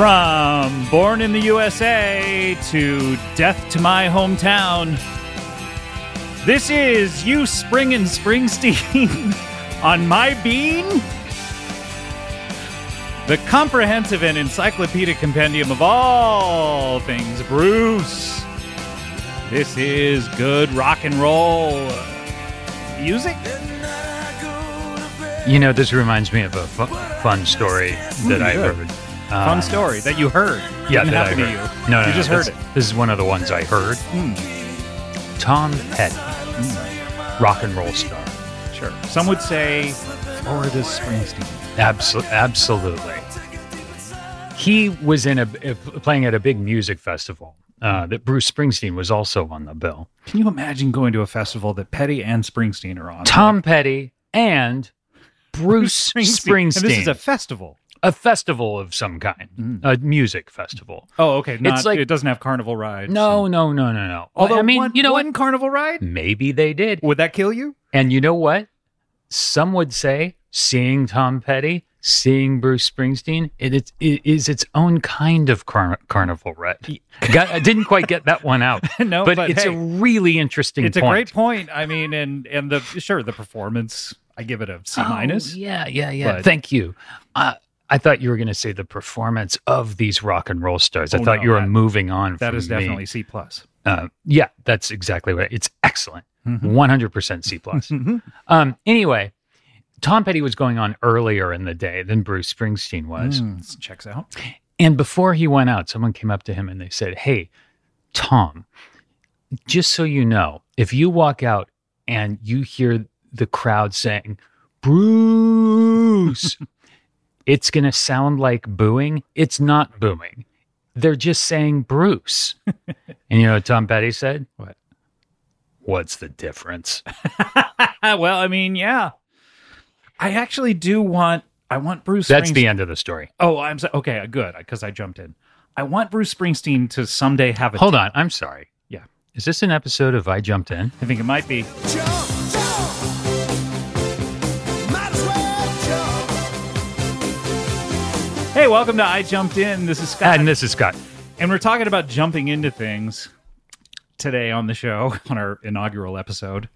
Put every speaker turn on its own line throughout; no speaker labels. From Born in the USA to Death to My Hometown, this is You Spring and Springsteen on My Bean. The comprehensive and encyclopedic compendium of all things Bruce. This is good rock and roll music.
You know, this reminds me of a fu- fun story that I
Mm, good.
heard. Um,
Fun story that you heard.
Uh, Yeah,
Didn't
that I
happen to
heard.
you.
No, no,
you
no,
just heard it. Mm.
that's- This is one of the ones I heard. Tom Petty, rock and roll star.
Sure. Some would say Florida Springsteen.
Absol- absolutely. He was in a uh, playing at a big music festival uh,
Mm.
that Bruce Springsteen was also on the bill.
Can you imagine going to a festival that Petty and Springsteen are on?
Tom Petty and Bruce Springsteen.
And this is a Mm. festival.
a festival of some kind, a music festival.
Oh, okay. Not,
like-
it doesn't have carnival rides.
No, no, no, no, no.
Although,
I mean,
one,
you know
one
what?
carnival ride?
Maybe they did.
Would that kill you?
And you know what? Some would say seeing Tom Petty, seeing Bruce Springsteen, it, it, it is its own kind of car- carnival ride. Got, I didn't quite get that one out.
No,
but,
but
it's a
hey,
really interesting.
It's
point.
a great point. I mean, and and the sure the performance. I give it a C
Oh,
minus.
yeah, yeah, yeah.
But-
Thank you. Uh, I thought you were going to say the performance of these rock and roll stars. I
Oh,
thought
no,
you were
that-
moving on.
That
from
is
me.
definitely C plus.
Uh, yeah, that's exactly right. It's excellent.
Mhm.
100% C plus.
Mhm.
um, anyway, Tom Petty was going on earlier in the day than Bruce Springsteen was.
Mm, checks out.
And before he went out, someone came up to him and they said, Hey, Tom, just so you know, if you walk out and you hear the crowd saying, Bruce, it's going to sound like booing. It's not booing. They're just saying Bruce. and you know what Tom Petty said?
What?
What's the difference?
well, I mean, yeah. I actually do want. I want Bruce.
That's
Springsteen-
the end of the story.
Oh, I'm so, okay. Good, because I jumped in. I want Bruce Springsteen to someday have a.
Hold on. I'm sorry.
Yeah.
Is this an episode of I Jumped In?
I think it might be.
Jump, jump. Might as well jump.
Hey, welcome to I Jumped In. This is Scott,
And this is Scott.
and we're talking about jumping into things today on the show on our inaugural episode.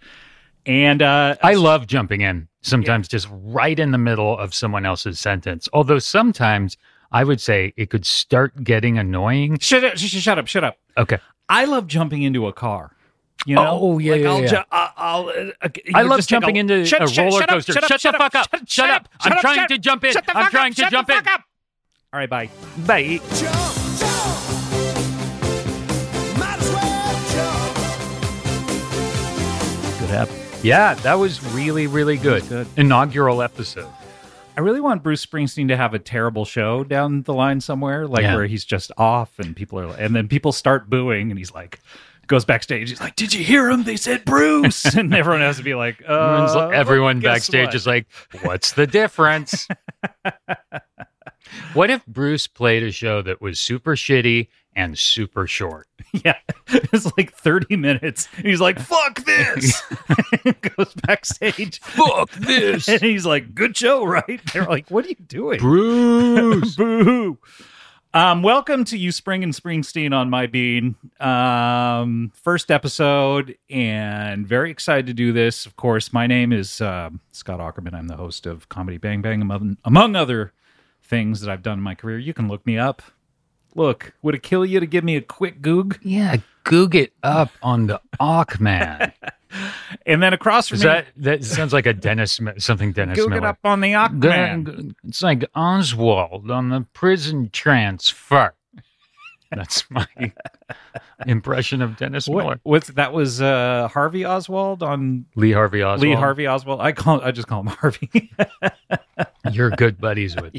And uh,
I love jumping in sometimes just right in the middle of someone else's sentence. Although sometimes I would say it could start getting annoying.
shut up, sh- sh- shut up, shut up.
Okay.
I love jumping into a car. You know,
Oh, yeah,
like
yeah,
I'll,
yeah.
Ju- I- I'll, uh, you
I
could
love
just take
jumping into
Shut-
a
shut-
roller
shut up,
coaster.
shut up,
the fuck up. Shut, shut up. I'm
shut
trying
shut
to jump in.
Shut the
I'm
fuck
trying
up,
to
shut
jump
the
in.
fuck up. All right, bye.
Bye.
Jump, jump. Might as well jump.
Good app.
Yeah, that was really, really good.
That was good.
Inaugural episode.
I really want Bruce Springsteen to have a terrible show down the line somewhere, like
Yeah.
where he's just off and people are, and then people start booing, and he's like, goes backstage. He's like, "Did you hear him? They said Bruce," and everyone has to be like, uh,
Everyone's- everyone
guess
backstage
what?
is like, what's the difference? what if Bruce played a show that was super shitty and super short?
"Yeah." It's like thirty minutes. And he's like, "Fuck this!" goes backstage,
Fuck this.
and he's like, "Good show, right?" They're like, "What are you doing?"
Bruce.
Boo! Um, welcome to you, Spring and Springsteen on my bean. Um, first episode, and very excited to do this. Of course, my name is um Scott Ackerman. I'm the host of Comedy Bang Bang, among, among other things that I've done in my career. You can look me up. Look, would it kill you to give me a quick goog?
yeah, goog it up on the Aukman.
And then across from
Is
me,
that that sounds like a Dennis Smith, something Dennis
goog it
Miller.
up on the Ackman.
Go- go- It's like Oswald on the prison transfer. That's my impression of Dennis
What,
Miller.
what's that? Was uh, Harvey Oswald on
Lee Harvey Oswald.
Lee Harvey Oswald? I call I just call him Harvey.
You're good buddies with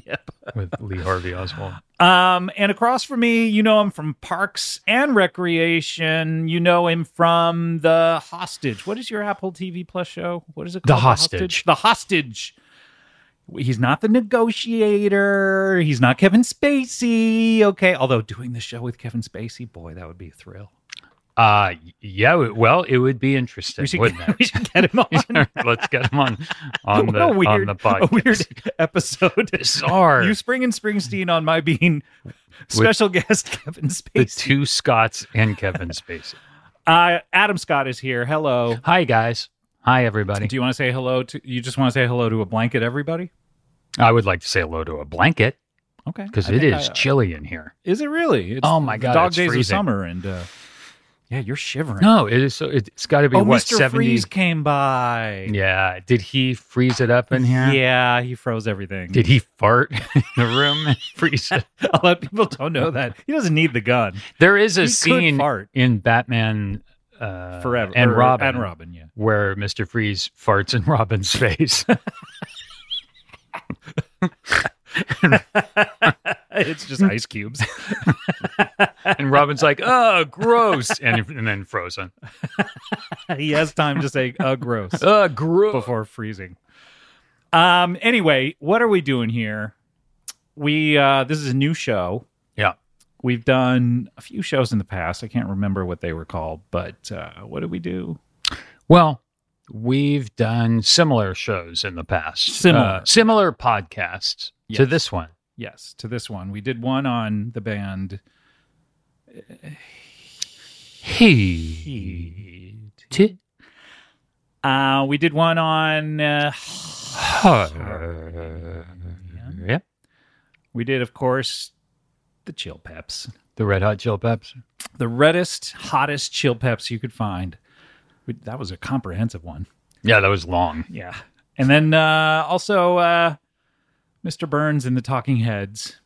with Lee Harvey Oswald.
Um, and across from me, you know him from Parks and Recreation. You know him from The Hostage. What is your Apple TV Plus show? What is it
The
called?
Hostage.
The Hostage. He's not the negotiator. He's not Kevin Spacey. Okay. Although doing the show with Kevin Spacey, boy, that would be a thrill.
Uh, yeah. Well, it would be interesting,
We should,
wouldn't it?
we should get him on.
Let's get him on on
What
the
a weird,
on the
a
podcast.
weird episode.
Bizarre.
You Spring and Springsteen on my bean. Special guest Kevin
the
Spacey.
two Scots and Kevin Spacey.
uh, Adam Scott is here. Hello.
Hi guys. Hi everybody.
Do you want to say hello to? You just want to say hello to a blanket, everybody.
I would like to say hello to a blanket
Okay.
because
I
it
think I- uh,
is chilly in here.
Is it really? It's
Oh my
the
God,
Dog
it's
days
freezing.
of summer, and uh, yeah, you're shivering.
No, it is. So it's got to be
oh,
what
Mr.
seventy.
Freeze came by.
Yeah. Did he freeze it up in here?
Yeah, he froze everything.
Did he fart in the room and freeze it?
A lot of people don't know that he doesn't need the gun
There is a
He could
scene
fart.
in Batman uh,
forever.
and
or-
Robin
And Robin. Yeah.
where Mister Freeze farts in Robin's face.
it's just ice cubes.
And Robin's like, oh, gross. And, and then frozen.
he has time to say, uh, gross
Uh, gross.
before freezing. Um, anyway, what are we doing here? We, uh, this is a new show.
Yeah.
We've done a few shows in the past. I can't remember what they were called, but, uh, what did we do?
Well, we've done similar shows in the past, uh,
Similar.
similar podcasts to
Yes.
this one.
Yes. To this one, we did one on the band.
Hey. T-
Uh, we did one on, uh,
yeah.
we did, of course, the Chill Peps.
The Red Hot Chili Peppers.
the reddest, hottest chill peps you could find. We- That was a comprehensive one.
Yeah, that was long.
Yeah. And then uh, also uh, Mr. Burns and the Talking Heads.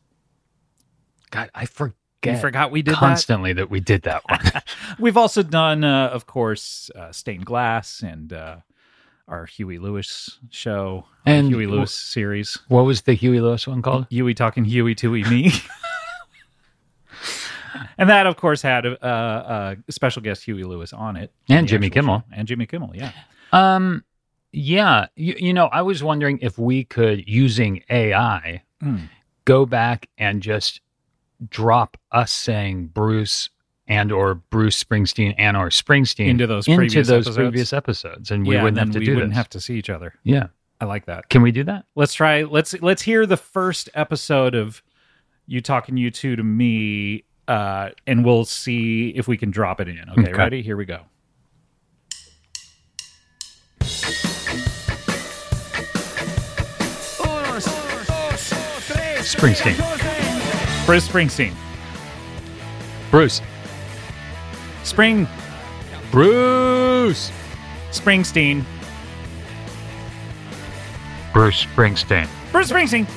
God, I forget
You forgot we did
constantly that? we did that one.
that. We've also done, uh, of course, uh, Stained Glass and uh, our Huey Lewis show, our
And-
Huey Lewis series.
what was the Huey Lewis one called?
Huey talking Huey Tooey me. and that, of course, had a, uh a special guest Huey Lewis on it.
And
The
Jimmy
actual
Kimmel.
show. And Jimmy Kimmel, yeah.
Um, yeah, you, you know, I was wondering if we could, using AI,
Mm.
go back and just drop us saying Bruce and or Bruce Springsteen and or Springsteen
Into those previous
those
episodes.
previous episodes, and we
Yeah,
wouldn't
then
have to
we
do
wouldn't
this.
have to see each other.
yeah,
I like that.
can we do that?
Let's try. Let's let's hear the first episode of you talking you two to me, uh, and we'll see if we can drop it in. Okay,
Okay.
ready? Here we go.
Springsteen,
Bruce Springsteen,
Bruce,
Spring
Bruce,
Springsteen,
Bruce Springsteen.
Bruce Springsteen.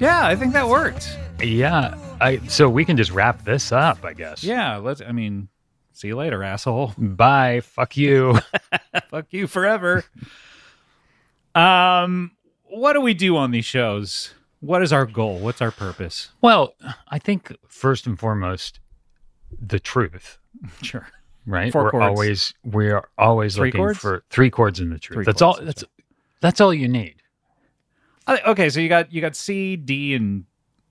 Yeah, I think that worked.
Yeah, I so we can just wrap this up, I guess.
Yeah, let's. I mean, see you later, asshole.
Bye. Fuck you.
Fuck you forever. um, what do we do on these shows? What is our goal? What's our purpose?
well, I think first and foremost, the truth.
Sure.
right?
Four
we're
chords.
always we are always
Three
looking
chords?
for three chords in the truth.
Three
that's
chords,
all. That's that's all you need.
Uh, Okay, so you got you got C, D, and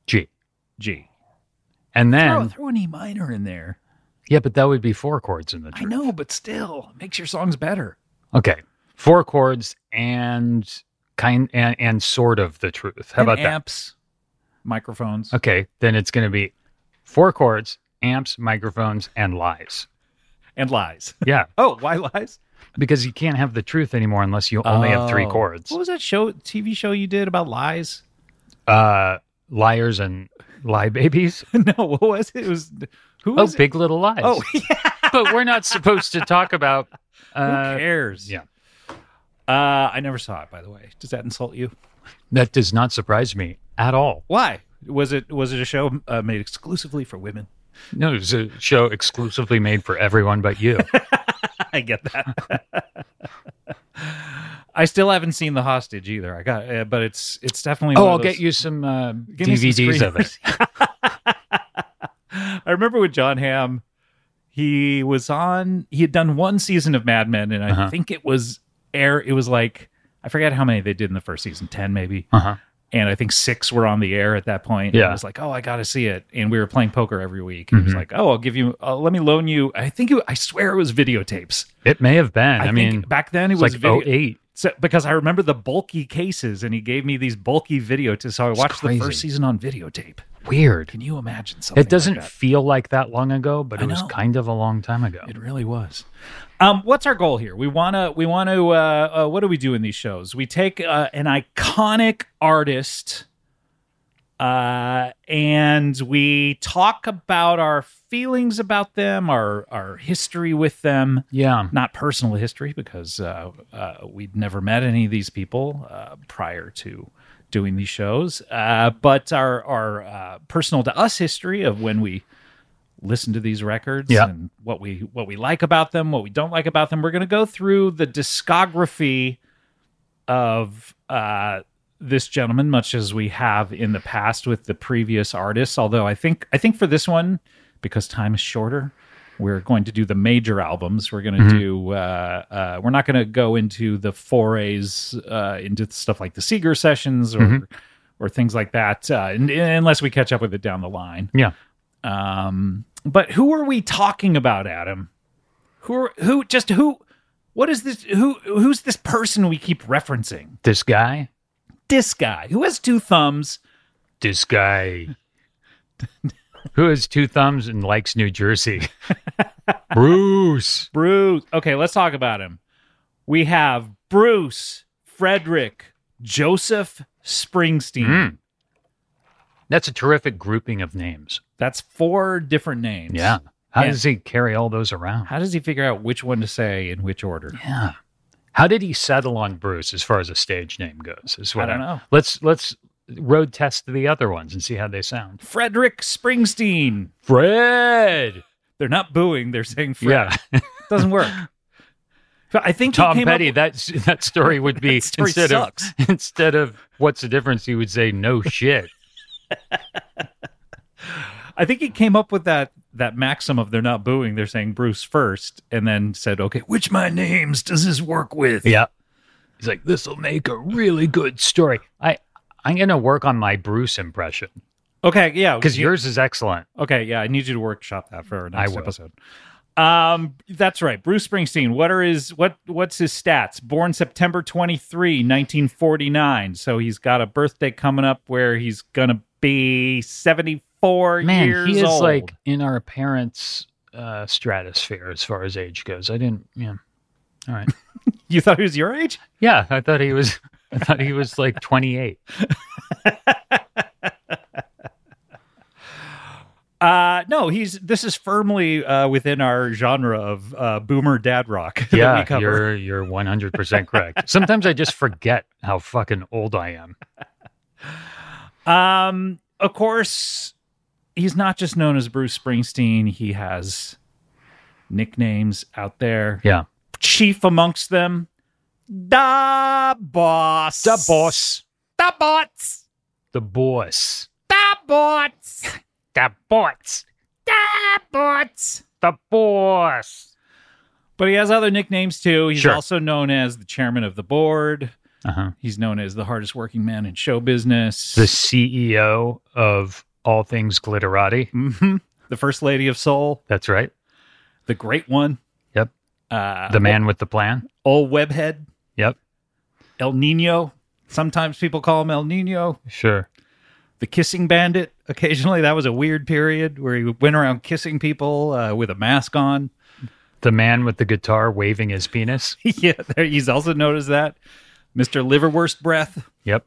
G,
G.
and then
throw, throw an E minor in there.
yeah, but that would be four chords in the
I
truth.
know, but still, it makes your songs better.
Okay, four chords and kind and, and sort of the truth. How
And
about
amps, microphones?
that? Okay, then it's going to be four chords, amps, microphones, and lies.
and lies.
Yeah,
oh, why lies?
because you can't have the truth anymore unless you only have three
Oh.
chords.
What was that show TV show you did about lies?
Uh, liars and lie babies.
no, what was it? It was who
Oh,
was it?
big little lies.
Oh, yeah.
but we're not supposed to talk about.
who
Uh,
cares?
yeah.
Uh, I never saw it, by the way. Does that insult you?
That does not surprise me at all.
Why was it was it a show uh, made exclusively for women?
No, it's a show exclusively made for everyone but you.
I get that. I still haven't seen the hostage either. I got, uh, but it's it's definitely.
oh,
Oh,
I'll get you some uh, DVDs of it.
I remember with John Hamm, he was on. He had done one season of Mad Men, and I
Uh-huh.
think it was air. It was like I forget how many they did in the first season, ten maybe.
Uh-huh.
and I think six were on the air at that point. And
Yeah.
I was like, oh, I got to see it. And we were playing poker every week. And he was
Mhm.
like, oh, I'll give you, uh, let me loan you. I think it, I swear it was videotapes.
It may have been.
I,
I, mean,
think back then it
it's
was
like oh,
video-
08.
so, because I remember the bulky cases, and he gave me these bulky videotapes. So I watched the
crazy.
first season on videotape.
Weird.
Can you imagine something?
It doesn't
Like
feel like that long ago, but
I
it was
know.
kind of a long time ago.
that? It really was. Um, what's our goal here? We wanna, we wanna. Uh, uh, what do we do in these shows? We take uh, an iconic artist, uh, and we talk about our feelings about them, our our history with them.
Yeah.
not personal history because uh, uh, we'd never met any of these people uh, prior to doing these shows, uh, but our our uh, personal to us history of when we listen to these records
Yeah.
and what we what we like about them, what we don't like about them. We're going to go through the discography of uh, this gentleman, much as we have in the past with the previous artists. Although I think I think for this one, because time is shorter, we're going to do the major albums. We're going to do. Uh, uh, we're not going to go into the forays uh, into stuff like the Seeger sessions or or things like that, uh, un- unless we catch up with it down the line.
Yeah.
Um, but who are we talking about, Adam? Who are, who just who? What is this? Who who's this person we keep referencing?
This guy.
This guy who has two thumbs.
This guy. Who has two thumbs and likes New Jersey? Bruce.
Bruce. Okay, let's talk about him. We have Bruce Frederick Joseph Springsteen.
Mm. That's a terrific grouping of names.
That's four different names.
Yeah. How
Yeah.
does he carry all those around?
How does he figure out which one to say in which order?
Yeah. How did he settle on Bruce as far as a stage name goes? Is what
I don't know.
Let's let's road test the other ones and see how they sound.
Frederick Springsteen.
Fred.
They're not booing. They're saying Fred.
Yeah.
Doesn't work. So I think he
Tom
came up
Petty. That that story would be
That story
instead
sucks.
of instead of what's the difference? He would say no shit.
I think he came up with that that maxim of they're not booing, they're saying Bruce first, and then said, "Okay, which my names does this work with?"
yeah. He's like, this will make a really good story. I I'm gonna work on my Bruce impression
Okay, yeah,
because
you-
yours is excellent.
okay. Yeah, I need you to workshop that for our
I
next
will.
episode. Um, that's right, Bruce Springsteen. What are his what What's his stats? Born September 23, 1949. So he's got a birthday coming up where he's gonna be 74
Man,
years
he is
old.
like in our parents' uh, stratosphere as far as age goes. I didn't. Yeah. All right.
you thought he was your age?
Yeah, I thought he was. I thought he was like 28.
Uh, no, he's this is firmly uh, within our genre of uh, boomer dad rock. that we
Yeah,
cover.
you're you're 100 percent correct. Sometimes I just forget how fucking old I am.
Um, of course, he's not just known as Bruce Springsteen. He has nicknames out there.
Yeah.
Chief amongst them, Da Boss.
The boss.
Da Bots.
The boss.
Da Bots.
The boss.
Da Bots.
The boss.
But he has other nicknames too. He's
Sure.
also known as the chairman of the board.
Uh huh.
He's known as the hardest working man in show business.
The CEO of all things glitterati.
Mhm. the first lady of soul,
That's right.
the great one.
Yep.
Uh,
The man with the plan.
old webhead,
Yep.
El Nino. Sometimes people call him El Nino,
Sure.
the kissing bandit. Occasionally, that was a weird period where he went around kissing people uh, with a mask on.
The man with the guitar waving his penis.
yeah, there, he's also noticed that. Mr. Liverwurst Breath. Of
Yep.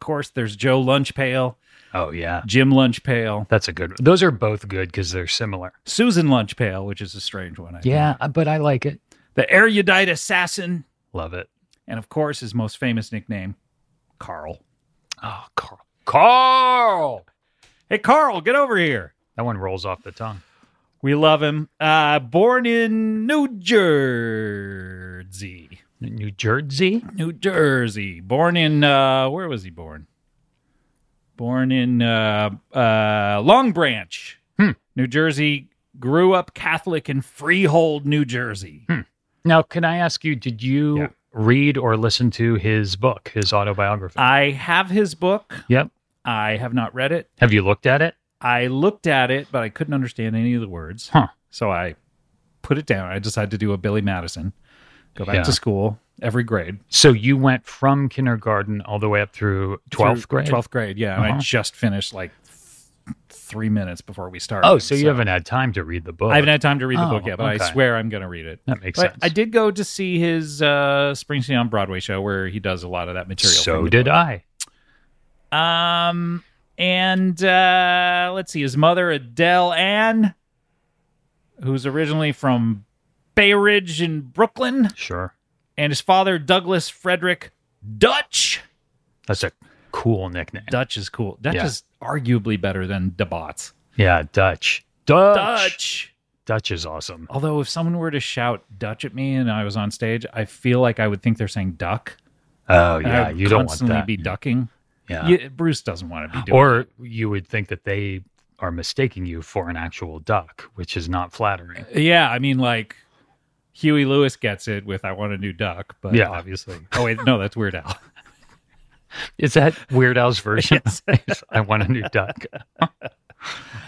course, there's Joe Lunchpail,
Oh yeah.
Jim Lunchpail,
That's a good. one. Those are both good because they're similar.
Susan Lunchpail, which is a strange one. I think.
Yeah, but I like it.
The erudite assassin.
Love it.
And of course, his most famous nickname, Carl.
Oh, Carl. Carl.
Hey, Carl, get over here.
That one rolls off the tongue.
We love him. Uh, born in New Jersey.
New Jersey?
New Jersey. Born in, uh, where was he born? Born in uh, uh, Long Branch,
Hmm.
New Jersey. Grew up Catholic in Freehold, New Jersey.
Hmm. Now, can I ask you, did you
Yeah.
read or listen to his book, his autobiography?
I have his book.
Uh, yep.
I have not read it.
Have you looked at it?
I looked at it, but I couldn't understand any of the words.
Huh.
So I put it down. I decided to do a Billy Madison, go back
Yeah.
to school every grade.
So you went from kindergarten all the way up through 12th
Through
grade?
12th grade, yeah. And I
Uh-huh.
just finished like th- three minutes before we started.
Oh, so you haven't had time to read the book.
I haven't had time to read the
Oh,
book yet, but
okay.
I swear I'm going to read it.
That makes
But
sense.
I did go to see his uh, Springsteen on Broadway show where he does a lot of that material.
So did I.
I. Um, and uh, let's see, his mother, Adele Ann, who's originally from Bay Ridge in Brooklyn,
Sure.
and his father, Douglas Frederick Dutch.
That's a cool nickname.
Dutch is cool. Dutch
Yeah.
is arguably better than DeBots.
yeah, Dutch. Dutch. Oh,
Dutch.
Dutch is awesome.
Although if someone were to shout Dutch at me and I was on stage, I feel like I would think they're saying duck.
Oh,
And
yeah.
I would
You don't want
constantly
that.
be ducking.
yeah.
Yeah, Bruce doesn't want to be doing.
or you would think that they are mistaking you for an actual duck, which is not flattering.
yeah, I mean like Huey Lewis gets it with "I want a new duck," but
Yeah.
obviously. Oh wait, no, that's Weird Al.
Is that Weird Al's version? I want a new duck.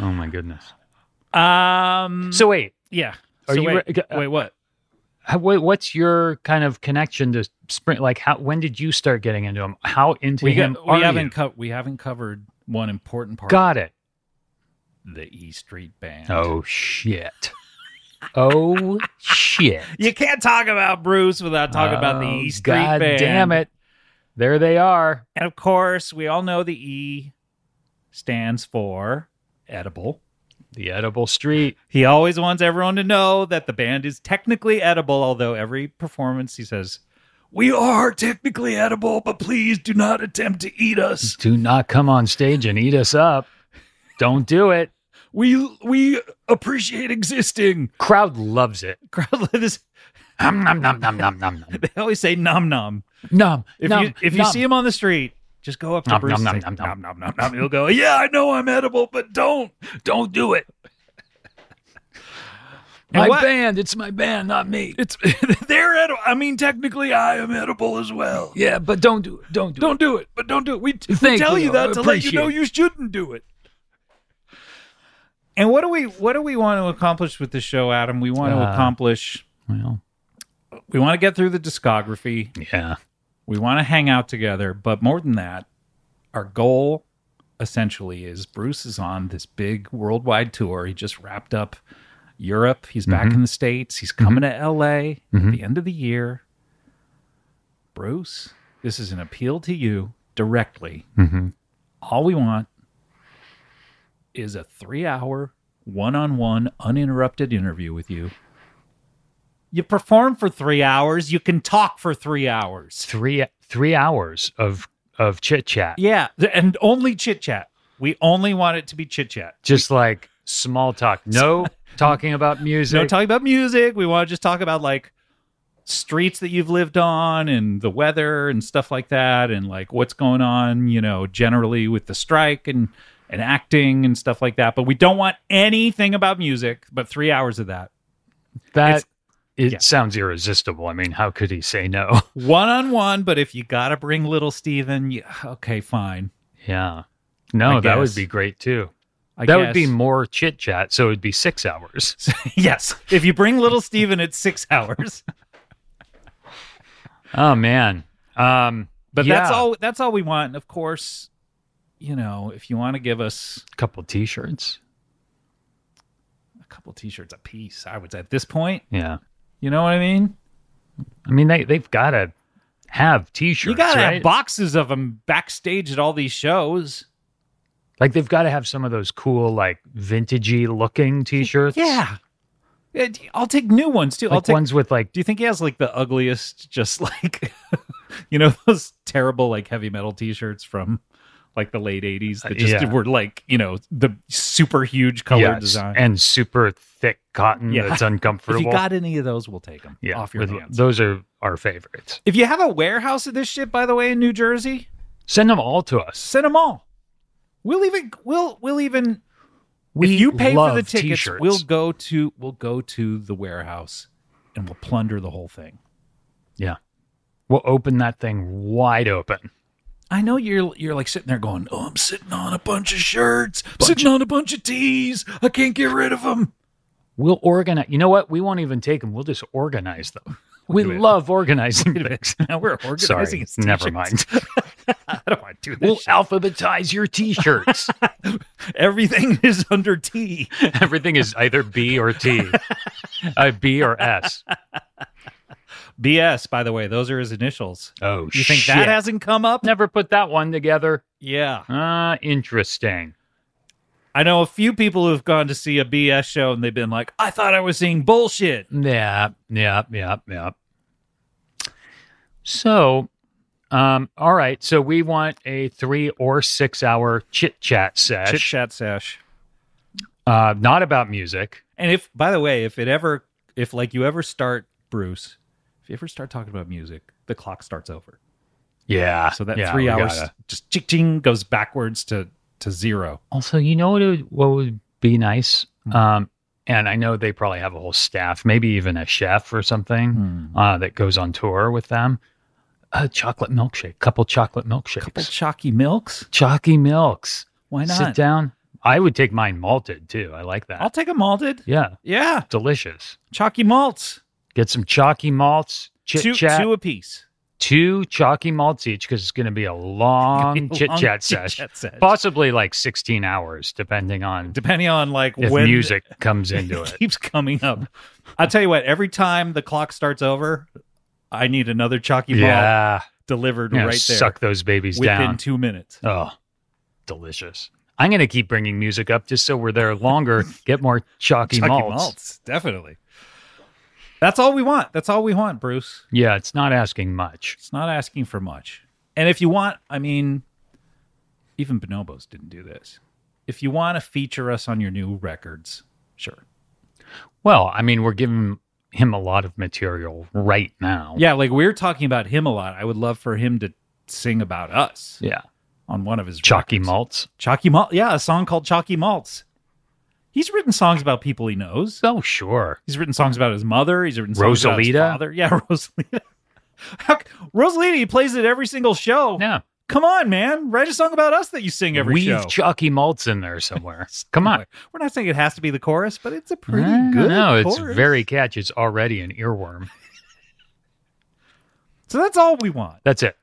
oh my goodness.
Um.
So wait,
yeah.
Are
So
you
wait,
re- uh,
wait? What?
how- wha- what's your kind of connection to spring? Like, how when did you start getting into him? How into
We,
him
got-
are
we haven't
you?
co- we haven't covered one important part.
Got it.
The E Street Band.
Oh shit. Oh shit.
You can't talk about Bruce without talking about the
Oh,
E Street
God
Band.
Damn it. There they are.
And of course, we all know the E stands for edible.
The edible street.
He always wants everyone to know that the band is technically edible, although every performance he says, We are technically edible, but please do not attempt to eat us.
Do not come on stage and eat us up. Don't do it.
We we appreciate existing.
Crowd loves it.
Crowd this
Nom nom nom nom nom nom nom.
they always say nom nom.
Nom.
If
nom,
you if you
nom.
see him on the street, just go up to
Nom,
Bruce
nom,
and
nom,
say,
nom, nom.
nom nom nom. He'll go, Yeah, I know I'm edible, but don't.
don't do it.
And
My
what-
band, it's my band, not me.
It's they're edible. I mean, technically, I am edible as well.
Yeah, but don't do it. Don't do
Don't do it, but don't do it. We, we
Thank
tell you,
you.
that
I
to let you
appreciate
know
it.
you shouldn't do it. And what do we what do we want to accomplish with this show, Adam? We want to
Uh,
accomplish
it. Well,
we want to get through the discography.
yeah.
We want to hang out together, but more than that, our goal essentially is Bruce is on this big worldwide tour. He just wrapped up Europe. He's back in the States. He's coming to LA at the end of the year. Bruce, this is an appeal to you directly. All we want is a three hour, one on one, uninterrupted interview with you. You perform for three hours, you can talk for three hours.
Three three hours of of chit chat.
Yeah, th- and only chit chat. We only want it to be chit chat.
Just like small talk. No talking about music.
No talking about music. We want to just talk about like streets that you've lived on and the weather and stuff like that and like what's going on, you know, generally with the strike and and acting and stuff like that. But we don't want anything about music, but 3 hours of that.
that
It's-
it
yeah.
sounds irresistible. I mean, how could he say no?
One on one, but if you got to bring little Steven, you, okay, fine.
yeah. No,
I
that would
guess.
be great too.
I
that would be
guess.
more chit chat. So it'd be six hours.
yes. If you bring little Steven, it's 6 hours.
Oh man. Um,
But that's
yeah.
all that's all we want. And of course, you know, if you want to give us
Couple t-shirts.
a couple t-shirts a piece, I would say at this point,
Yeah.
you know what I mean?
I mean, they they've got to have t-shirts.
you got to
right?
have boxes of them backstage at all these shows.
Like they've got to have some of those cool, like vintagey looking T-shirts.
Yeah. Yeah, d- I'll take new ones too. I'll
like
take
ones with like
Do you think he has like the ugliest just like you know those terrible like heavy metal t-shirts from like the late 80s that just
Yeah.
were like, you know, the super huge color
yes,
design.
and super thick cotton
Yeah.
that's
if
uncomfortable.
you got any of those, we'll take them
yeah,
off your
with-
hands.
those are our favorites.
If you have a warehouse of this shit, by the way, in New Jersey,
Send them all to us.
send them all. We'll even we'll we'll even
We
if you pay for
love
the tickets,
T-shirts.
we'll go to we'll go to the warehouse and we'll plunder the whole thing.
Yeah. will open that thing wide open.
I know you're you're like sitting there going, "Oh, I'm sitting on a bunch of shirts, sitting on a bunch of tees. I can't get rid of them."
We'll organize. You know what? We won't even take them. We'll just organize them. We
Wait a minute.
love organizing things.
Now we're organizing.
Sorry,
his
never
t-shirts.
mind.
I don't want to do this.
We'll
shit.
alphabetize your T-shirts.
Everything is under T.
Everything is either B or T, uh, B or S.
BS. By the way, those are his initials.
Oh,
You think that hasn't come up?
Never put that one together.
Yeah.
Uh, interesting.
I know a few people who've gone to see a BS show and they've been like, I thought I was seeing bullshit.
Yeah, yeah, yeah, yeah. So, um, all right. So we want a three or six hour chit chat sesh,
Chit chat sash.
uh, not about music.
And if, by the way, if it ever, if like you ever start, Bruce, if you ever start talking about music, the clock starts over.
Yeah.
So that
yeah,
three
we
hours
gotta-
just ching ching goes backwards to to zero.
Also, you know what would, what would be nice?
Hmm.
Um, and I know they probably have a whole staff, maybe even a chef or something
Hmm.
uh, that goes on tour with them. A chocolate milkshake, couple chocolate milkshakes,
Couple chalky milks.
chalky milks.
Why not?
Sit down. I would take mine malted too. I like that.
I'll take a malted.
yeah,
Yeah,
delicious.
chalky malts.
Get some chalky malts,
Two,
chit chat,
two
two,
a piece.
chalky malts each because it's going to be a long
Oh,
chit chat sesh, possibly like 16 hours, depending on
Depending on like
if
when
music comes into it.
keeps coming up. I'll tell you what, every time the clock starts over, I need another chalky malt
yeah,
delivered
You know,
right there
suck those babies
within
down.
two minutes.
oh, delicious. I'm going to keep bringing music up just so we're there longer, get more chalky,
Chalky
malts.
malts, definitely. That's all we want. That's all we want, Bruce.
Yeah, it's not asking much.
It's not asking for much. And if you want, I mean, even Bonobos didn't do this. If you want to feature us on your new records, sure.
Well, I mean, we're giving him a lot of material right now.
Yeah, like we are talking about him a lot. I would love for him to sing about us
Yeah.
on one of his
Chalky
records.
malts.
Chalky Malt. Yeah, a song called Chalky Malts. He's written songs about people he knows.
Oh, sure.
He's written songs about his mother. He's written songs about his
Rosalita?
father. Yeah, Rosalita. How, c- Rosalita, he plays at every single show.
Yeah.
Come on, man. Write a song about us that you sing every
Weave
show.
chalky malts in there somewhere. Come on.
We're not saying it has to be the chorus, but it's a pretty good.
No, it's
chorus.
very catchy. It's already an earworm.
So that's all we want.
That's it.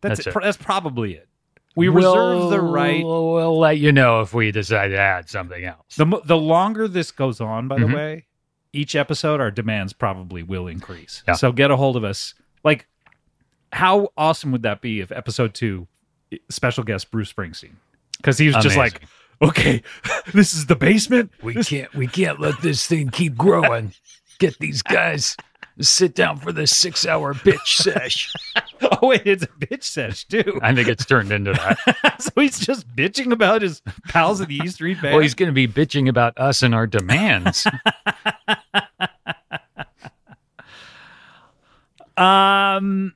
That's,
That's
it.
it.
Pro- That's probably it. We reserve the right.
We'll we'll let you know if we decide to add something else.
The mo- the longer this goes on, by the
Mhm.
way, each episode our demands probably will increase.
Yeah.
So get a hold of us. Like, how awesome would that be if episode two i- special guest Bruce Springsteen? Because he was just like,
Amazing.
okay, this is the basement.
We can't we can't let this thing keep growing. Get these guys to sit down for this six hour bitch sesh.
Oh, wait, it's a bitch sesh too.
I think it's turned into that.
so he's just bitching about his pals in the East Street Band.
Well, he's going to be bitching about us and our demands.
Um,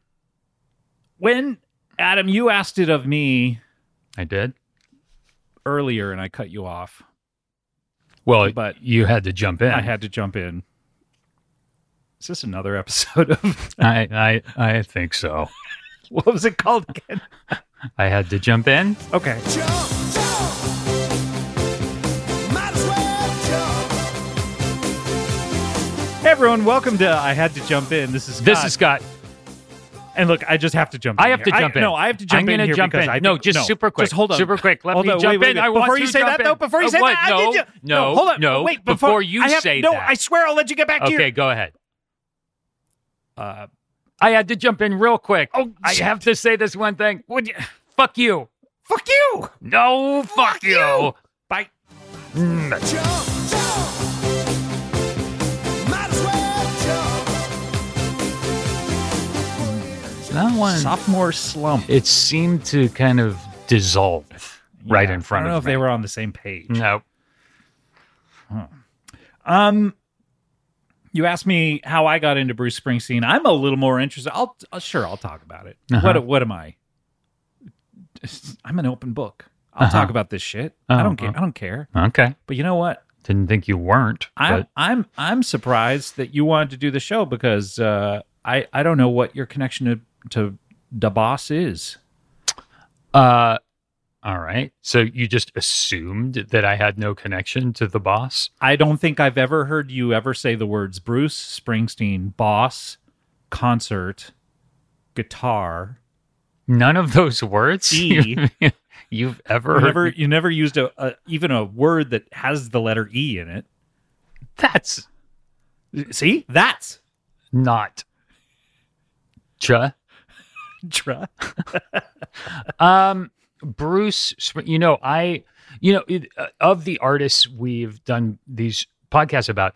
when Adam, you asked it of me
I did.
earlier, and I cut you off.
Well,
But-
but you had to jump in.
I had to jump in. Is this another episode of
I, I, I think so.
what was it called again?
I had to jump in.
Okay,
Jump, jump. Might as well jump.
hey everyone, welcome to I had to jump in. This is Scott.
This is Scott.
and look, I just have to jump. in
I have to
here.
jump in.
No, I have to jump
I'm
in
gonna
here
jump
because
in.
I
no,
think-
just super quick.
Just hold on,
super quick. Let
Hold
me
on,
jump
wait, wait,
in.
wait.
I want
before
to
you say
jump
that
in.
though. Before you
Uh,
say
what?
that, I did
no,
ju-
no,
no, hold on,
no.
wait.
before, you
I have,
say
no,
that.
I swear I'll let you get back to
okay,
you.
go ahead.
Uh,
I had to jump in real quick.
Oh,
I
shit.
have to say this one thing. Would you? Fuck you.
fuck you.
No, fuck,
Fuck you. Bye.
Mm.
Jump, jump. Might as well jump.
That one.
Sophomore slump.
It seemed to kind of dissolve right in front
I don't know
of
if
me.
they were on the same page.
no.
Um, you asked me how I got into Bruce Springsteen. I'm a little more interested. I'll uh, sure I'll talk about it.
Uh-huh.
What what am I? I'm an open book. I'll
Uh-huh.
talk about this shit. I
Uh-huh.
don't care. I don't care.
Okay.
But you know what?
Didn't think you weren't.
I'm
but
I'm I'm surprised that you wanted to do the show because uh, I I don't know what your connection to to Da Boss is.
Uh, all right. So you just assumed that I had no connection to the boss?
I don't think I've ever heard you ever say the words Bruce Springsteen, boss, concert, guitar.
None of those words
E.
you've ever
You
heard.
never, you never used a, a even a word that has the letter E in it.
That's
See, that's
not. Cha.
tra-
Um, Bruce, Spr- you know, I, you know, it, uh, of the artists we've done these podcasts about,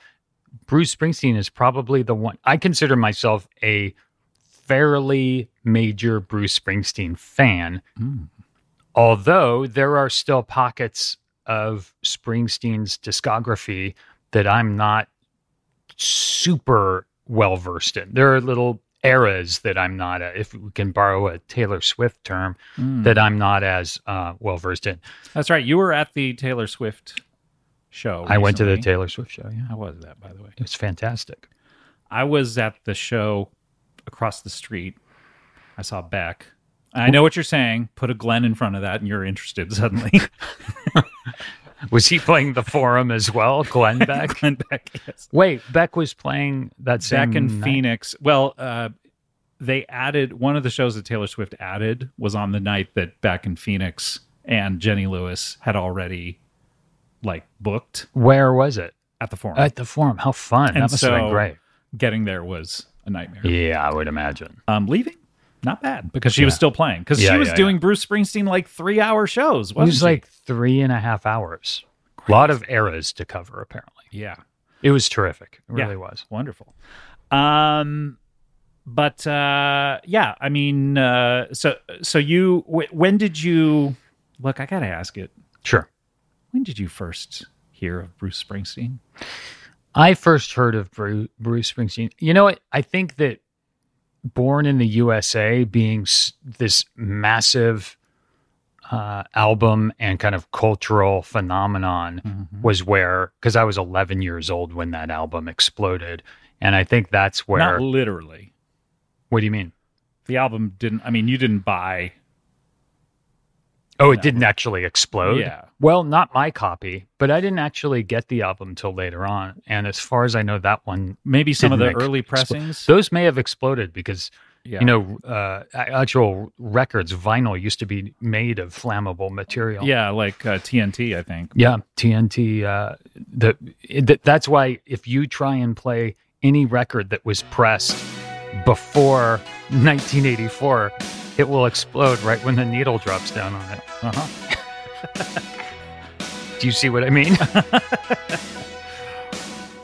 Bruce Springsteen is probably the one I consider myself a fairly major Bruce Springsteen fan.
Mm.
Although there are still pockets of Springsteen's discography that I'm not super well versed in. There are little eras that I'm not, a, if we can borrow a Taylor Swift term,
Mm.
that I'm not as uh, well versed in.
That's right. You were at the Taylor Swift show.
I went to the
recently.
Taylor Swift show. Yeah,
How was that, by the way?
it was fantastic.
I was at the show across the street. I saw Beck. I know what you're saying. Put a Glenn in front of that, and you're interested suddenly.
Was he playing the Forum as well, Glenn Beck?
Glenn Beck, yes.
Wait, Beck was playing that same
Beck and
night?
Phoenix. Well, uh, they added one of the shows that Taylor Swift added was on the night that Beck and Phoenix and Jenny Lewis had already like booked
Where was it?
at the forum.
At the Forum. How fun! that
And
must have been
so-
great.
Getting there was a nightmare.
Yeah, I would imagine.
Um, leaving, not bad because she was
Yeah.
still playing because
Yeah,
she was
yeah,
doing Bruce Springsteen like three hour shows.
It was
wasn't she?
like three and a half hours. A lot of eras to cover. Apparently,
yeah.
it was terrific. It
Yeah.
really was.
wonderful um but uh yeah i mean uh so so you w- when did you look i gotta ask it
Sure.
when did you first hear of bruce springsteen
I first heard of Bruce, Bruce Springsteen. You know what? I think that Born in the USA being s- this massive uh, album and kind of cultural phenomenon was where, because I was 11 years old when that album exploded. And I think that's where.
not literally
what do you mean?
the album didn't i mean you didn't buy
Oh, it didn't actually explode?
Yeah.
Well, not my copy, but I didn't actually get the album till later on. And as far as I know, that one,
maybe some of the
Didn't ex-
early
expl-
pressings
those may have exploded because
yeah.
you know, uh, actual records, vinyl used to be made of flammable material.
yeah like uh, tnt i think
Yeah. TNT. Uh, the, it, that's why if you try and play any record that was pressed before 1984, it will explode right when the needle drops down on it. Uh-huh.
uh-huh
Do you see what I mean?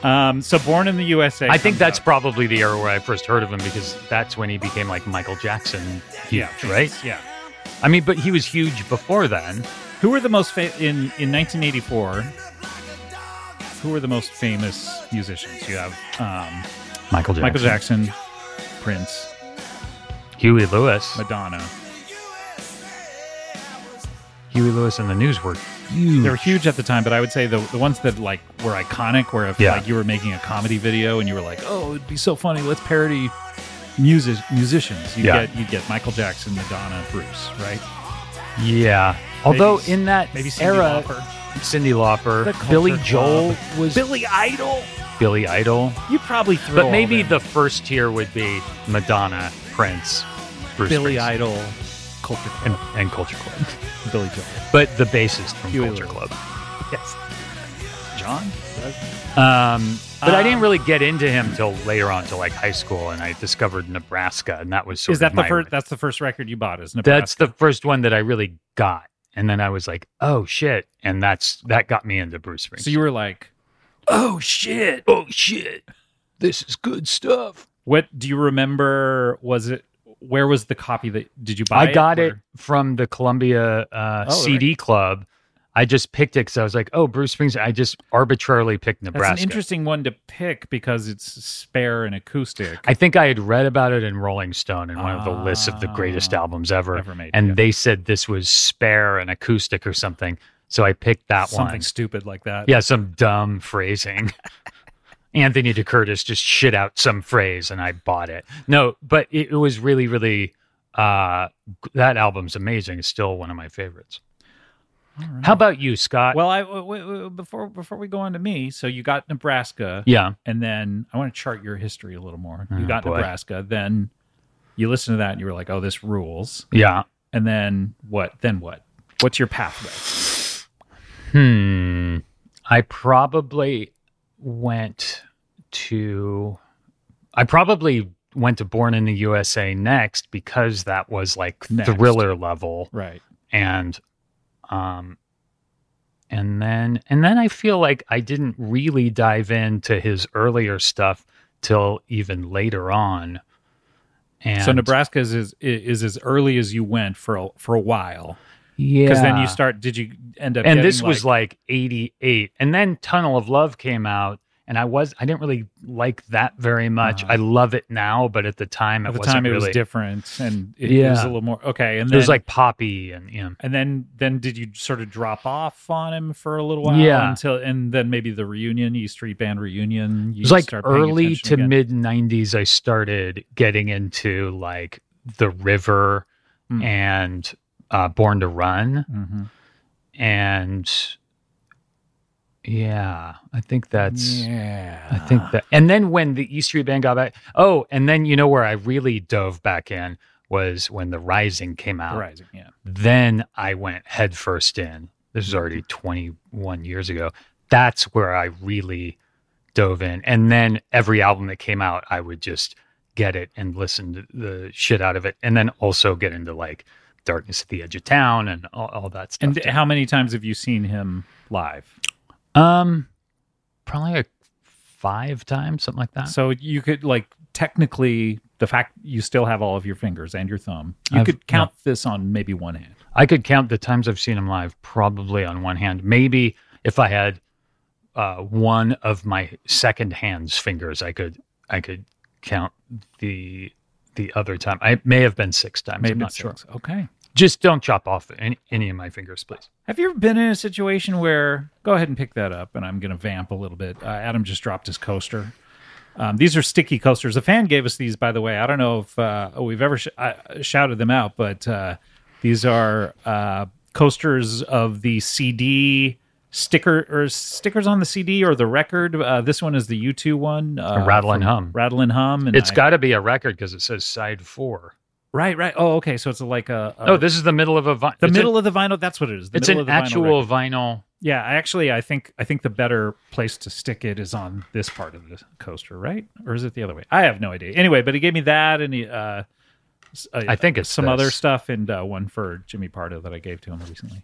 um so born in the usa
I think
comes
that's
up.
probably the era where I first heard of him because that's when he became like Michael Jackson huge,
yeah
right?
yeah
I mean, but he was huge before then.
who were the most fa- in in 1984 who are the most famous musicians? You have um,
Michael Jackson.
Michael Jackson, Prince,
Huey Lewis.
Madonna.
Huey Lewis and the News were huge.
They were huge at the time, but I would say the, the ones that like were iconic were if
Yeah.
like you were making a comedy video and you were like, oh, it'd be so funny, let's parody music musicians. You
Yeah.
get you get Michael Jackson, Madonna, Bruce, right?
yeah. Although
Maybe-
in that
Maybe Cyndi
era,
Lauper.
Cindy
The
Lauper,
Culture
Billy
Club.
Joel was
Billy Idol.
Billy Idol,
You probably threw.
but
all
maybe
them.
the first tier would be Madonna, Prince, Bruce
Billy
Springsteen,
Idol, Culture Club,
and, and Culture Club.
Billy Joel.
But the bassist from
Huey
Culture
Lewis.
Club.
Yes. John.
Um, but I didn't
Um,
really get into him till later on, till like high school, and I discovered Nebraska, and that was sort
Is that
of
the
my-
first? That's the first record you bought, is Nebraska?
That's the first one that I really got, and then I was like, oh shit, and that's that got me into Bruce Springsteen.
So you were like,
oh shit, oh shit, this is good stuff.
what do you remember? Was it where was the copy that did you buy?
I got it
Where-
from the Columbia uh,
Oh,
CD Club. I just picked it because I was like, oh, Bruce Springsteen. I just arbitrarily picked
That's
Nebraska.
an interesting one to pick because it's spare and acoustic.
I think I had read about it in Rolling Stone in one of the lists of the greatest
Ah,
albums ever,
ever made,
and
yeah.
they said this was spare and acoustic or something. So I picked that
Something
one.
stupid like that.
Yeah, some dumb phrasing. Anthony De Curtis just shit out some phrase and I bought it. No, but it, it was really, really uh, g- that album's amazing. It's still one of my favorites. How about you, Scott?
Well, I w- w- w- before before we go on to me, so you got Nebraska,
yeah,
and then I want to chart your history a little more.
Oh,
You got
boy.
Nebraska, then you listened to that and you were like, "Oh, this rules."
yeah.
And then what? Then what? What's your pathway?
Hmm. I probably went to. I probably went to Born in the USA next because that was like
Next.
thriller level,
Right.
and um, and then and then I feel like I didn't really dive into his earlier stuff till even later on. And
so Nebraska is, is is as early as you went for a, for a while
yeah,
because then you start. Did you end up?
and
getting,
this was like 88 and then tunnel of love came out and i was i didn't really like that very much
Uh-huh.
i love it now but at the time it
at the
wasn't
time it
really,
was different and it, it
Yeah.
was a little more okay. And
it
then,
was like poppy and you know,
and then then did you sort of drop off on him for a little while?
Yeah.
Until and then maybe the reunion, E Street Band reunion. You
it was like
start paying
early
attention
to
again.
mid 90s i started getting into like the river
Hmm.
and uh, born to run
Mhm.
and yeah i think that's
yeah.
I think that, and then when the E Street Band got back, oh, and then you know where I really dove back in was when The Rising came out.
Rising. Yeah.
Then I went headfirst in. This is already 21 years ago. That's where I really dove in. And then every album that came out, I would just get it and listen to the shit out of it. And then also get into like Darkness at the Edge of Town and all, all that stuff.
And
too.
how many times have you seen him live?
um, probably like five times, something like that.
So you could like technically the fact you still have all of your fingers and your thumb, you
I've-
could count this on maybe one hand.
I could count the times I've seen him live probably on one hand. Maybe if I had uh, one of my second hand's fingers, I could I could count the the other time. I it may have been six times.
Maybe
I'm not
it's
sure.
six. Okay.
Just don't chop off any, any of my fingers, please.
Have you ever been in a situation where go ahead and pick that up, and I'm going to vamp a little bit. Uh, Adam just dropped his coaster. Um, these are sticky coasters. A fan gave us these, by the way. I don't know if uh, we've ever sh- uh, shouted them out, but uh, these are uh, coasters of the CD sticker or stickers on the CD or the record. Uh, this one is the U2 one. Uh,
A rattle and hum.
Rattle and hum. And
It's
I-
got to be a record because it says side four.
right, right. Oh, okay. So it's like a, a-
Oh, this is the middle of a vinyl.
Uh, the middle of the vinyl. That's what it is. The
it's
middle
an
of the vinyl record.
actual vinyl.
Yeah, I actually, I think I think the better place to stick it is on this part of the coaster, right? Or is it the other way? I have no idea. Anyway, but he gave me that, and he, uh, s- uh,
I think it's
some
this.
other stuff, and uh, one for Jimmy Pardo that I gave to him recently.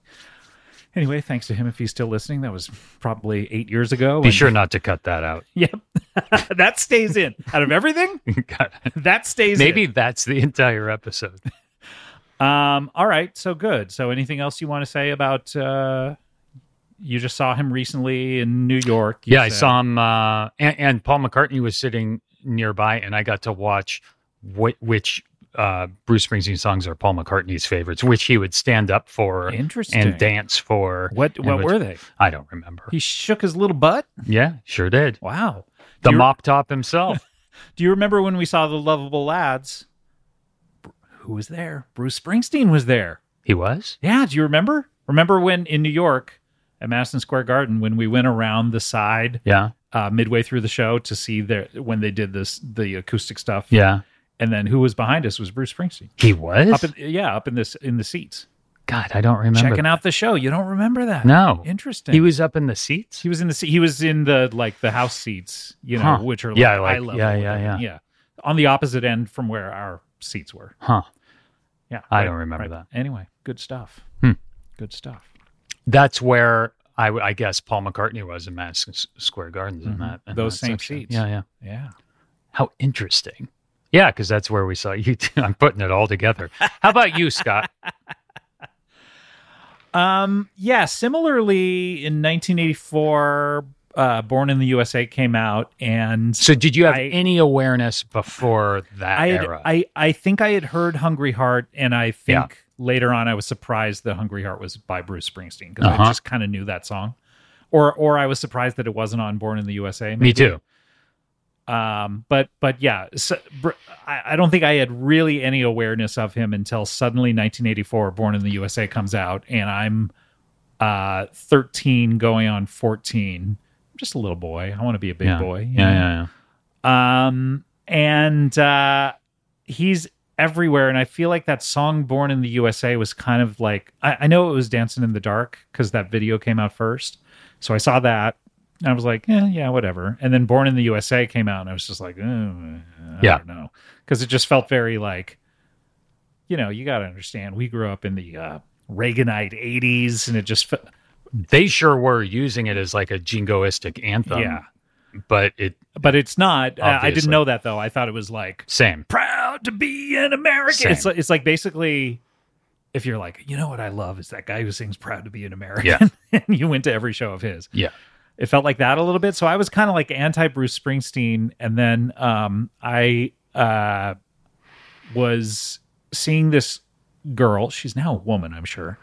Anyway, thanks to him if he's still listening. That was probably eight years ago.
Be
and-
sure not to cut that out.
Yep, that stays in. Out of everything,
God.
that stays. in.
Maybe that's the entire episode.
Um, all right, so good. So, anything else you want to say about? Uh, you just saw him recently in New York. you
Yeah, I
said.
saw him, uh, and, and Paul McCartney was sitting nearby, and I got to watch whi- which uh, Bruce Springsteen songs are Paul McCartney's favorites, which he would stand up for
Interesting.
and dance for.
What
and
what
which-
were they?
I don't remember.
He shook his little butt.
yeah, sure did.
Wow.
The
You're-
mop top himself.
Do you remember when we saw the lovable lads? Br- Who was there? Bruce Springsteen was there.
he was.
Yeah, do you remember? Remember when in New York at Madison Square Garden when we went around the side
Yeah,
uh, midway through the show to see their when they did this the acoustic stuff.
yeah,
And then who was behind us was Bruce Springsteen.
he was.
Up in, yeah, up in this in the seats.
God, I don't remember.
Checking out the show. You don't remember that.
No,
Interesting.
he was up in the seats.
He was in the se- he was in the like the house seats, you know,
Huh.
which are like,
Yeah,
eye
like-
level.
yeah,
or
yeah,
whatever.
yeah.
On the opposite end from where our seats were.
huh.
Yeah,
I don't remember
that. Anyway, good stuff.
Hmm.
Good stuff.
That's where I, w- I guess Paul McCartney was in Madison S- Square Gardens.
Mhm.
In that, in
Those
that
same
section.
seats.
Yeah, yeah.
Yeah,
How interesting. Yeah, because that's where we saw you. Too. I'm putting it all together. How about you, Scott?
um, yeah. Similarly, in 1984, uh, Born in the USA came out, and
So, did you have
I-
any awareness before that
I, had,
era?
I I think I had heard Hungry Heart, and I think
Yeah.
later on I was surprised that Hungry Heart was by Bruce Springsteen because I
Uh-huh.
just kind of knew that song, or or I was surprised that it wasn't on Born in the USA.
Me
maybe.
too.
Um, but but yeah, so, br- I, I don't think I had really any awareness of him until suddenly 1984, Born in the USA, comes out, and I'm uh 13 going on 14 I'm just a little boy i want to be a big
yeah.
boy you
Yeah,
know?
yeah, yeah.
um and uh he's everywhere and i feel like that song born in the usa was kind of like i, I know it was dancing in the dark because that video came out first so i saw that and i was like yeah yeah whatever and then born in the usa came out and i was just like "Uh, i
Yeah.
don't know because it just felt very like you know you got to understand we grew up in the uh reaganite 80s and it just fe-
They sure were using it as like a jingoistic anthem.
yeah
But it
but it's not uh, I- i didn't
Obviously.
know that though i thought it was like
same.
proud to be an American.
Same.
It's like, it's like basically if you're like, you know what I love is that guy who sings proud to be an American
Yeah.
and you went to every show of his.
Yeah.
It felt like that a little bit. So I was kind of like anti Bruce Springsteen and then um I uh was seeing this girl, she's now a woman, I'm sure.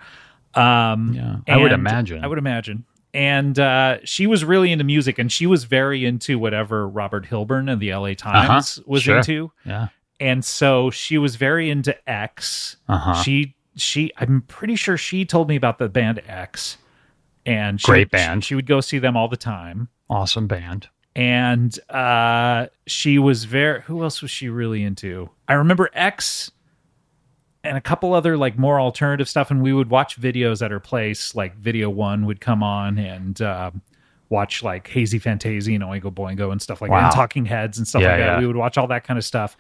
Um
Yeah. I would
and-
imagine.
I would imagine. And uh, she was really into music, and she was very into whatever Robert Hilburn of the LA Times was
Uh-huh. Sure.
into
Yeah.
and so she was very into X.
Uh-huh.
She she I'm pretty sure she told me about the band X, and she,
Great band.
She, she would go see them all the time,
Awesome band.
and uh, she was very. Who else was she really into? I remember X. And a couple other like more alternative stuff, and we would watch videos at her place. Like Video One would come on and um watch like Hazy Fantasy and Oingo Boingo and stuff like that,
Wow.
and Talking Heads and stuff
Yeah,
like that.
yeah.
We would watch all that kind of stuff.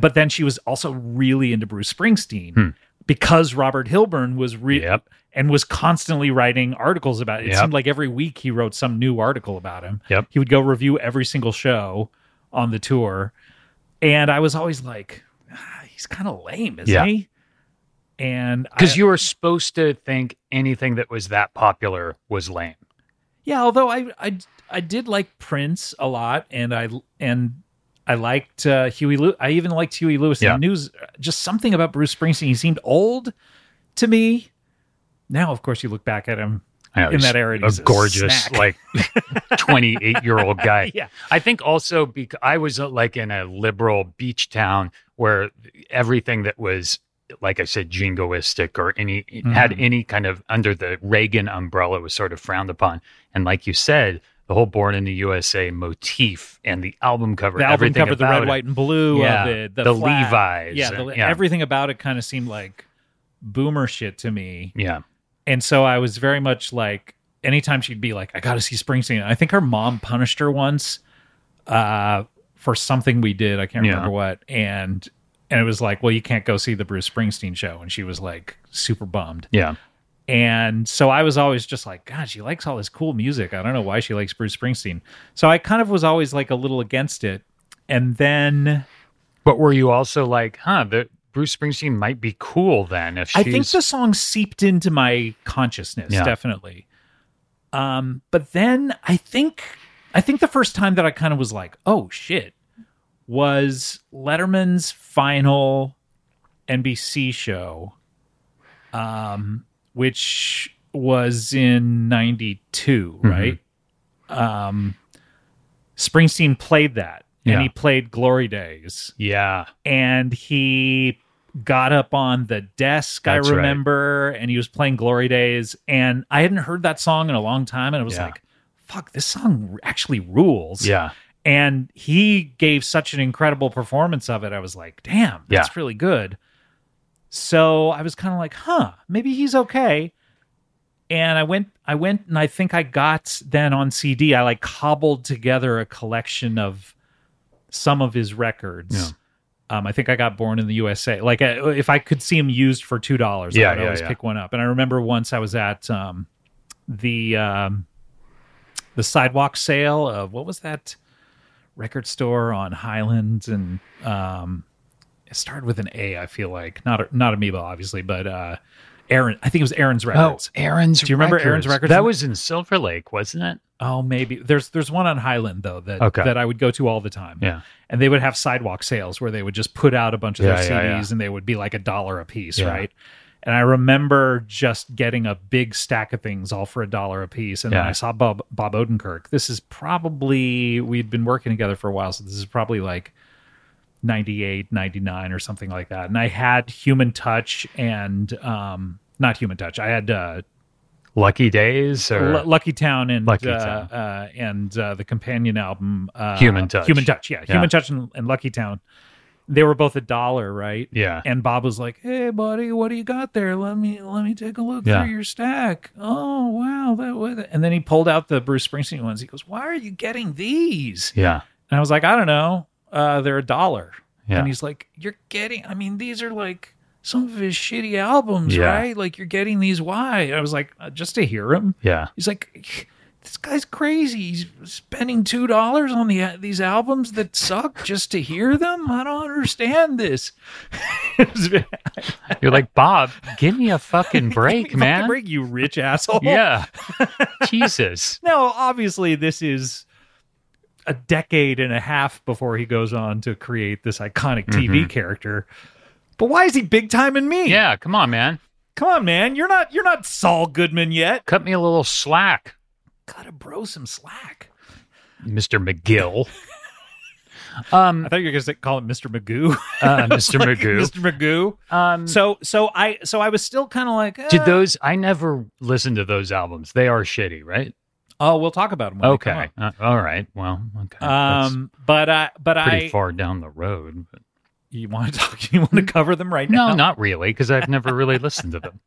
But then she was also really into Bruce Springsteen
Hmm.
because Robert Hilburn was re-
Yep.
and was constantly writing articles about it. It
Yep.
seemed like every week he wrote some new article about him.
Yep.
He would go review every single show on the tour. And I was always like, "Ah, he's kind of lame, isn't
Yeah.
he? And I-
Because you were supposed to think anything that was that popular was lame.
Yeah, although I I I did like Prince a lot, and I and I liked uh, Huey. Lew- I even liked Huey Lewis.
Yeah.
And the news just something about Bruce Springsteen. He seemed old to me. Now, of course, you look back at him.
I know,
In
he's
that era,
a
he's a
gorgeous,
snack.
like twenty-eight-year-old guy.
Yeah.
I think also because I was uh, like in a liberal beach town where everything that was, like I said, jingoistic or any had
Mhm.
any kind of under the Reagan umbrella was sort of frowned upon. And like you said, the whole "Born in the USA" motif and the album cover,
The album
everything
covered the
about
red,
it,
white, and blue
Yeah.
of it. The,
The
flag.
Levi's,
Yeah, the,
uh, yeah.
everything about it kind of seemed like boomer shit to me.
yeah,
And so I was very much like, anytime she'd be like, I got to see Springsteen. I think her mom punished her once uh, for something we did. I can't
Yeah.
remember what. And and it was like, well, you can't go see the Bruce Springsteen show. And she was like super bummed.
yeah,
And so I was always just like, God, she likes all this cool music. I don't know why she likes Bruce Springsteen. So I kind of was always like a little against it. And then
But were you also like, huh, the Bruce Springsteen might be cool then if she's
I think the song seeped into my consciousness
Yeah.
definitely. Um, but then I think I think the first time that I kind of was like, "Oh shit," was Letterman's final NBC show, um, which was in '92,
Mm-hmm.
right? Um, Springsteen played that,
Yeah.
and he played "Glory Days."
yeah,
and he got up on the desk
That's
i
right.
remember and he was playing glory days and i hadn't heard that song in a long time and i was
Yeah.
like fuck this song actually rules
yeah,
and he gave such an incredible performance of it i was like damn that's
Yeah.
really good so i was kind of like huh maybe he's okay and i went i went and i think i got then on cd i like cobbled together a collection of some of his records
Yeah.
Um, I think I got born in the USA. Like, uh, if I could see him used for two dollars,
Yeah,
I would
yeah,
always
yeah.
pick one up. And I remember once I was at um, the um, the sidewalk sale of what was that record store on Highland and um it started with an A, I feel like. Not not Amoeba, obviously, but uh Aaron I think it was Aaron's records.
Oh, Aaron's.
Do you remember Aaron's Records?
That was in Silver Lake, wasn't it?
Oh, maybe. There's there's one on Highland though that
Okay.
that I would go to all the time.
Yeah.
And they would have sidewalk sales where they would just put out a bunch of
Yeah,
their
yeah,
CDs
yeah.
and they would be like a dollar a piece,
Yeah.
right? And I remember just getting a big stack of things all for a dollar a piece. And then
Yeah.
I saw Bob Bob Odenkirk. This is probably we'd been working together for a while, so this is probably like 98, 99 or something like that. And I had Human Touch and um not Human Touch. I had uh,
Lucky Days or
Lu- Lucky Town and
Lucky
uh,
Town.
Uh, and uh, the companion album uh,
Human Touch.
Human Touch, yeah,
Yeah.
Human Touch and, and Lucky Town. They were both a dollar, right?
yeah,
And Bob was like, "Hey, buddy, what do you got there? Let me let me take a look
Yeah.
through your stack. Oh, wow, that was." And then he pulled out the Bruce Springsteen ones. He goes, "Why are you getting these?"
yeah,
And I was like, "I don't know. Uh, they're a dollar."
yeah.
And he's like, You're getting, I mean, these are like some of his shitty albums,
Yeah.
right? Like, you're getting these. Why? I was like, uh, Just to hear him.
yeah.
He's like, This guy's crazy. He's spending $2 on the these albums that suck just to hear them. I don't understand this. It was-
You're like Bob. Give me a fucking break,
Fucking
man.
break, you rich asshole.
Yeah. Jesus.
Now, obviously, this is a decade and a half before he goes on to create this iconic TV character. But why is he big time in me?
Yeah. Come on, man.
Come on, man. You're not you're not Saul Goodman yet.
Cut me a little slack,
Gotta bro some slack.
Mister McGill. Um,
I thought you were gonna call it Mr. Magoo.
uh, Mister
Like,
Magoo.
Mr. Magoo.
Um,
So so I so I was still kind of like
did
eh.
those? I never listened to those albums. They are shitty, right?
Oh, we'll talk about them. When They
Okay.
come
Uh, all right. Well, okay.
up. Um, but I but
That's pretty
I
far down the road. But
you want to talk? You want to cover them right now?
no, not really, because I've never really listened to them.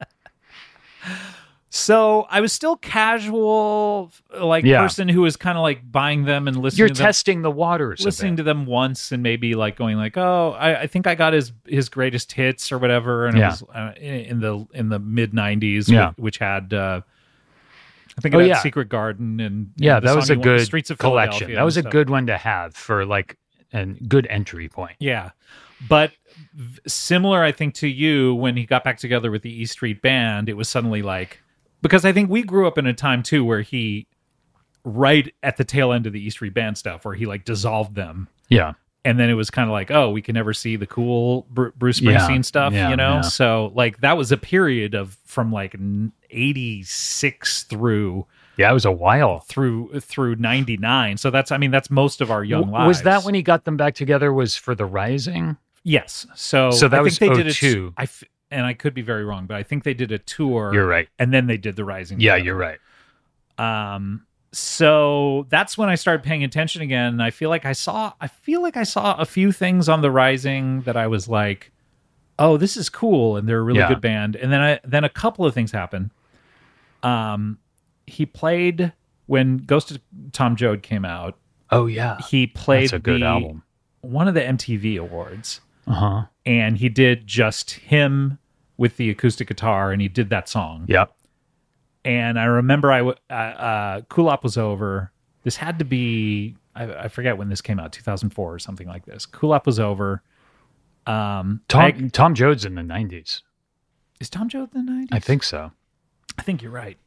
So I was still casual, like
Yeah.
person who was kind of like buying them and listening.
You're
to them.
testing the waters.
listening
of
to them once and maybe like going like oh I, I think I got his his greatest hits or whatever and
Yeah.
it was uh, in, in the in the mid 90s
Yeah.
which, which had uh I think
Oh,
it had
yeah.
Secret Garden and
it. yeah,
and the
that
song
was a
you want- The
good
Streets of
collection.
Philadelphia
That
and
was a
stuff.
good one to have for like a good entry point.
yeah but v- similar I think to you when he got back together with the E Street Band it was suddenly like because I think we grew up in a time too where he right at the tail end of the E Street Band stuff where he like dissolved them
Yeah.
and then it was kind of like, oh, we can never see the cool Bru- Bruce Springsteen
Yeah,
stuff,
yeah,
you know.
yeah.
So like that was a period of from like '86 through
Yeah, it was a while.
through through '99. So that's I mean that's most of our young
W-
lives.
Was that when he got them back together? Was for the Rising?
Yes. So
So that
I
was
think they did a
02.
I f- and I could be very wrong, but I think they did a tour.
You're right.
And then they did the Rising.
Yeah,
together.
you're right.
um so that's when i started paying attention again and i feel like i saw i feel like i saw a few things on the rising that i was like oh this is cool and they're a really
Yeah.
good band and then i then a couple of things happened um he played when ghost of tom joad came out
Oh yeah,
he played
that's a good
the-
album.
one of the mtv awards
Uh huh.
and he did just him with the acoustic guitar and he did that song
Yep.
and I remember I w- uh, uh, Kulop was over. This had to be I, I forget when this came out, 2004 or something like this. Kulop was over. Um,
Tom
I-
Tom Joad's in the '90s.
is Tom Joad in the 90s?
I think so.
I think you're right.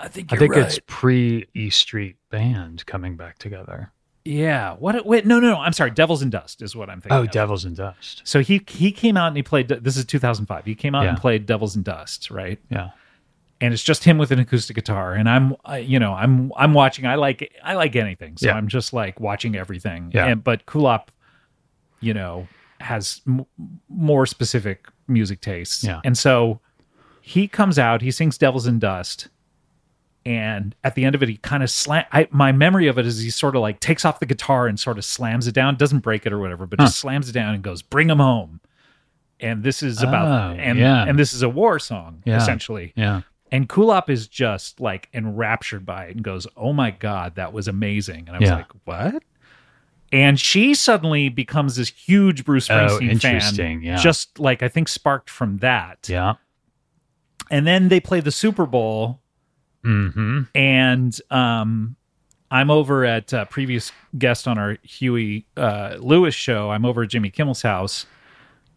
I think
I
you're
think
right.
it's pre E Street Band coming back together.
yeah. What? Wait, no, no, no. I'm sorry. Devils and Dust is what I'm thinking.
Oh,
of.
Devils and Dust.
So he he came out and he played. This is 2005. He came out and
Yeah.
played Devils and Dust, right?
Yeah.
and it's just him with an acoustic guitar and i'm I, you know i'm i'm watching i like i like anything so
Yeah.
i'm just like watching everything
Yeah.
and but kulop you know has m- more specific music tastes
Yeah.
and so he comes out he sings devils in dust and at the end of it he kind of slam I, my memory of it is he sort of like takes off the guitar and sort of slams it down doesn't break it or whatever but just slams it down and goes bring him home and this is about
Oh,
and
yeah.
and this is a war song
Yeah.
essentially
Yeah.
and Kulop is just like enraptured by it and goes, Oh my God, that was amazing. And I was
Yeah.
like, What? And she suddenly becomes this huge Bruce
Oh,
Springsteen
interesting,
fan.
yeah.
Just like I think sparked from that.
Yeah.
And then they play the Super Bowl
Mm-hmm.
and um I'm over at uh, previous guest on our Huey uh, Lewis show. I'm over at Jimmy Kimmel's house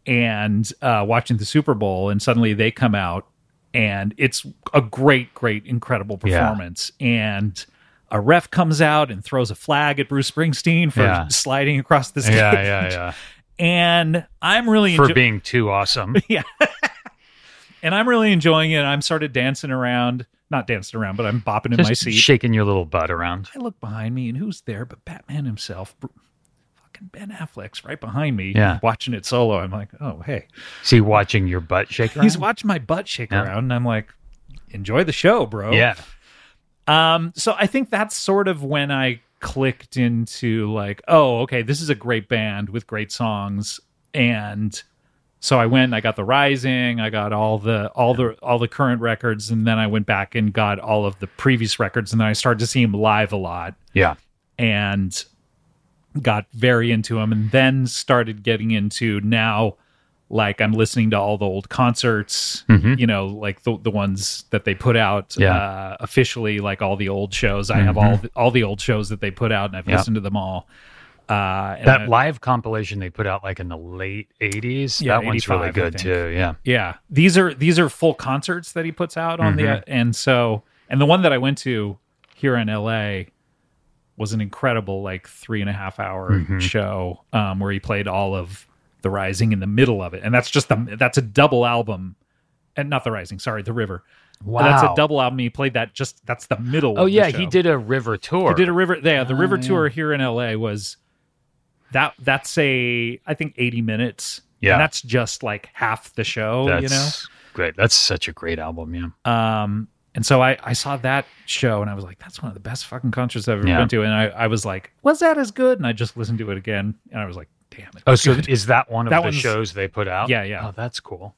and uh, watching the Super Bowl, and suddenly they come out, and it's a great, great, incredible
Yeah.
performance. And a ref comes out and throws a flag at Bruce Springsteen for
Yeah.
sliding across the
Yeah.
stage.
Yeah. Yeah.
And I'm really
For
enjoy-
being too awesome.
and I'm really enjoying it. I'm sort of dancing around, not dancing around, but I'm bopping in my
Just
seat.
shaking your little butt around.
I look behind me, and who's there but Batman himself? Br- Fucking Ben Affleck's right behind me,
Yeah.
watching it solo. I'm like, oh hey,
See, watching your butt shake around.
he's watching my butt shake
Yeah.
around, and I'm like, enjoy the show, bro.
Yeah.
Um, so I think that's sort of when I clicked into like, oh, okay, this is a great band with great songs. And so I went, I got the rising, I got all the all the all the current records, and then I went back and got all of the previous records, and then I started to see him live a lot
Yeah.
and got very into him and then started getting into now like I'm listening to all the old concerts,
Mhm.
you know, like the the ones that they put out
Yeah. Mm-hmm.
uh, officially, like all the old shows. I have all the, all the old shows that they put out, and I've
Yeah.
listened to them all. Uh, and
That
I-
live compilation they put out like in the late 80s.
Yeah,
that one's
85,
really
I
good
think.
too. Yeah.
yeah, these are these are full concerts that he puts out on
Mhm.
the and so and the one that I went to here in L.A. was an incredible like three and a half hour
Mhm.
show um, where he played all of the Rising in the middle of it, and that's just the that's a double album, and not the Rising, sorry, the River.
Wow.
That's a double album. He played that just that's the middle.
Oh
of the
yeah, he
show.
did a river tour.
He did a river. Yeah, the
Oh,
river
yeah.
tour here in LA was that. That's a I think eighty minutes.
Yeah.
and that's just like half the show.
That's
You know,
great. That's such a great album. Yeah.
um, and so I, I saw that show and I was like, that's one of the best fucking concerts I've ever
Yeah.
been to. And I, I was like, was that as good? And I just listened to it again and I was like, damn it.
Oh, so is that one of
That
the
one's-
shows they put out?
Yeah, yeah.
Oh, that's cool.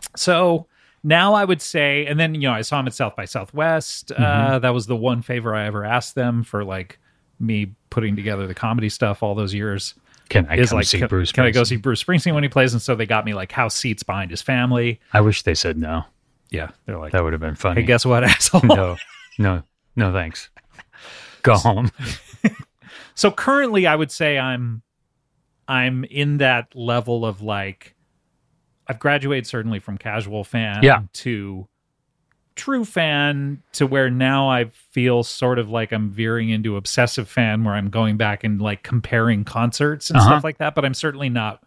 So now I would say, and then, you know, I saw him at South by Southwest.
Mm-hmm.
Uh, that was the one favor I ever asked them for like me putting together the comedy stuff all those years.
Can I
Is
come
like,
see
can,
Bruce?
can I go
Springsteen?
see Bruce Springsteen when he plays? And so they got me like house seats behind his family.
I wish they said no.
Yeah. They're like,
That would have been funny.
hey, guess what, asshole?
no, no, no, thanks. Go home.
so currently i would say i'm i'm in that level of like i've graduated certainly from casual fan
Yeah.
to true fan to where now i feel sort of like i'm veering into obsessive fan where i'm going back and like comparing concerts and
Uh-huh.
stuff like that but i'm certainly not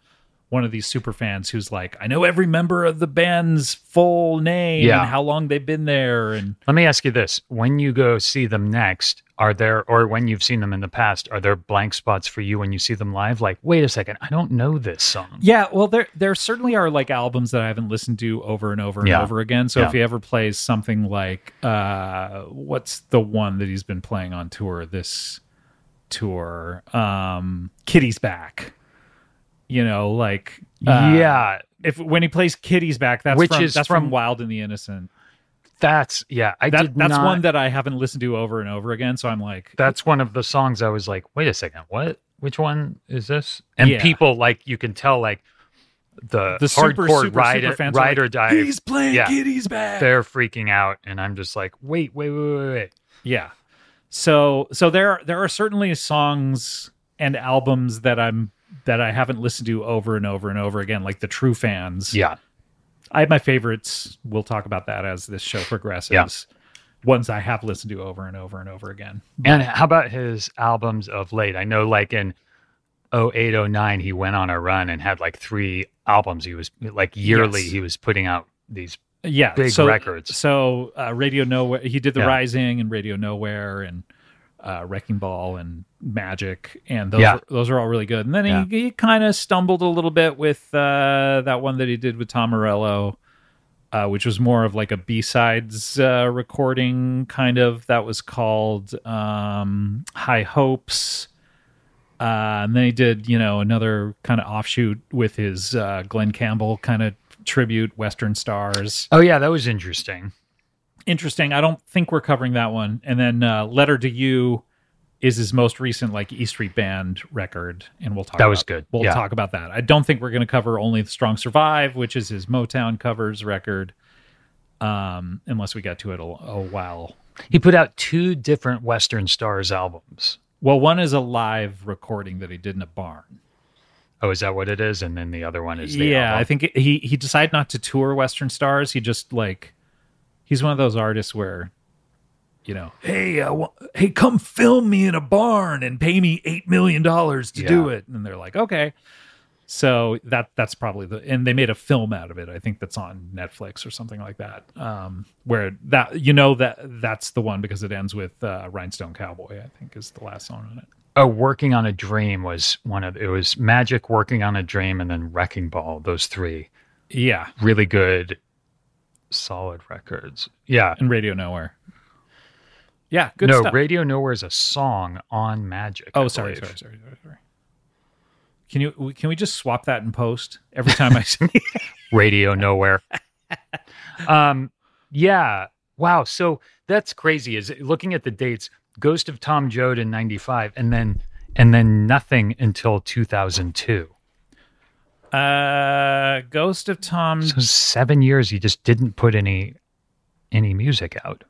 one of these super fans who's like i know every member of the band's full name
Yeah.
and how long they've been there and
Let me ask you this: When you go see them next, are there, or when you've seen them in the past, are there blank spots for you when you see them live? Like, wait a second, I don't know this song.
Yeah, well, there there certainly are like albums that I haven't listened to over and over and
Yeah.
over again. So
Yeah.
if he ever plays something like uh, what's the one that he's been playing on tour this tour, um, Kitty's Back, you know, like uh,
yeah,
if when he plays Kitty's Back, that's
Which
from,
is
that's from,
from-
Wild and the Innocent.
that's yeah. I
That,
did
that's
not-
one that I haven't listened to over and over again. So I'm like,
that's one of the songs I was like, wait a second, what? Which one is this? And
Yeah.
people like you can tell like the,
the super
hardcore
super
ride,
super fans are
ride
like,
or die.
He's playing
Yeah.
Kitty's Back.
They're freaking out, and I'm just like, wait, wait, wait, wait, wait.
Yeah. So so there are there are certainly songs and albums that I'm that I haven't listened to over and over and over again, like the true fans.
Yeah,
I have my favorites. We'll talk about that as this show progresses.
Yeah.
Ones I have listened to over and over and over again.
And how about his albums of late? I know like in 08, 09, he went on a run and had like three albums. He was like yearly,
Yes.
he was putting out these.
Yeah.
Big
so,
records.
So uh, Radio Nowhere he did The
Yeah.
Rising and Radio Nowhere and uh, Wrecking Ball and Magic and those
Yeah.
are, those are all really good. And then
Yeah.
he, he kind of stumbled a little bit with uh, that one that he did with Tom Morello. uh, which was more of like a B-sides uh, recording kind of that was called um, High Hopes. Uh, and then he did, you know, another kind of offshoot with his uh, Glenn Campbell kind of tribute, Western Stars.
Oh, yeah, that was interesting.
Interesting. I don't think we're covering that one. And then uh, Letter to You is his most recent like E Street Band record, and we'll talk.
That
about,
was good.
We'll
Yeah.
talk about that. I don't think we're going to cover only the Strong Survive, which is his Motown covers record, um, unless we got to it a, a while.
He put out two different Western Stars albums.
Well, one is a live recording that he did in a barn.
Oh, is that what it is? And then the other one is the
yeah,
album.
I think he he decided not to tour Western Stars. He just like he's one of those artists where you know, hey, I wa- hey, come film me in a barn and pay me eight million dollars to do
Yeah.
it, and they're like, okay. So that that's probably the and they made a film out of it. I think that's on Netflix or something like that. Um, where that you know that that's the one because it ends with uh, Rhinestone Cowboy. I think is the last song on it.
Oh, working on a dream was one of it was magic working on a dream and then wrecking ball. Those three
Yeah,
really good, solid records. Yeah,
and Radio Nowhere. Yeah, good
no,
stuff.
Radio Nowhere is a song on Magic. I
oh, sorry,
believe.
sorry, sorry, sorry, sorry. Can you can we just swap that in post every time I say
Radio Nowhere. um, yeah. Wow. So that's crazy. Is looking at the dates, Ghost of Tom Joad in '95, and then and then nothing until 2002.
uh, Ghost of Tom?
So seven years, you just didn't put any any music out.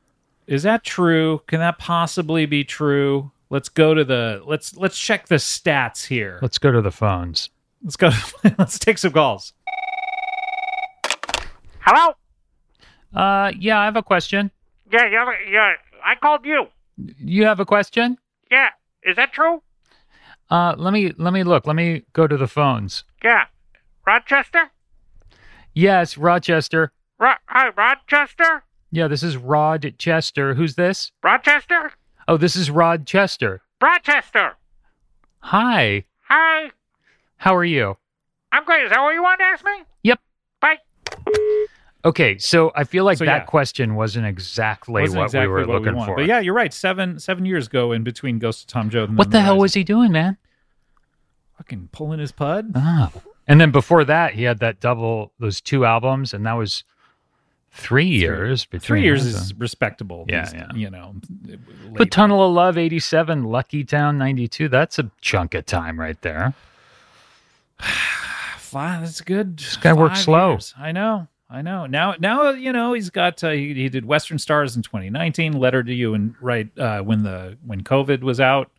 Is that true? Can that possibly be true? Let's go to the let's let's check the stats here.
Let's go to the phones.
Let's go. let's take some calls.
Hello?
Uh, yeah, I have a question.
Yeah, yeah, yeah. I called you.
You have a question?
Yeah. Is that true?
Uh, let me let me look. Let me go to the phones.
Yeah. Rochester?
Yes, Rochester.
Ro- hi, Rochester?
Yeah, this is Rod Chester. Who's this?
Rochester?
Oh, this is Rod Chester.
Rochester!
Hi.
Hi.
How are you?
I'm great. Is that what you wanted to ask me?
Yep.
Bye.
Okay, so I feel like
So,
that
yeah.
question wasn't exactly
Wasn't
what
exactly
we were
what
looking
want.
for.
But yeah, you're right. Seven seven years ago, in between Ghost of Tom Joad. And
What the hell was
Horizon.
he doing, man?
Fucking pulling his pud.
Oh. And then before that, he had that double, those two albums, and that was three years between.
Three years
those.
is respectable.
Yeah,
these-
yeah.
You know,
But
later.
Tunnel of Love 87, Lucky Town 92, that's a chunk of time right there.
Five, that's good. This
guy works slow.
I know. I know. Now, now you know he's got. Uh, he, he did Western Stars in 2019. Letter to You and right uh, when the when COVID was out.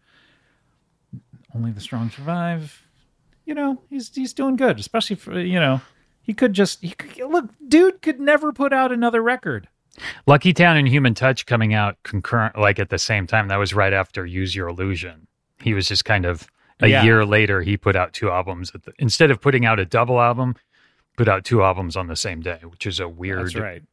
Only the strong survive. You know he's he's doing good, especially for you know he could just he could, look. Dude could never put out another record.
Lucky Town and Human Touch coming out concurrent, like at the same time. That was right after Use Your Illusion. He was just kind of a
Yeah.
year later, he put out two albums. At the, instead of putting out a double album, put out two albums on the same day, which is a weird.
That's right. Uh,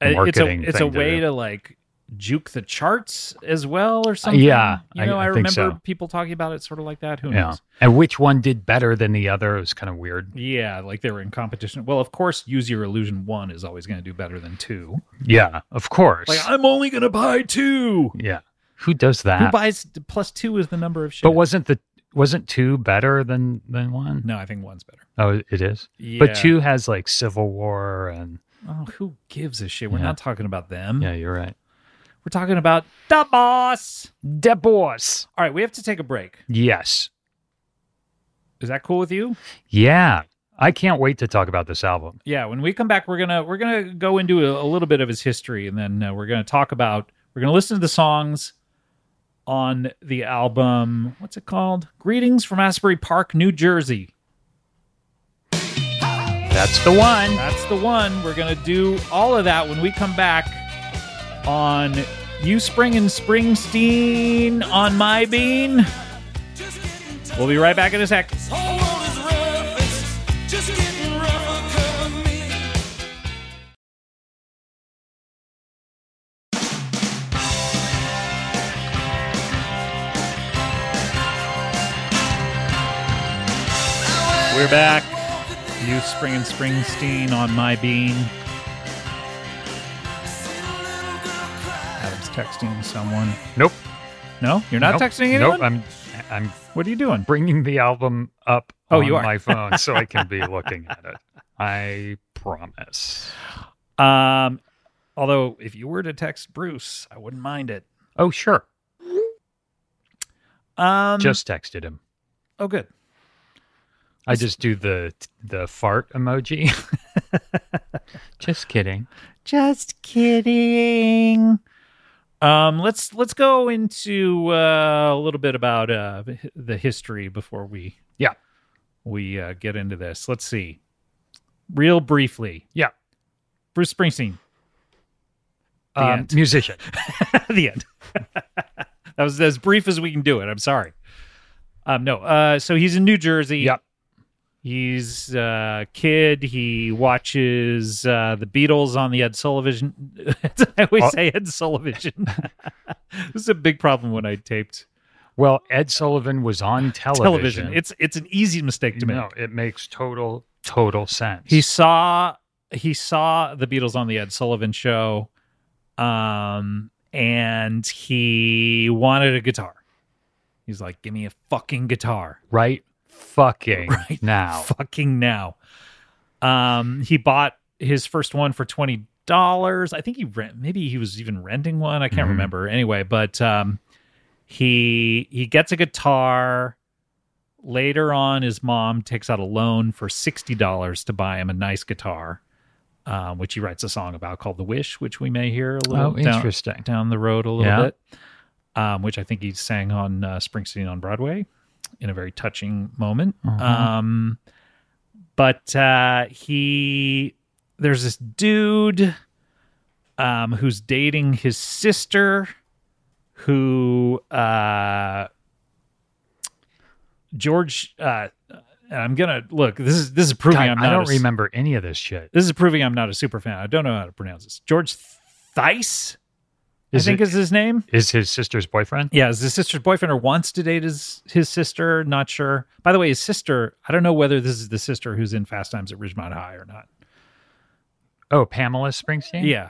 It's a
marketing
it's a
thing to
way
do.
to like juke the charts as well or something.
yeah,
you
I-
know I,
I think
remember
so.
people talking about it sort of like that. Who
Yeah.
knows?
And which one did better than the other? It was kind of weird.
Yeah, like they were in competition. Well, of course, Use Your Illusion one is always going to do better than two.
Yeah, of course.
Like I'm only going to buy two. Ah.
yeah. Who does
Who
that?
buys plus two is the number of shit.
but wasn't the wasn't two better than than one?
no, I think one's better.
Oh, it is.
Yeah.
But two has like Civil War and
Oh, who gives a shit? We're
Yeah.
not talking about them.
yeah, you're right.
We're talking about the boss.
Divorce.
All right, we have to take a break.
Yes.
Is that cool with you?
Yeah. I can't wait to talk about this album.
yeah when we come back we're gonna we're gonna go into a, a little bit of his history and then uh, we're gonna talk about we're gonna listen to the songs on the album what's it called greetings from asbury park new jersey
That's the one.
that's the one we're gonna do all of that when we come back on you spring and springsteen on my bean
Just get in touch.
we'll be right back in a sec
Whole world is rough. It's just getting rougher. Cover me.
we're back you spring and springsteen on my bean adam's texting someone
Nope.
No, you're not
nope.
texting anyone.
Nope. I'm I'm
what are you doing?
bringing the album up
Oh,
on
you are.
my phone so I can be looking at it. I promise.
Um, although if you were to text Bruce, I wouldn't mind it.
Oh, sure.
Um,
Just texted him.
oh, good.
I just do the the fart emoji. just kidding.
Just kidding. Um, let's let's go into uh, a little bit about uh, the history before we
Yeah.
we uh, get into this. Let's see, real briefly.
Yeah.
Bruce Springsteen. The
Um,
end.
musician.
the end. that was as brief as we can do it. I'm sorry. Um, no. Uh, so he's in New Jersey.
Yep.
He's a kid. He watches uh, the Beatles on the Ed Sullivan. I always
Oh.
say Ed Sullivan. this is a big problem when I taped
Well, Ed Sullivan was on television.
television. It's it's an easy mistake to make.
no, it makes total total sense.
He saw he saw the Beatles on the Ed Sullivan show, um, and he wanted a guitar. He's like, "Give me a fucking guitar."
right fucking
Right
now.
Fucking now. Um, he bought his first one for twenty dollars. I think he rent maybe he was even renting one. I can't
Mhm.
remember. Anyway, but um he he gets a guitar. Later on, his mom takes out a loan for sixty dollars to buy him a nice guitar, um, which he writes a song about called "The Wish," which we may hear a little
Oh,
down-
interesting.
down the road a little
Yeah.
bit, um, which I think he sang on uh, Springsteen on Broadway in a very touching moment.
Uh-huh.
Um, but uh, he, there's this dude um, who's dating his sister who, uh, George, uh, and I'm gonna look. This is this is proving
God,
I'm not.
I don't
a s-
remember any of this shit.
This is proving I'm not a super fan. I don't know how to pronounce this. George Theiss,
Is
I think
it-
is his name.
Is his sister's boyfriend?
Yeah, is his sister's boyfriend or wants to date his his sister? Not sure. By the way, his sister. I don't know whether this is the sister who's in Fast Times at Ridgemont High or not.
Oh, Pamela Springsteen.
Yeah.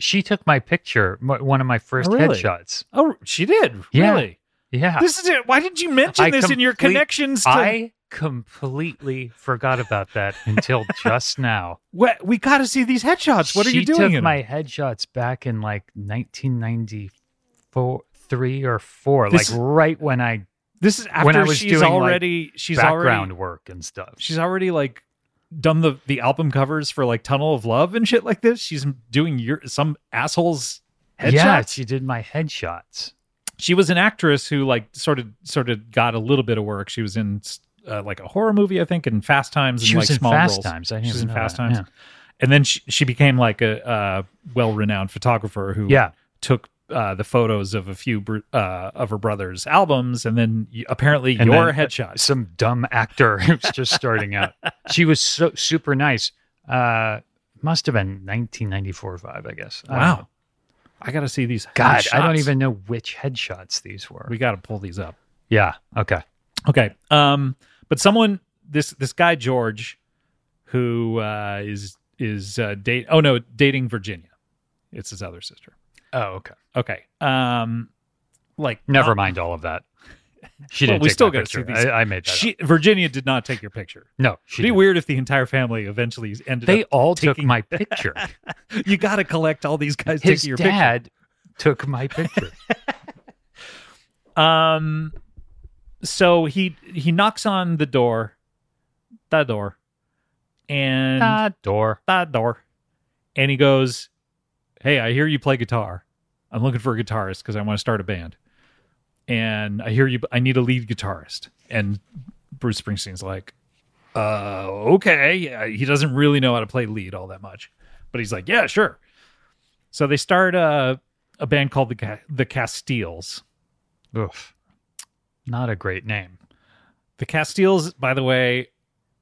she took my picture, m- one of my first
Oh, really?
headshots.
Oh, she did.
Yeah.
Really?
Yeah,
This is it. Why didn't you mention
I
this in your
complete-
connections? To,
I completely forgot about that until just now.
we, we got to see these headshots. What are
she
you doing?
Took
in
my headshots back in like 1994, three or four,
This is
like right when I
them? this is
when I
after
was
she's
doing, like,
already she's
background
already
work and stuff.
she's already like done the the album covers for like Tunnel of Love and shit like this. She's doing your some assholes headshots.
yeah, she did my headshots.
she was an actress who like sort of sort of got a little bit of work. She was in uh, like a horror movie, I think, and Fast Times. And,
She
like,
was in
small
Fast
roles.
Times. I didn't
She was in
even know
Fast
that,
Times,
yeah.
and then she, she became like a uh, well-renowned photographer who
Yeah.
took uh, the photos of a few br- uh, of her brother's albums, and then y- apparently
And
your
then
headshots.
Some dumb actor who's just starting out. She was so super nice. Uh, must have been 1994 or five, I guess. I don't know.
wow, I got to see these.
God, I don't
headshots.
even know which headshots these were.
We got to pull these up.
yeah. Okay.
Okay. Um, but someone this this guy George, who uh, is is uh, date oh no dating Virginia, it's his other sister.
Oh, okay.
Okay. Um, like
Never
not-
mind all of that. She
Well,
didn't.
we
take
still
my
gotta see
picture.
these.
I, I made that. up.
She Virginia did not take your picture.
No, she
It'd be
didn't.
weird if the entire family eventually ended
They
up.
all took
taking-
my picture.
You got to collect all these guys
His
taking your
dad took my picture.
picture. Um, so he he knocks on the door, the door, and
Ah, door.
that door. And he goes, Hey, I hear you play guitar. I'm looking for a guitarist because I want to start a band. And I hear you, I need a lead guitarist. And Bruce Springsteen's like, uh, okay. Uh, He doesn't really know how to play lead all that much, but he's like, yeah, sure. So they start a, a band called the, Ca- the Castiles.
Oof. Not a great name.
The Castiles, by the way,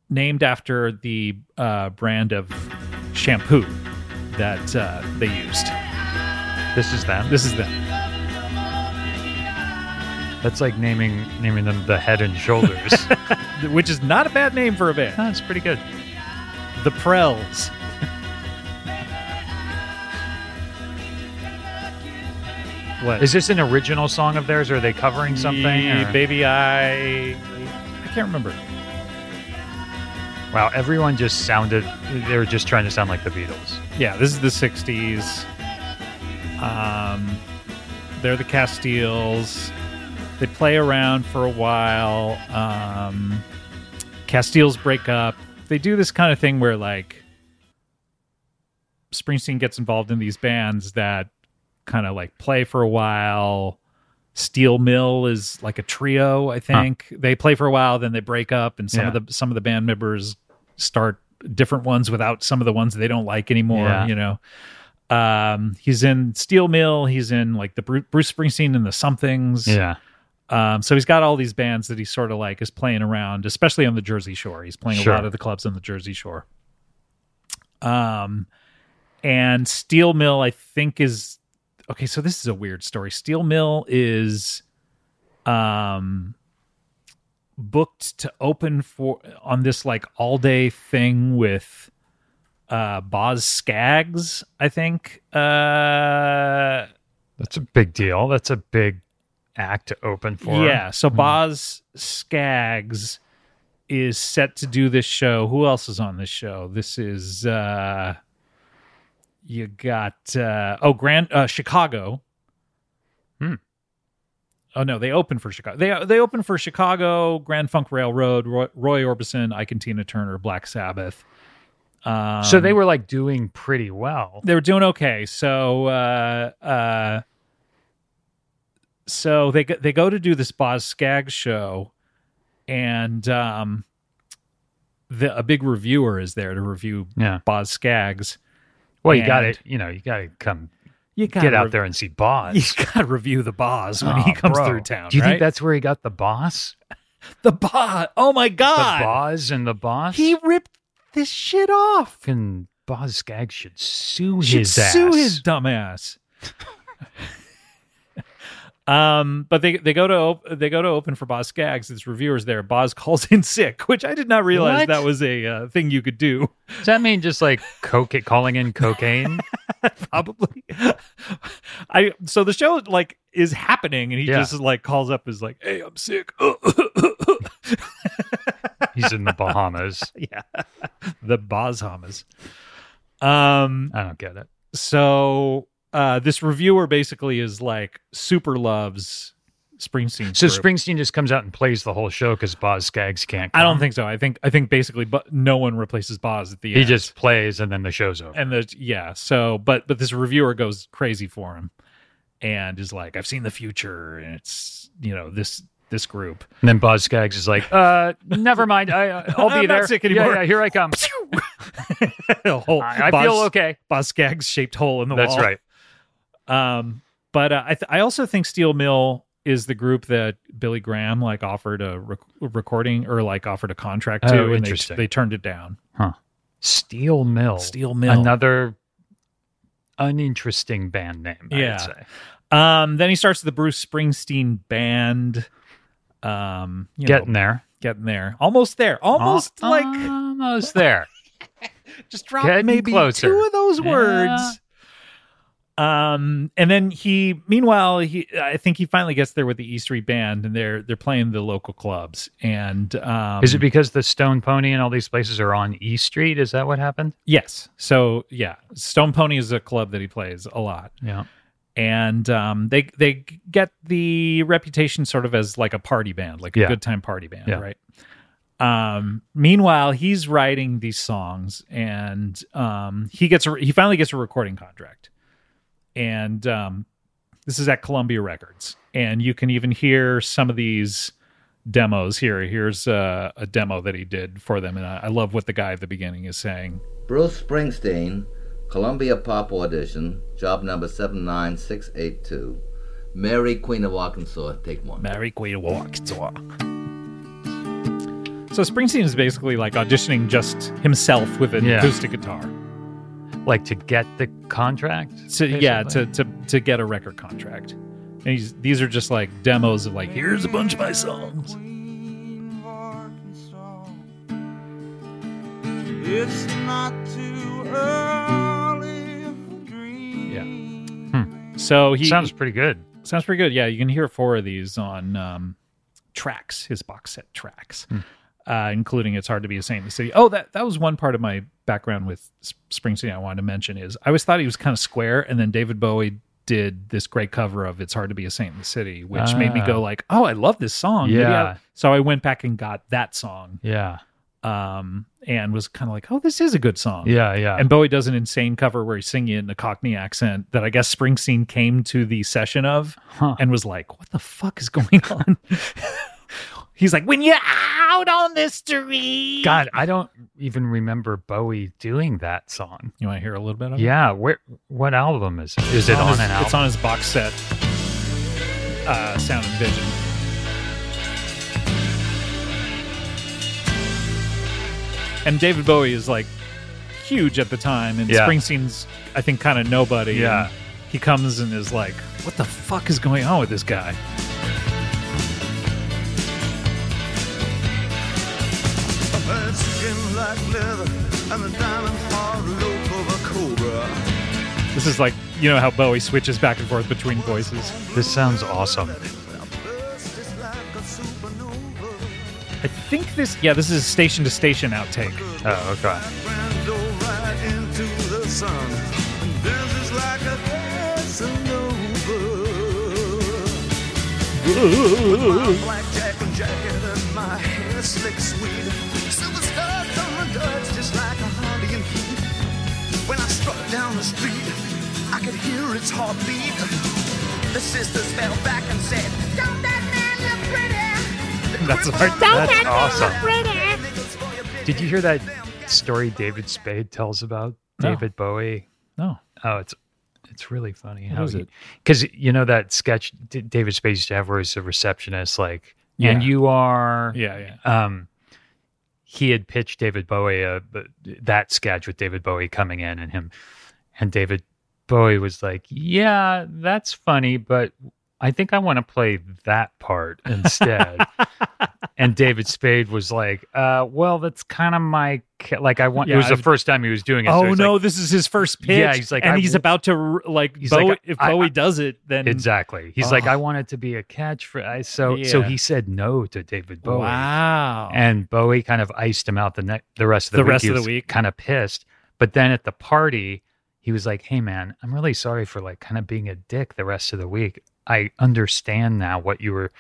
named after the uh, brand of shampoo that uh, they used.
This is them.
This is them.
That's like naming naming them the Head and Shoulders.
Which is not a bad name for a band.
That's pretty good.
The Prells. what?
Is this an original song of theirs? Or are they covering something?
Ye-
or-
Baby, I. I can't remember.
Wow, everyone just sounded. They were just trying to sound like the Beatles.
Yeah, this is the 60s. Um, they're the Castiles. They play around for a while. Um, Castiles break up. They do this kind of thing where, like, Springsteen gets involved in these bands that kind of like play for a while. Steel Mill is like a trio, I think. They play for a while, then they break up, and some
Yeah.
of the some of the band members start different ones without some of the ones they don't like anymore.
Yeah.
You know, um, he's in Steel Mill. He's in like the Bru- Bruce Springsteen and the Somethings. Um, so he's got all these bands that he sort of like is playing around, especially on the Jersey Shore. He's playing
Sure.
a lot of the clubs on the Jersey Shore. Um, and Steel Mill, I think, is okay. So this is a weird story. Steel Mill is, um, booked to open for on this like all day thing with uh Boz Skaggs, I think. Uh
That's a big deal. That's a big act to open for. Hmm.
Yeah. So Boz Skaggs is set to do this show. Who else is on this show? This is uh you got uh oh Grand uh Chicago.
Hmm.
Oh no, they open for Chicago. They they open for Chicago, Grand Funk Railroad, Roy, Roy Orbison, Ike and Tina Turner, Black Sabbath. Um,
So they were like doing pretty well.
they were doing okay. So uh uh so they go- they go to do this Boz Skaggs show and um the a big reviewer is there to review
Yeah.
Boz Skaggs.
Well, you got
And-
to, you know, you got to come
You
get out there and see Boss.
You gotta review the Boz when he
Oh,
comes
bro.
through town.
Do you
right?
think that's where he got the boss?
the Boz? Oh my
The
god.
Boz and the boss?
He ripped this shit off.
Fucking Boz Skaggs should sue
should
his ass.
sue his dumb ass. um, but they they go to op- they go to open for Boz Skaggs. It's reviewers there. Boz calls in sick, which I did not realize
What?
that was a uh, thing you could do.
Does that mean just like coca- calling in cocaine?
Probably. I so the show like is happening, and he
Yeah.
just like calls up is like, "Hey, I'm sick."
He's in the Bahamas.
yeah, the Boz Hamas. Um,
I don't get it.
so uh, this reviewer basically is like super loves Springsteen.
So
group.
Springsteen just comes out and plays the whole show because Boz Skaggs can't.
I don't
come.
think so. I think I think basically, but no one replaces Boz at the
he
end.
just plays and then the show's over.
and the yeah. So, but but this reviewer goes crazy for him, and is like, "I've seen the future, and it's you know this this group."
And then Boz Skaggs is like, "Uh, never mind. I, I'll be
I'm not
there.
sick
Yeah,
anymore."
Yeah, here I come.
A hole-
I, I
Boz-
feel okay.
Boz Skaggs shaped hole in the
That's
wall.
right.
right. Um, but uh, I th- I also think Steel Mill is the group that Billy Graham like offered a rec- recording or like offered a contract
Oh,
to, and they,
interesting. Oh,
they turned it down.
Steel Mill.
Steel Mill.
Another uninteresting band name. I
Yeah.
would say.
Um, then he starts the Bruce Springsteen band. Um, you
Getting
know,
there.
getting there, almost there, almost
Al-
like
almost there.
just drop
getting
maybe
closer.
two of those
Yeah.
words. Um, and then he, meanwhile, he, I think he finally gets there with the E Street Band, and they're they're playing the local clubs. And um,
Is it because the Stone Pony and all these places are on E Street? Is that what happened?
yes? So yeah, Stone Pony is a club that he plays a lot.
Yeah.
and um, they they get the reputation sort of as like a party band, like
Yeah.
a good time party band,
Yeah.
right? Um, meanwhile, he's writing these songs, and um, he gets a, he finally gets a recording contract, and um, this is at Columbia Records, and you can even hear some of these demos here. Here's uh, a demo that he did for them, and I, I love what the guy at the beginning is saying.
Bruce Springsteen, Columbia Pop Audition, job number 79682. Mary, Queen of Arkansas, take one.
Mary Queen of Arkansas. So Springsteen is basically like auditioning just himself with an
Yeah.
acoustic guitar.
Like to get the contract?
To, yeah,
basically?
to, to to get a record contract. And he's, these are just like demos of like here's a bunch of my songs.
It's not too early for dreams.
Yeah. So he
sounds pretty good.
sounds pretty good. Yeah, you can hear four of these on um, tracks, his box set tracks,
Hmm.
uh, including "It's Hard to Be a Saint in the City." Oh, that that was one part of my background with S- Springsteen. I wanted to mention is I always thought he was kind of square, and then David Bowie did this great cover of "It's Hard to Be a Saint in the City," which made me
Ah.
go like, "Oh, I love this song." Maybe I-
Yeah.
so I went back and got that song,
Yeah.
um, and was kind of like, "Oh, this is a good song."
Yeah. Yeah.
And Bowie does an insane cover where he's singing it in a Cockney accent that I guess Springsteen came to the session of
Huh.
and was like, "What the fuck is going on?" he's like, "When you're out on the street."
God, I don't even remember Bowie doing that song.
you want to hear a little bit of it?
Yeah, where? What album is it? Oh, Is it on
his,
an
It's
album?
on his box set. Uh, Sound and Vision. and David Bowie is like huge at the time, and
Yeah.
Springsteen's I think kind of nobody.
Yeah.
and he comes and is like, "What the fuck is going on with this guy?"
Bird skin like leather and the diamond hard loop of a cobra.
This is like you know how Bowie switches back and forth between voices.
This sounds awesome.
Now burst is like a supernova.
I think this, yeah, this is station to station outtake.
Oh, okay.
Brando right into the sun. And dances like a Casanova. My black jacket jacket and my hair slick sweet. Silver stars on the dust just like a Harley and Heat. When I struck down the street, I could hear its heartbeat. The sisters fell back and said, Don't that man look pretty? The
That's
cripple
right.
on the
That's
left
awesome.
laughed, "Niggas for your bitch."
Did you hear that story David Spade tells about
No.
David Bowie?
No.
Oh, it's it's really funny.
What is it?
Because you know that sketch D- David Spade used to have where he's a receptionist, like, and
Yeah.
you are.
Yeah, yeah.
Um, he had pitched David Bowie uh, but that sketch with David Bowie coming in and him, and David Bowie was like, "Yeah, that's funny, but I think I want to play that part instead." and David Spade was like, uh, "Well, that's kind of my ca- like I want."
Yeah,
it was the
I've-
first time he was doing it. so
Oh
he's
no,
like,
this is his first pitch.
Yeah, he's like,
and
I
he's
w-
about to r- like.
He's
Bowie,
like,
if
I-
Bowie
I-
does it, then
exactly. He's like,
Oh.
"I want it to be a catchphrase." So so
Yeah.
he said no to David Bowie.
Wow.
And Bowie kind of iced him out the ne- the rest of
Oh.
the,
The
week.
rest
He
of the
was
week.
Kind of pissed. But then at the party, he was like, "Hey man, I'm really sorry for like kind of being a dick the rest of the week. I understand now what you were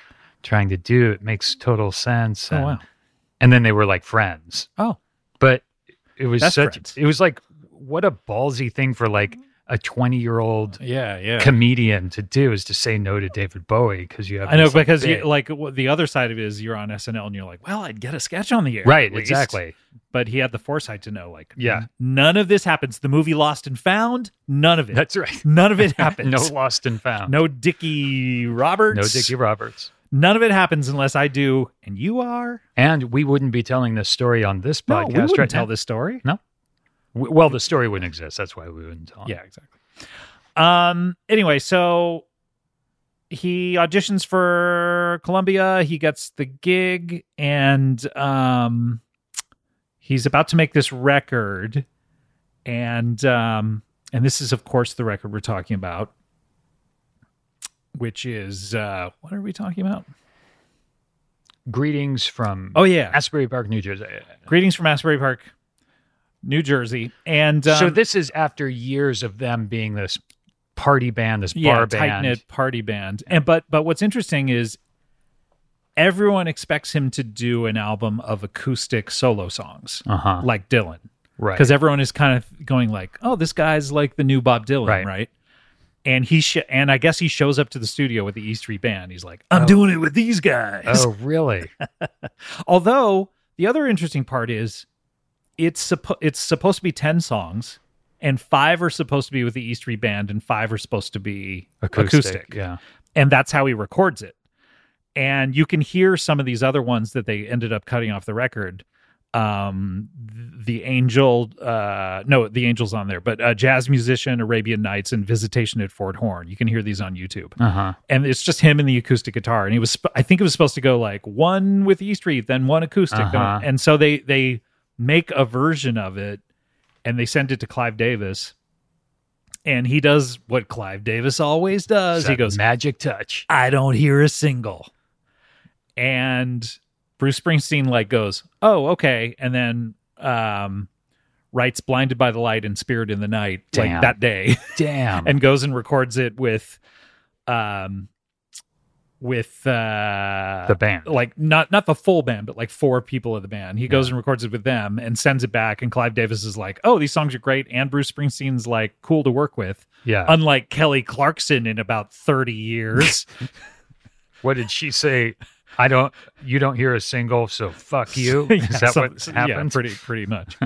trying to do. It makes total sense."
oh
And-
wow.
and then they were like friends.
Oh.
but it was
Best
such.
friends.
It was like what a ballsy thing for like a twenty-year-old
Yeah, yeah.
comedian to do is to say no to David Bowie because you have.
I know
this, like,
because you,
big-
like what the other side of it is you're on SNL and you're like, well, I'd get a sketch on the air,
right,
at least."
exactly.
But he had the foresight to know, like,
Yeah.
none of this happens. The movie Lost and Found, none of it,
That's right.
none of it happens.
no lost and found.
no Dickie Roberts,
no Dickie Roberts.
None of it happens unless I do, and you are.
And we wouldn't be telling this story on this
No,
podcast
we wouldn't
right
tell
now.
this story.
W- Well, the story wouldn't exist. That's why we wouldn't tell. it.
Yeah, exactly. Um. Anyway, so he auditions for Columbia. He gets the gig, and um, he's about to make this record, and um, and this is of course the record we're talking about, which is uh, what are we talking about?
Greetings from
Oh yeah,
Asbury Park, New Jersey.
greetings from Asbury Park, New Jersey, and um,
so this is after years of them being this party band, this
yeah,
bar
tight
band.
knit party band. And but but what's interesting is everyone expects him to do an album of acoustic solo songs
Uh huh.
like Dylan
Right.
because everyone is kind of going like, oh, this guy's like the new Bob Dylan, right?
Right.
And he sh- and I guess he shows up to the studio with the E Street Band. He's like, I'm doing it with these guys.
oh, really?
Although the other interesting part is it's suppo- it's supposed to be 10 songs and 5 are supposed to be with the E Street band and 5 are supposed to be acoustic.
Yeah.
And that's how he records it. And you can hear some of these other ones that they ended up cutting off the record. Um th- the angel uh no the angel's on there but uh, jazz musician Arabian Nights and Visitation at Fort Horn you can hear these on YouTube
Uh huh.
and it's just him and the acoustic guitar and he was sp- i think it was supposed to go like one with e street then one acoustic
Uh-huh.
and so they they make a version of it and they send it to clive davis and he does what clive davis always does he goes
magic touch.
i don't hear a single and bruce springsteen like goes oh okay and then um writes blinded by the light and spirit in the night like
Damn.
that day
Damn.
and goes and records it with um with uh
the band.
like not not the full band but like four people of the band he goes and records it with them and sends it back and clive davis is like oh these songs are great and bruce springsteen's like cool to work with
yeah.
unlike kelly clarkson in about 30 years
what did she say? I don't. You don't hear a single, so fuck you.
Yeah,
Is that
so-
what
so- yeah
happened?
pretty pretty much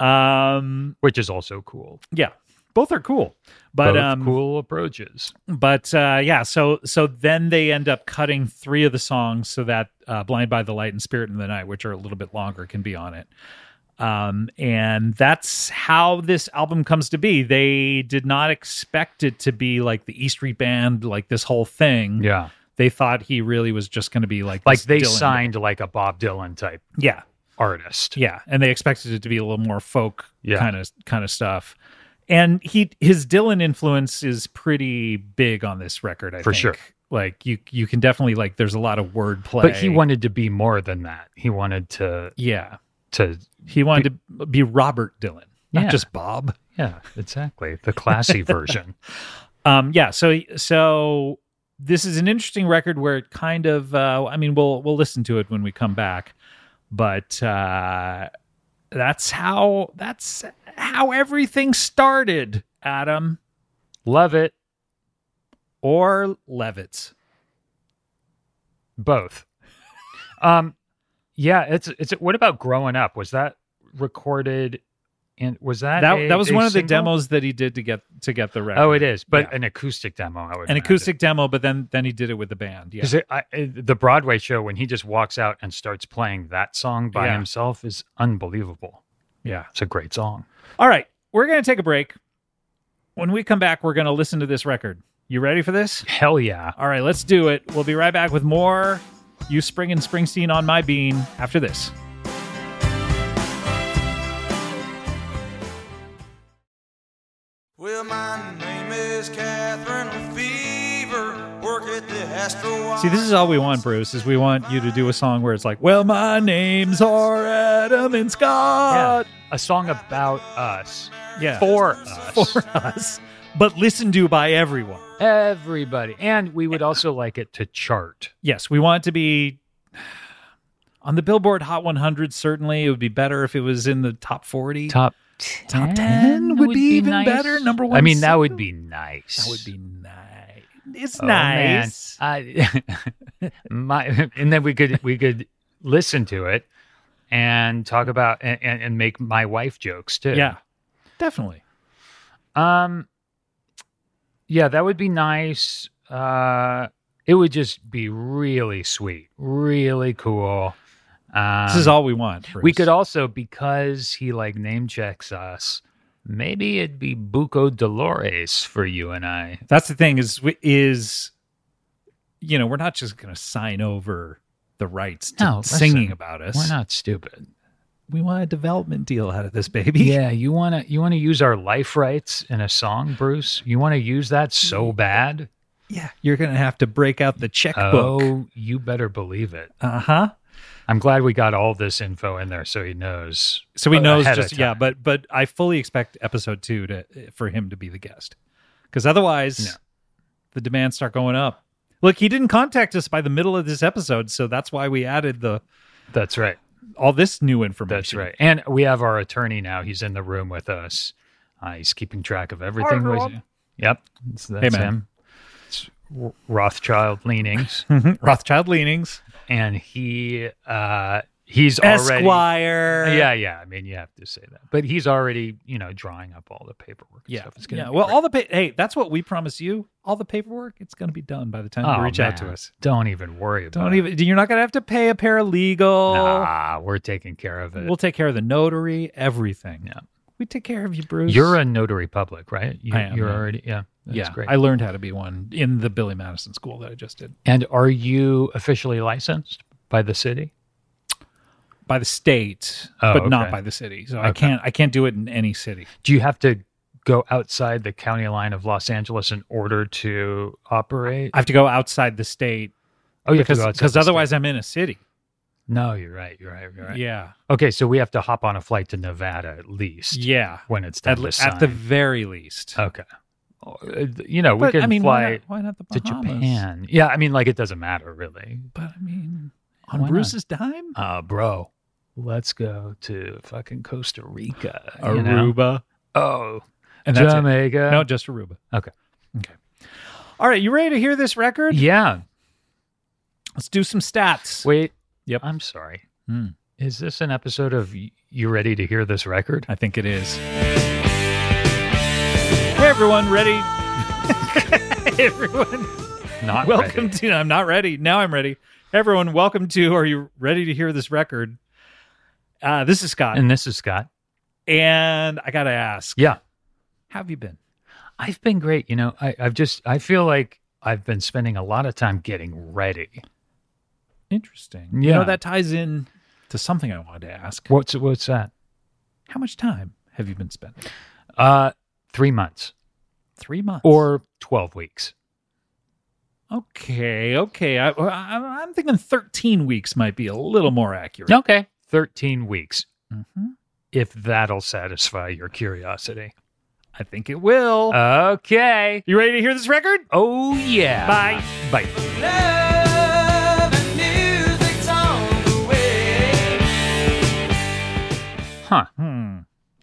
um
Which is also cool.
yeah both are cool but
Both
um
cool approaches.
but uh, yeah, so so then they end up cutting three of the songs so that uh, "Blind by the Light" and "Spirit in the Night," which are a little bit longer, can be on it. Um, and that's how this album comes to be. They did not expect it to be like the E Street Band, like this whole thing.
Yeah.
They thought he really was Mm-hmm. just going to be like,
Like
this
they
Dylan-
signed like a Bob Dylan type
Yeah.
artist.
Yeah, and they expected it to be a little more folk
Yeah.
kind of kind of stuff. And he his Dylan influence is pretty big on this record, I
For
think.
sure.
Like you you can definitely like there's a lot of wordplay.
But he wanted to be more than that. He wanted to
Yeah.
to
He wanted to be Robert Dylan, not
Yeah.
just Bob.
yeah, exactly. The classy version.
Um yeah, so so this is an interesting record where it kind of uh I mean we'll we'll listen to it when we come back. But uh that's how that's how everything started, Adam.
Love it.
or Levitts.
Both. Um yeah, it's it's what about growing up? Was that recorded and was that
That that,
a-
was
a
one of the
single?
demos that he did to get to get the record.
Oh, it is, but
Yeah.
an acoustic demo. I would
an
imagine.
acoustic demo, but then then he did it with the band. Yeah,
Because I, I- the Broadway show when he just walks out and starts playing that song by
Yeah.
himself is unbelievable.
yeah.
It's a great song.
All right, we're gonna take a break. When we come back, we're gonna listen to this record. You ready for this?
Hell yeah!
All right, let's do it. We'll be right back with more. You spring and Springsteen on my bean after this.
Well, my name is Catherine Fever. Work at the Astro.
See, this is all we want, Bruce. Is we want you to do a song where it's like, "Well, my names are Adam and
Yeah.
Scott."
a song about us,
Yeah,
for us,
for us, but listened to by everyone.
everybody, and we would also like it to chart.
yes, we want it to be on the Billboard Hot 100. Certainly, it would be better if it was in the top 40.
Top
Top 10 would be even better. Number
I
one
mean, that
single?
would be nice.
That would be nice. It's
Oh, man.
nice.
I, my, and then we could we could listen to it and talk about and, and, and make my wife jokes too.
Yeah, definitely.
Um. Yeah, that would be nice. Uh, it would just be really sweet, really cool. Um,
this is all we want. Bruce.
we could also because he like name checks us. Maybe it'd be Buco Dolores for you and I.
That's the thing is we- is you know we're not just going to sign over the rights to
No, listen,
singing about us.
We're not stupid.
We want a development deal out of this baby.
Yeah, you wanna you wanna use our life rights in a song, Bruce? You wanna use that so bad?
yeah. You're going to have to break out the checkbook.
Oh, you better believe it.
Uh huh.
I'm glad we got all this info in there so he knows.
So he
a-
knows
ahead of
just yeah,
time.
but but I fully expect episode two to for him to be the guest, because otherwise,
No.
the demands start going up. Look, he didn't contact us by the middle of this episode, so that's why we added the
That's right.
all this new information.
That's right. And we have our attorney now. He's in the room with us. Uh, he's keeping track of everything. we- Yep. It's, that's
man.
him. It's R- Rothschild leanings.
Mm-hmm. Rothschild leanings,
and he uh he's already
Esquire.
Yeah, yeah. I mean, you have to say that. But he's already, you know, drawing up all the paperwork. And
yeah,
Stuff. It's gonna
yeah.
be
Well,
great.
all the pa- hey, that's what we promise you. All the paperwork, it's going to be done by the time
Oh,
you reach out to
man.
us.
Don't even worry about
Don't
it.
even. You're not going to have to pay a paralegal.
Nah, we're taking care of it.
We'll take care of the notary, everything.
Yeah.
We take care of you, Bruce.
you're a notary public, right? You,
I am,
you're
yeah.
already, yeah. That's
yeah,
great.
I learned how to be one in the Billy Madison school that I just did
and are you officially licensed by the city?
by the state,
Oh,
but not
okay.
by the city. So I
Okay.
can't I can't do it in any city.
Do you have to go outside the county line of Los Angeles in order to operate?
I have to go outside the state
Oh, you have to
because
go outside
because
the
otherwise I'm in a city.
state. no, you're right. You're right. You're right.
Yeah,
Okay, so we have to hop on a flight to Nevada at least
yeah.
when it's time
At,
to
le-
sign.
at the very least.
Okay. Or, uh, You know, we
but
can
I mean, why
fly
not, why not the
to
Bahamas?
Japan. Yeah, I mean, like it doesn't matter really.
But I mean, on
Why not?
Bruce's dime,
Uh, bro, let's go to fucking Costa Rica. you know?
Aruba,
Oh,
and that's it.
Jamaica.
No, just Aruba.
Okay.
okay. All right, you ready to hear this record?
yeah.
Let's do some stats.
Wait.
Yep.
I'm sorry.
Hmm.
Is this an episode of Y- You Ready to Hear This Record?
I think it is. Hey everyone, ready? Hey, everyone,
Not
welcome
ready.
to. I'm not ready. Now I'm ready. Everyone, welcome to. Are you ready to hear this record? Uh, Uh, this is Scott, and,
And this is Scott.
I gotta ask,
Yeah.
how have you been?
I've been great. You know, I, I've just, I feel like I've been spending a lot of time getting ready.
Interesting. You
Yeah.
know that ties in to something I wanted to ask.
What's, what's that?
How much time have you been spending?
Uh, three months
Three months
or 12 weeks.
okay, okay. I, I, I'm thinking 13 weeks might be a little more accurate.
Okay. 13 weeks,
Mhm.
if that'll satisfy your curiosity. Uh,
I think it will.
Okay.
you ready to hear this record?
Oh, yeah.
Bye.
Bye. Huh.
Hmm.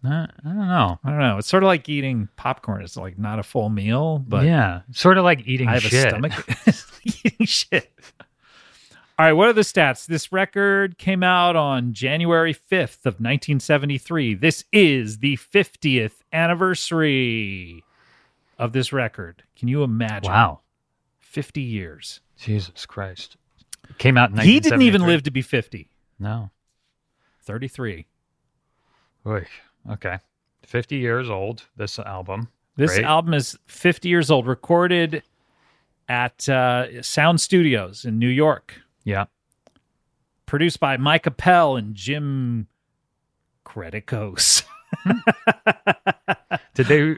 Uh, I don't know.
I don't know. It's sort of like eating popcorn. It's like not a full meal, but
yeah, sort of like eating
I have
shit.
a stomach eating shit. All right, what are the stats? This record came out on January 5th of 1973. This is the 50th anniversary of this record. Can you imagine?
Wow.
50 years.
Jesus Christ. Came out in
He didn't even
1973.
live to be 50.
No.
33.
Oy. Okay. 50 years old, this album.
This
Great.
album is 50 years old, recorded at uh, Sound Studios in New York.
Yeah.
produced by Mike Appel and Jim Credicos.
Did they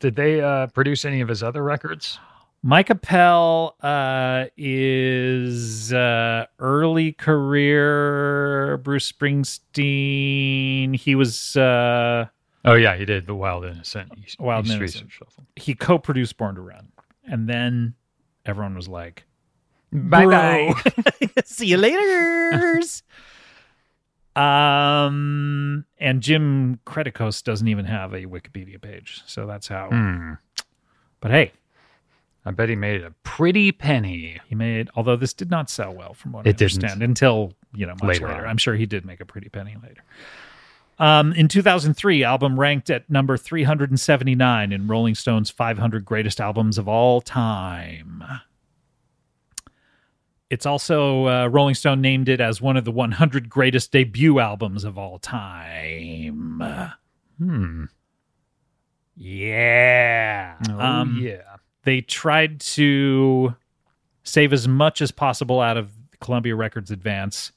did they uh, produce any of his other records?
Mike Appel uh, is uh, early career Bruce Springsteen. He was uh,
Oh yeah, he did the Wild Innocent. East-
Wild
East
and
Street
Innocent.
Shuffle.
he co-produced Born to Run, and then everyone was like,
Bye bye.
bro. See you later. um, and Jim Credicos doesn't even have a Wikipedia page, so that's how.
Hmm.
But hey,
I bet he made a pretty penny.
He made, although this did not sell well, from what I
It didn't.
understand, until you know much later.
Later on.
I'm sure he did make a pretty penny later. Um, in 2003, album ranked at number 379 in Rolling Stone's 500 greatest albums of all time. It's also uh, Rolling Stone named it as one of the 100 greatest debut albums of all time.
Hmm.
Yeah.
Oh
Um,
yeah.
they tried to save as much as possible out of Columbia Records advance.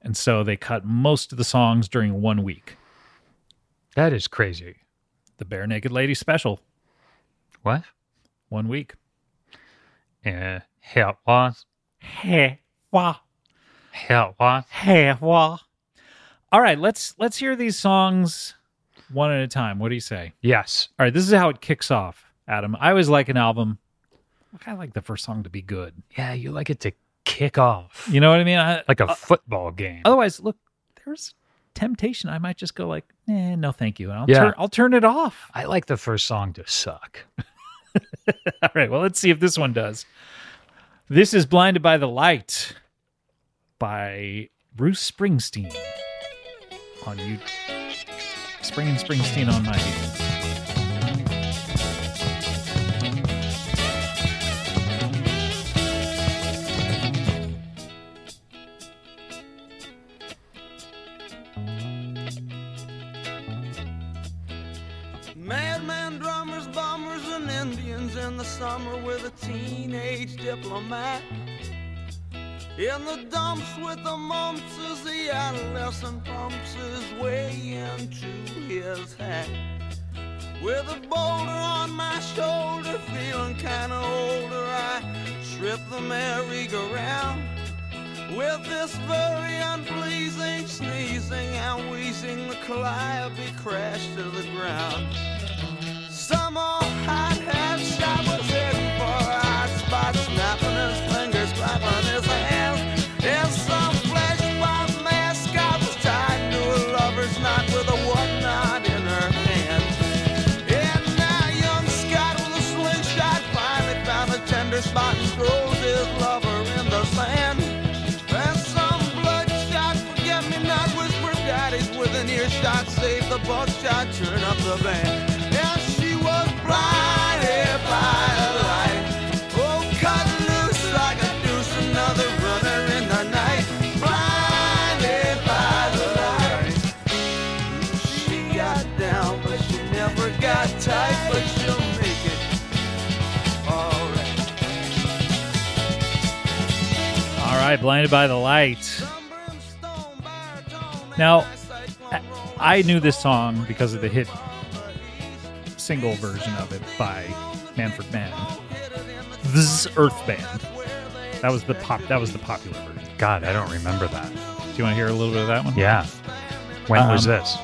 And so they cut most of the songs during one week.
That is crazy.
The Bare Naked Lady special,
What?
one week.
Yeah. Hell was.
Hey, wah,
Hell was.
hey, wah. All right, let's let's hear these songs one at a time. What do you say?
Yes.
All right, this is how it kicks off, Adam. I always like an album. I kind of like the first song to be good.
Yeah, you like it to kick off.
You Uh, oh. know what I mean? I,
like a football game.
Otherwise, look, there's temptation. I might just go like, eh, no, thank you. And I'll
Yeah.
turn, I'll turn it off.
I like the first song to suck.
All right. Well, let's see if this one does. This is "Blinded by the Light" by Bruce Springsteen on you. Spring and Springsteen on my. Beat.
Madman drummers, bombers, and Indians in the summer with a teenage diplomat. In the dumps with the mumps as the adolescent pumps his way into his hat. With a boulder on my shoulder, feeling kinda older, I trip the merry-go-round. With this very unpleasing sneezing and wheezing, the calliope crashed to the ground. Some old hot half shot was heading for a hot spot, snapping his fingers, clapping his hands. And some flesh by mascot was tied to a lover's knot with a whatnot in her hand. And now young Scott with a slingshot finally found a tender spot and throws his lover in the sand. And some bloodshot forget-me-not whisper daddies with an earshot save the buckshot turn up the band and she was blinded by the light oh cut loose like a deuce another runner in the night blinded by the light
right, Blinded by the Light. Now, I- I knew this song because of the hit single version of it by Manfred Mann. This is Earth Band. That was the pop. That was the popular version.
God, I don't remember that.
Do you want to hear a little bit of that one?
Yeah. When was
Um,
this?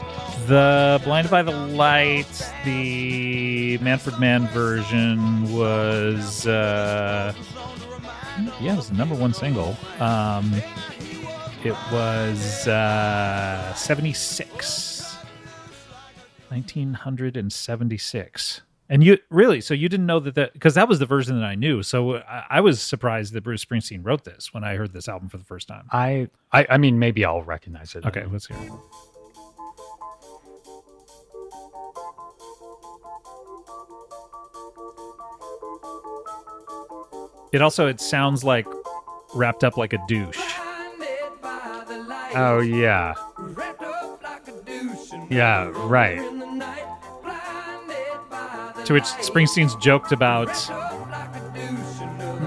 The Blinded by the Light, the Manfred Mann version was, uh, yeah, it was the number one single. Um, it was uh, 76. 1976. And you really, so you didn't know that that, because that was the version that I knew. So I, I was surprised that Bruce Springsteen wrote this when I heard this album for the first time.
I, I I mean maybe I'll recognize it.
Okay, let's hear it. It also it sounds like wrapped up like a douche.
Oh yeah. Yeah, right.
To which Springsteen's joked about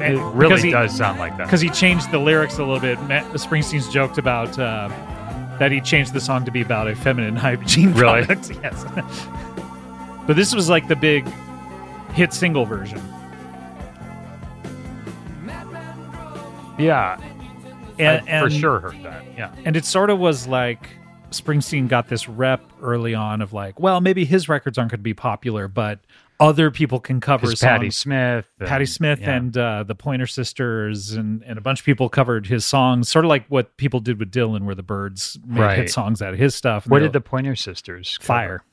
It
because
really
he-
does sound like that.
because he changed the lyrics a little bit. Ma- Springsteen's joked about uh, that he changed the song to be about a feminine hygiene
Really?
product. Yes, but this was like the big hit single version.
Yeah.
And,
I for
and-
sure heard that. Yeah.
and it sort of was like Springsteen got this rep early on of like, well, maybe his records aren't going to be popular, but other people can cover
Because Patty
songs.
Smith. and-
Patti Smith
yeah.
and uh, the Pointer Sisters and, and a bunch of people covered his songs, sort of like what people did with Dylan, where the Birds made hit
Right.
songs out of his stuff. and
what
they
did
were
the Pointer Sisters?
like,
cover?
Fire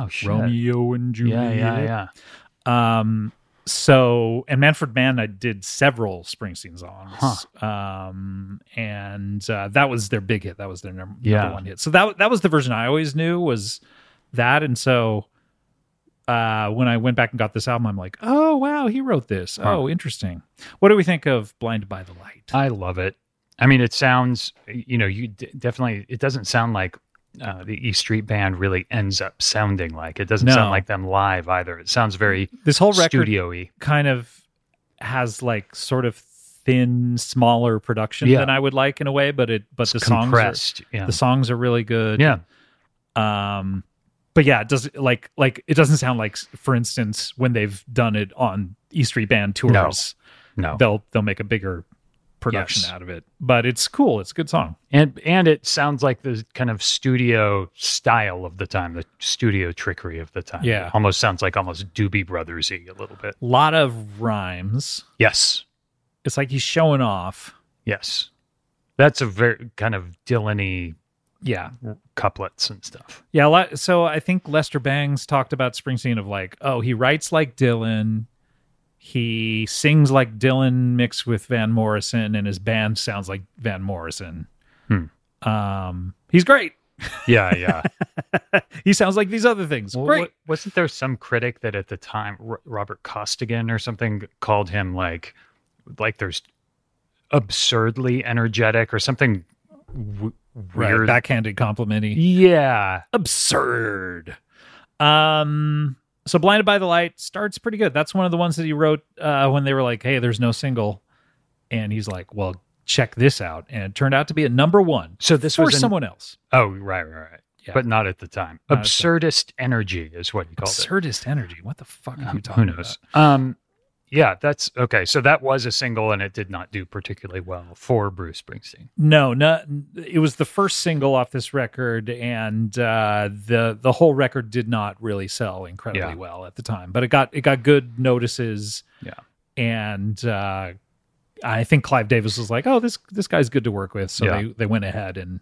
Oh shit.
Romeo and Juliet?
Yeah, yeah, yeah.
Um, so and Manfred Mann I did several Springsteen songs. Um, and uh, that was their big hit. That was their number,
Yeah.
number one hit. So that that was the version I always knew was that. And so uh, when I went back and got this album, I'm like, oh wow, he wrote this.
Huh. Uh,
Oh, interesting. What do we think of Blinded by the Light?
I love it. I mean, it sounds, you know, you d- definitely, it doesn't sound like uh, the E Street Band really ends up sounding like. It doesn't
No.
sound like them live either. It sounds very
this whole record
studio y.
kind of has like sort of thin, smaller production
Yeah.
than I would like in a way, but it but the songs are,
compressed. yeah.
the songs are really good.
yeah.
um but yeah it does like like it doesn't sound like for instance when they've done it on e street band tours
No.
they'll they'll make a bigger production
Yes.
out of it but it's cool it's a good song
And and it sounds like the kind of studio style of the time, the studio trickery of the time.
Yeah.
Almost sounds like almost Doobie Brothers y a little bit.
lot of rhymes
Yes.
it's like he's showing off
Yes. That's a very kind of Dylan
yeah
couplets and stuff.
yeah a lot, so i think lester bangs talked about springsteen of like oh he writes like dylan he sings like dylan mixed with van morrison and his band sounds like van morrison
Hmm.
um he's great
Yeah, yeah.
he sounds like these other things.
Well,
Great.
wa- wasn't there some critic that at the time R- Robert Costigan or something called him like like there's absurdly energetic or something w-
right.
weird?
Backhanded complimenty.
yeah,
Absurd. Um so Blinded by the Light starts pretty good. That's one of the ones that he wrote uh when they were like, "Hey, there's no single." And he's like, "Well, check this out." And it turned out to be a number 1
So this
for
was an-
someone else.
Oh, right, right, right.
Yeah.
But not at the time. Uh,
Not at the time.
Absurdist energy is what he called
Absurdist energy. What the fuck
it.
are
Um,
you talking
who knows? Um, yeah, that's okay. So that was a single, and it did not do particularly well for Bruce Springsteen.
No, no, it was the first single off this record, and uh, the the whole record did not really sell incredibly
Yeah.
well at the time. But it got it got good notices.
Yeah.
and uh, I think Clive Davis was like, "Oh, this this guy's good to work with," so
Yeah.
they they went ahead and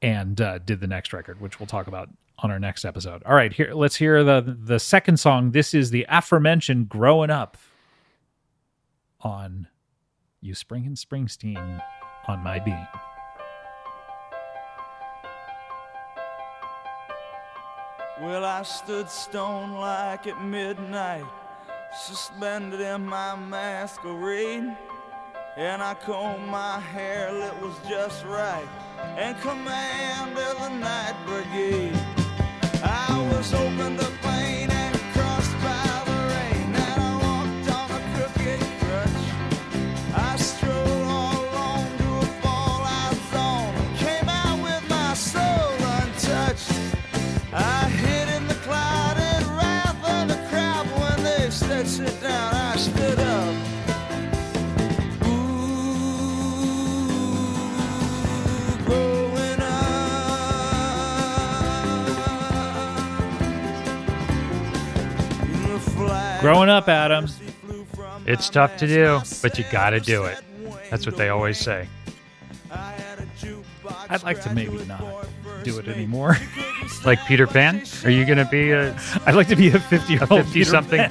and uh, did the next record, which we'll talk about on our next episode. All right, here let's hear the the second song. This is the aforementioned "Growing Up" on "You Spring and Springsteen" on my being.
Well, I stood stone like at midnight, suspended in my masquerade. And I combed my hair that was just right, and commanded the night brigade. I was open to pain and crossed by the rain, and I walked on a crooked crutch. I strolled all along the
Growing up, Adam.
It's tough to do, but you gotta do it. That's what they always say.
I'd like to maybe not do it anymore.
Like Peter Pan, are you gonna be a?
I'd like to be a 50 year old
50-something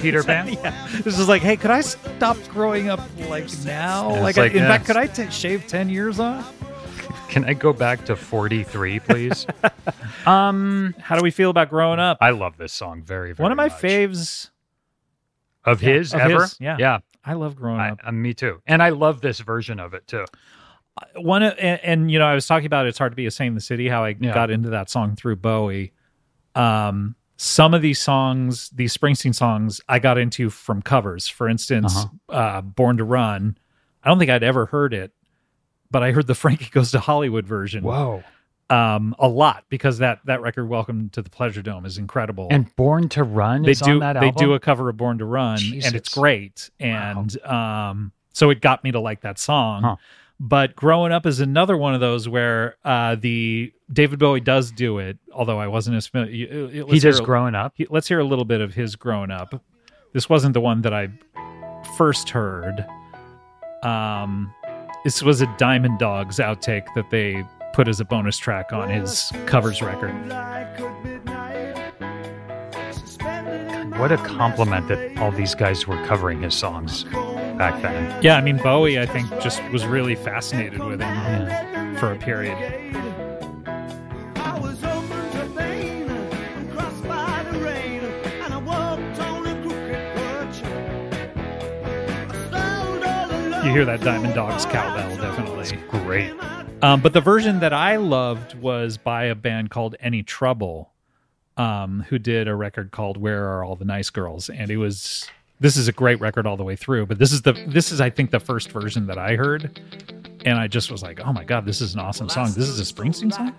Peter Pan?
Oh, yeah. This is like, hey, could I stop growing up like now?
It's
Like, I-
like,
in
yeah.
fact, could I t- shave 10 years off?
Can I go back to forty three, please? um,
How do we feel about growing up?
I love this song very, very.
One of my
much.
faves.
of
Yeah,
his
of
ever.
his, yeah. Oh,
yeah.
I love growing
I,
up.
uh, me too, and I love this version of it too.
one of- and, and you know i was talking about it's hard to be a saint in the city how i
Yeah.
got into that song through bowie um some of these songs these springsteen songs i got into from covers for instance uh
Uh-huh.
born to run i don't think i'd ever heard it but i heard the frankie goes to hollywood version
Whoa!
um a lot because that that record welcome to the pleasure dome is incredible
And Born to Run
they
is
do
on that
they
album.
do a cover of Born to Run and
Jesus.
it's great and um so it got me to like that song.
Huh.
But growing up is another one of those where uh the David Bowie does do it, although I wasn't as familiar. you- you- let's
he does
hear-
growing up.
he- let's hear a little bit of his growing up. This wasn't the one that I first heard. Um this was a Diamond Dogs outtake that they put as a bonus track on his covers record.
What a compliment that all these guys were covering his songs back then.
Yeah, I mean Bowie, I think just was really fascinated with him for a period.
I was open to pain and crossed by the rain, and I walked on a crooked perch.
You hear that Diamond Dogs cowbell, definitely.
Great.
Um, but the version that I loved was by a band called Any Trouble, um, who did a record called "Where Are All the Nice Girls," and it was. This is a great record all the way through, but this is the this is I think the first version that I heard, and I just was like, oh my god, this is an awesome song. This is a Springsteen song.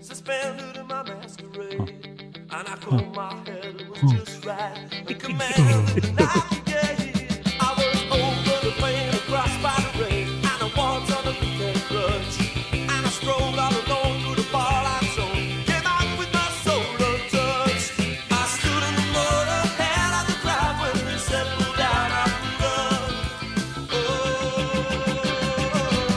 Suspended in my masquerade, and I combed my hair, it was just right. The command of the night, yeah, yeah. I was over the pain and crossed by the rain, and I walked on a crooked crutch. And I strolled all alone through the barlight zone, came out with my soul untouched. I stood in the mud ahead of the crowd when they settled down after love.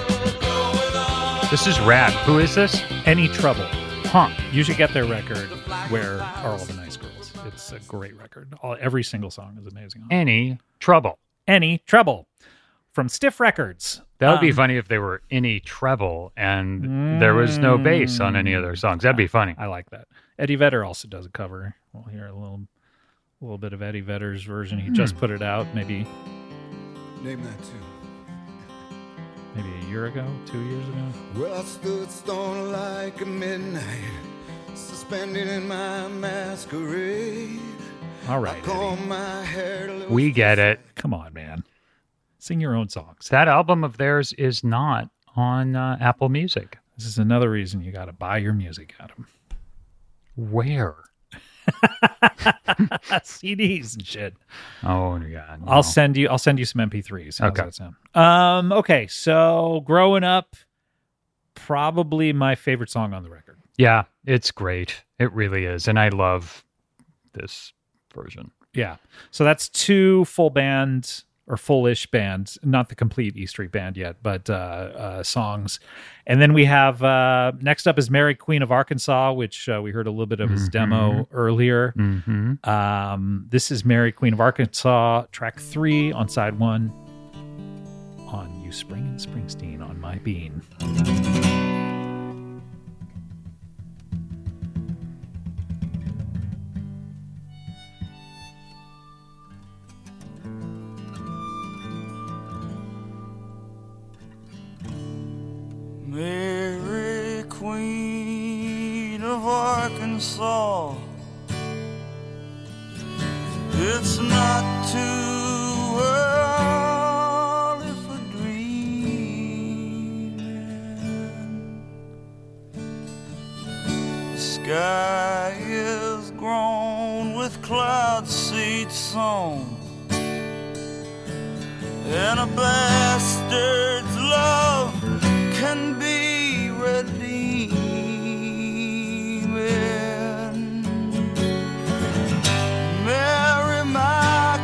Oh, growing up.
This is rad. Who is this?
Any Trouble.
Huh.
You should get their record. Where are all the nice girls? It's a great record. All, every single song is amazing. on it.
Any trouble?
Any Trouble from Stiff Records.
That would be
Um,
funny if they were any treble and there was no bass on any of their songs. That'd be funny.
Mm. I like that. Eddie Vedder also does a cover. We'll hear a little, little bit of Eddie Vedder's version. He just put it out maybe,
Name that tune.
maybe a year ago, two years ago.
Well, I stood stone like a midnight, suspended in my masquerade.
All
I
right, Eddie.
combed my hair till it
We
was
get it.
come on, man, sing your own songs.
That album of theirs is not on uh, Apple Music.
This is another reason you got to buy your music, Adam.
Where?
CDs and shit.
Oh yeah. no.
I'll send you. I'll send you some MP3s. How's
Okay.
that sound? Um. Okay. So growing up, probably my favorite song on the record.
Yeah, it's great. It really is, and I love this version.
Yeah. So that's two full band or full-ish band, not the complete E Street band yet, but uh, uh, songs. And then we have uh, next up is Mary Queen of Arkansas, which uh, we heard a little bit of his demo earlier.
Mm-hmm.
Um, this is Mary Queen of Arkansas, track three on side one on You Spring and Springsteen on My Bean.
Mary, Queen of Arkansas. It's not too early for dreaming. The sky is grown with cloud seed sown and a bastard's love can be redeeming. Mary, my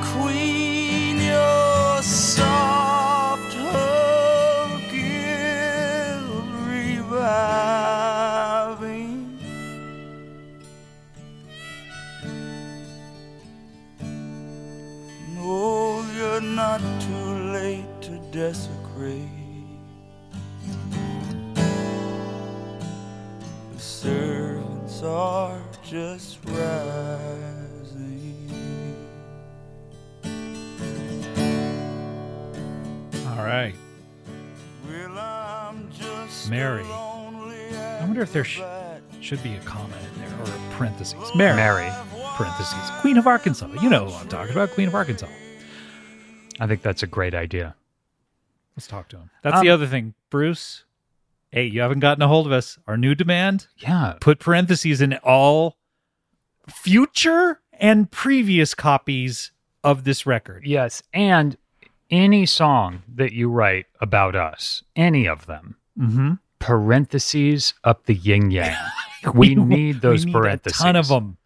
desecrate. The servants are just rising.
All right.
Well, I'm just
Mary.
I
I wonder if there sh- should be a comma in there or a parentheses. Mary.
Mary.
Parentheses. Queen of Arkansas. You know who I'm talking about. Queen of Arkansas.
I think that's a great idea.
Let's talk to him. That's
Um,
the other thing. Bruce, hey, you haven't gotten a hold of us. Our new demand
Yeah.
put parentheses in all future and previous copies of this record.
Yes. And any song that you write about us, any of them,
Mm-hmm.
parentheses up the yin yang. We need those parentheses.
A ton of them.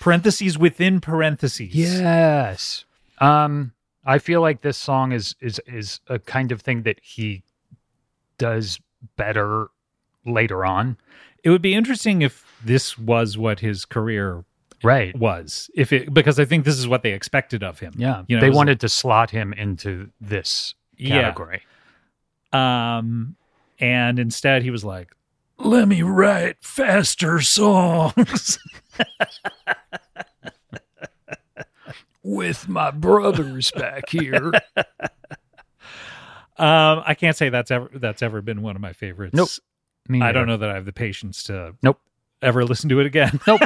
Parentheses within parentheses.
Yes. Um, I feel like this song is is is a kind of thing that he does better later on.
It would be interesting if this was what his career
Right.
was. If it because I think this is what they expected of him.
Yeah.
You know,
they
it was-
wanted to slot him into this
Yeah.
category.
Um, and instead he was like, "Let me write faster songs."
With my brothers back here.
um, I can't say that's ever that's ever been one of my favorites.
Nope. Me
I don't know
neither.
that I have the patience to
Nope.
ever listen to it again.
Nope.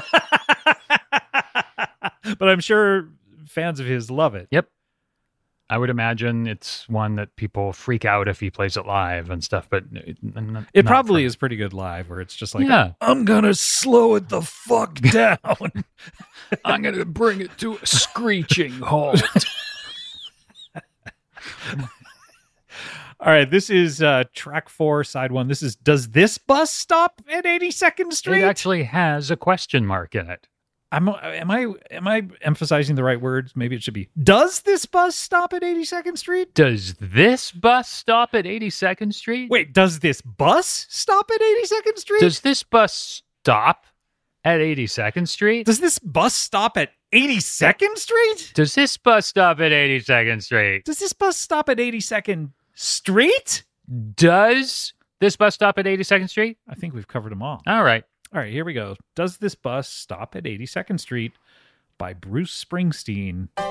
but I'm sure fans of his love it.
Yep. I would imagine it's one that people freak out if he plays it live and stuff, but it, n-
It
not
probably
for-
is pretty good live, where it's just like,
Yeah.
I'm gonna slow it the fuck down.
I'm going to bring it to a screeching halt.
All right, this is uh, track four, side one. This is Does this bus stop at 82nd Street?
It actually has a question mark in it.
I'm, am I am I emphasizing the right words? Maybe it should be Does this bus stop at 82nd Street?
Does this bus stop at 82nd Street?
Wait, does this bus stop at 82nd Street?
Does this bus stop at 82nd Street?
Does this bus stop at 82nd Street?
Does this bus stop at 82nd Street?
Does this bus stop at 82nd Street?
Does this bus stop at 82nd Street?
I think we've covered them all.
All right.
All right, here we go. Does this bus stop at 82nd Street by Bruce Springsteen?
A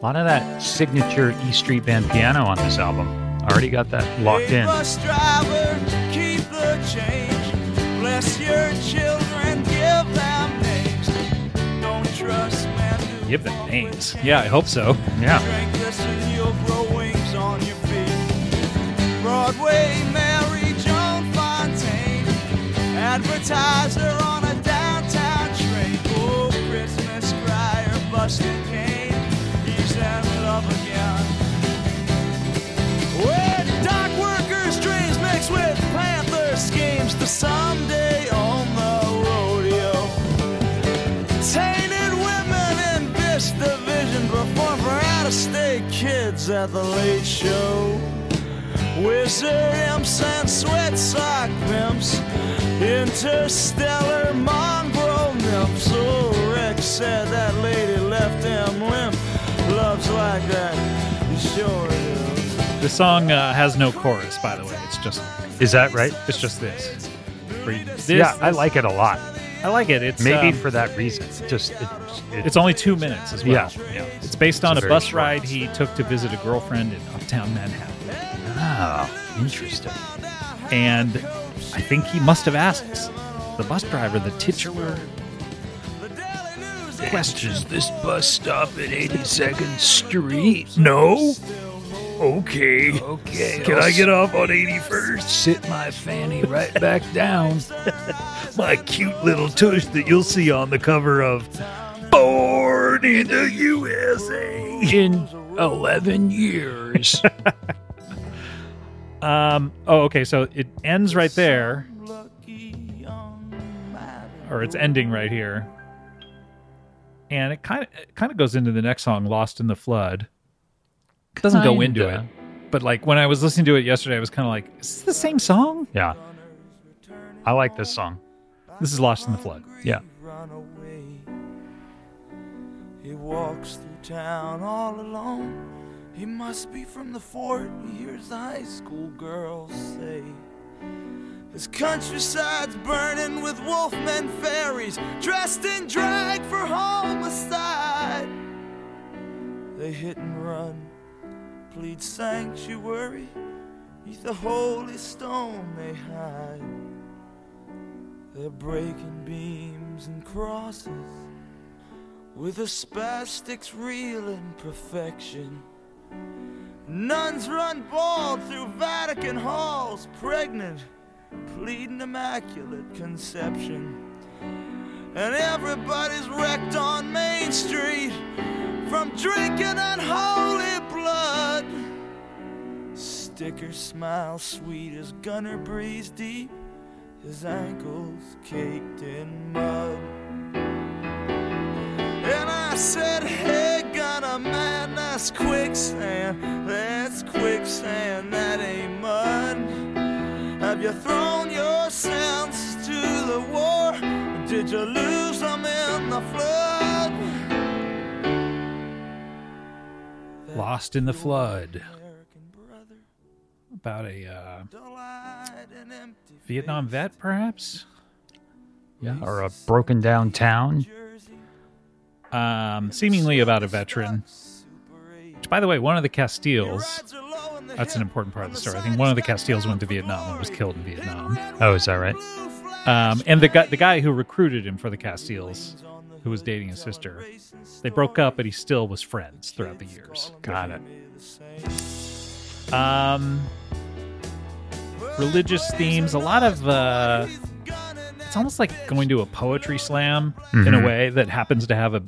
lot of that signature E Street Band piano on this album. Already got that locked
Hey,
in.
Bus driver, keep the change. Bless your children, give them names. Don't trust men who
Give them
walk
names.
with
Yeah, I hope
hands.
so.
Yeah.
Drink this and you'll grow wings on your feet. Broadway, Mary Joan Fontaine, advertiser on a downtown train. Oh, Christmas crier, Buster Kane, he's in love again. When dock workers' dreams mix with Panther schemes, the someday on the rodeo. Tainted women in this division perform for out of state kids at the late show. Wizard imps and sweat sock pimps, interstellar mongrel nymphs. Oh, Rex said that lady left him limp. Loves like that, you sure do.
The song uh, has no chorus, by the way. It's just
Is that right?
it's just this. For you- This,
yeah, I like it a lot.
I like it. It's
Maybe
um,
for that reason. Just it's,
it's only two minutes as well.
Yeah.
It's based on
It's
a
very
bus
short.
ride he took to visit a girlfriend in uptown Manhattan,
Oh,
Ah,
interesting.
and I think he must have asked the bus driver the titular question.
Does this bus stop at 82nd Street?
No. Okay.
Okay.
Can I get off on 81st?
sit my fanny right back down?
My cute little tush that you'll see on the cover of Born in the USA.
in 11 years.
Um. Oh, okay. So it ends right there, or it's ending right here, and it kind of it kind of goes into the next song, "Lost in the Flood." It doesn't go into it,
Kinda.
but like when I was listening to it yesterday, I was kind of like, "Is this the same song?"
yeah. I like this song.
This is "Lost in the Flood."
Yeah.
Run away. He walks through town all alone. He must be from the fort, he hears the high school girls say. His countryside's burning with wolfmen fairies, dressed in drag for homicide. They hit and run, plead sanctuary, neath the holy stone they hide. They're breaking beams and crosses with a spastic's reeling perfection. Nuns run bald through Vatican halls, pregnant, pleading immaculate conception. And everybody's wrecked on Main Street from drinking unholy blood. Sticker smiles sweet as Gunner breathes deep, his ankles caked in mud. And I said, hey, Gunner, man, that's quicksand. That's quicksand, that ain't mud. Have you thrown your senses to the war? Or did you lose them in the flood?
Lost in the Flood.
American brother,
About a uh,
dull-eyed and empty-faced,
Vietnam vet, perhaps?
Yeah, or a broken down town.
Jersey,
Um, seemingly about a veteran.
Super eight.
Which, by the way, one of the Castiles,
Rides are low in the
that's an
hip.
important part of the story. I think one of the Castiles went to Vietnam and was killed in Vietnam.
Oh, is that right?
Um, and the guy, the guy who recruited him for the Castiles, who was dating his sister, they broke up, but he still was friends throughout the years.
Got it.
Um, religious themes, a lot of. Uh, it's almost like going to a poetry slam in a
Mhm.
way that happens to have a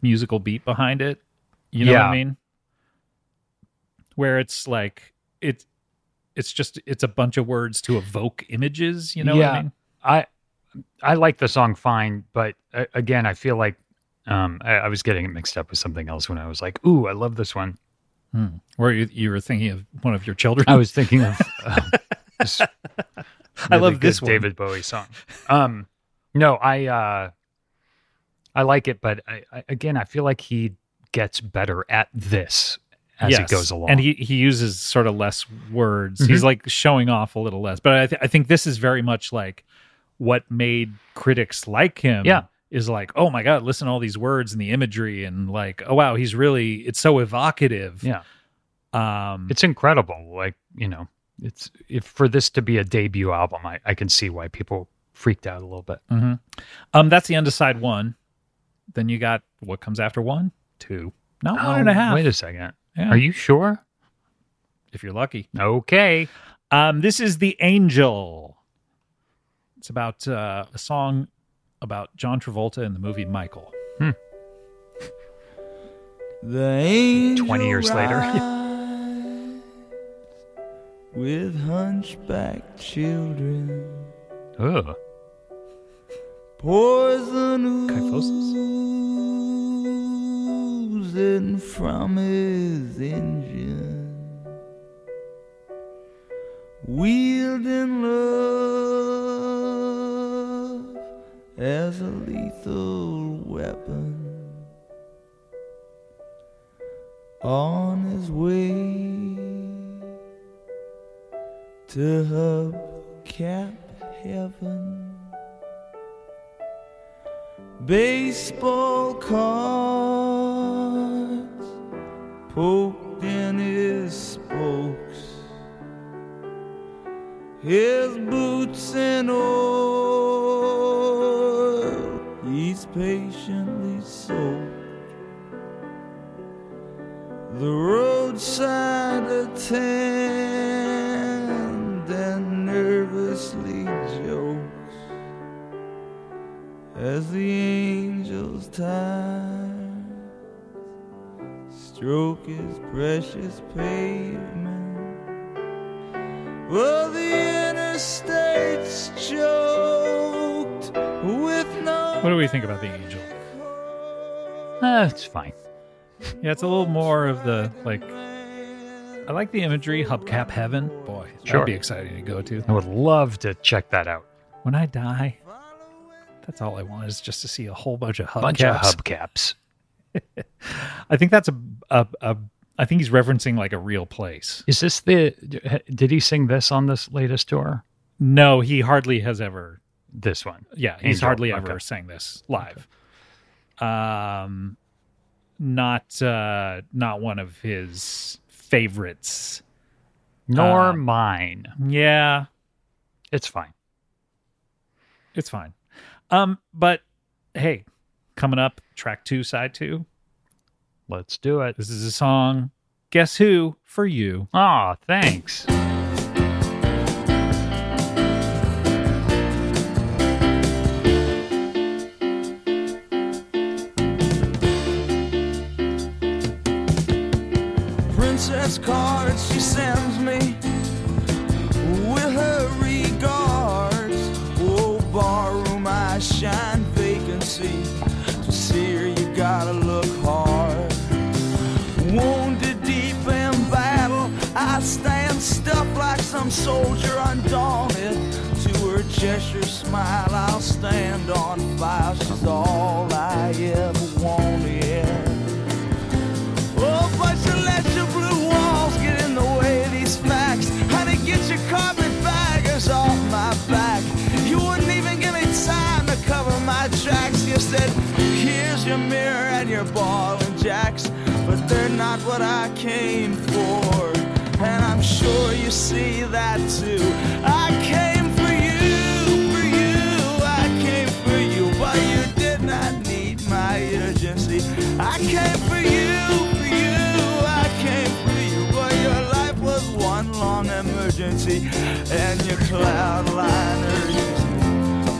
musical beat behind it. You know what
Yeah.
I mean? Where it's like it's it's just it's a bunch of words to evoke images. You know what
Yeah.
I mean?
I I like the song fine, but uh, again, I feel like um, I, I was getting it mixed up with something else when I was like, "Ooh, I love this one."
Or you, you were thinking of one of your children.
I was thinking of. Uh, this
I
really
love this
good
one.
David Bowie song. Um, no, I uh, I like it, but I, I, again, I feel like he gets better at this as
Yes.
it goes along.
and he he uses sort of less words.
Mm-hmm.
He's like showing off a little less. But I, th- I think this is very much like what made critics like him.
Yeah.
is like, oh my god, listen to all these words and the imagery, and like, oh wow, he's really it's so evocative.
yeah,
Um,
it's incredible. Like you know, it's if for this to be a debut album, I, I can see why people freaked out a little bit.
mhm. um, that's the underside one. Then you got what comes after one, two, not one and a
Oh,
half.
Wait a second.
Yeah.
Are you sure?
if you're lucky.
Okay.
Um, this is The Angel. It's about uh, a song about John Travolta in the movie Michael.
The angel
20 years later.
rides with hunchback children,
Ugh.
poison
Kyphosis?
oozing from his engine, wielding love as a lethal weapon. on his way to hubcap heaven. Baseball cards poked in his spokes, his boots in oil. He's patiently soaked. The roadside attendant nervously jokes as the angel's time stroke his precious pavement. Well, the interstate's choked with no.
What do we think about The Angel?
Uh, it's fine.
Yeah, it's a little more of the like. I like the imagery, hubcap heaven. Boy,
Sure.
that'd be exciting to go to.
I would love to check that out.
When I die, that's all I want is just to see a whole bunch of hubcaps.
Bunch of hubcaps.
I think that's a, a, a I think he's referencing like a real place.
Is this the? Did he sing this on this latest tour?
No, he hardly has ever.
This one.
Yeah, he's
Angel,
hardly
okay.
ever sang this live. Um, not uh, not one of his favorites.
Nor
Uh,
mine.
Yeah,
It's fine.
it's fine. Um, but hey, coming up, track two, side two.
Let's do it.
This is a song. Guess who for you?
Aw, thanks.
princess card that she sends me with her regards. Oh, barroom, I shine vacancy. To see her, you gotta look hard. Wounded deep in battle, I stand stuffed like some soldier undaunted. To her gesture, smile, I'll stand on fire. She's all I ever wanted. Oh, but you let your blue walls get in the way of these facts. How to get your carpet baggers off my back. You wouldn't even give me time to cover my tracks. You said, here's your mirror and your ball and jacks. But they're not what I came for. And I'm sure you see that too. I came for you, for you, I came for you, but you did not need my urgency. I came for you, for you, I came for you, but your life was one long emergency, and your cloud liner used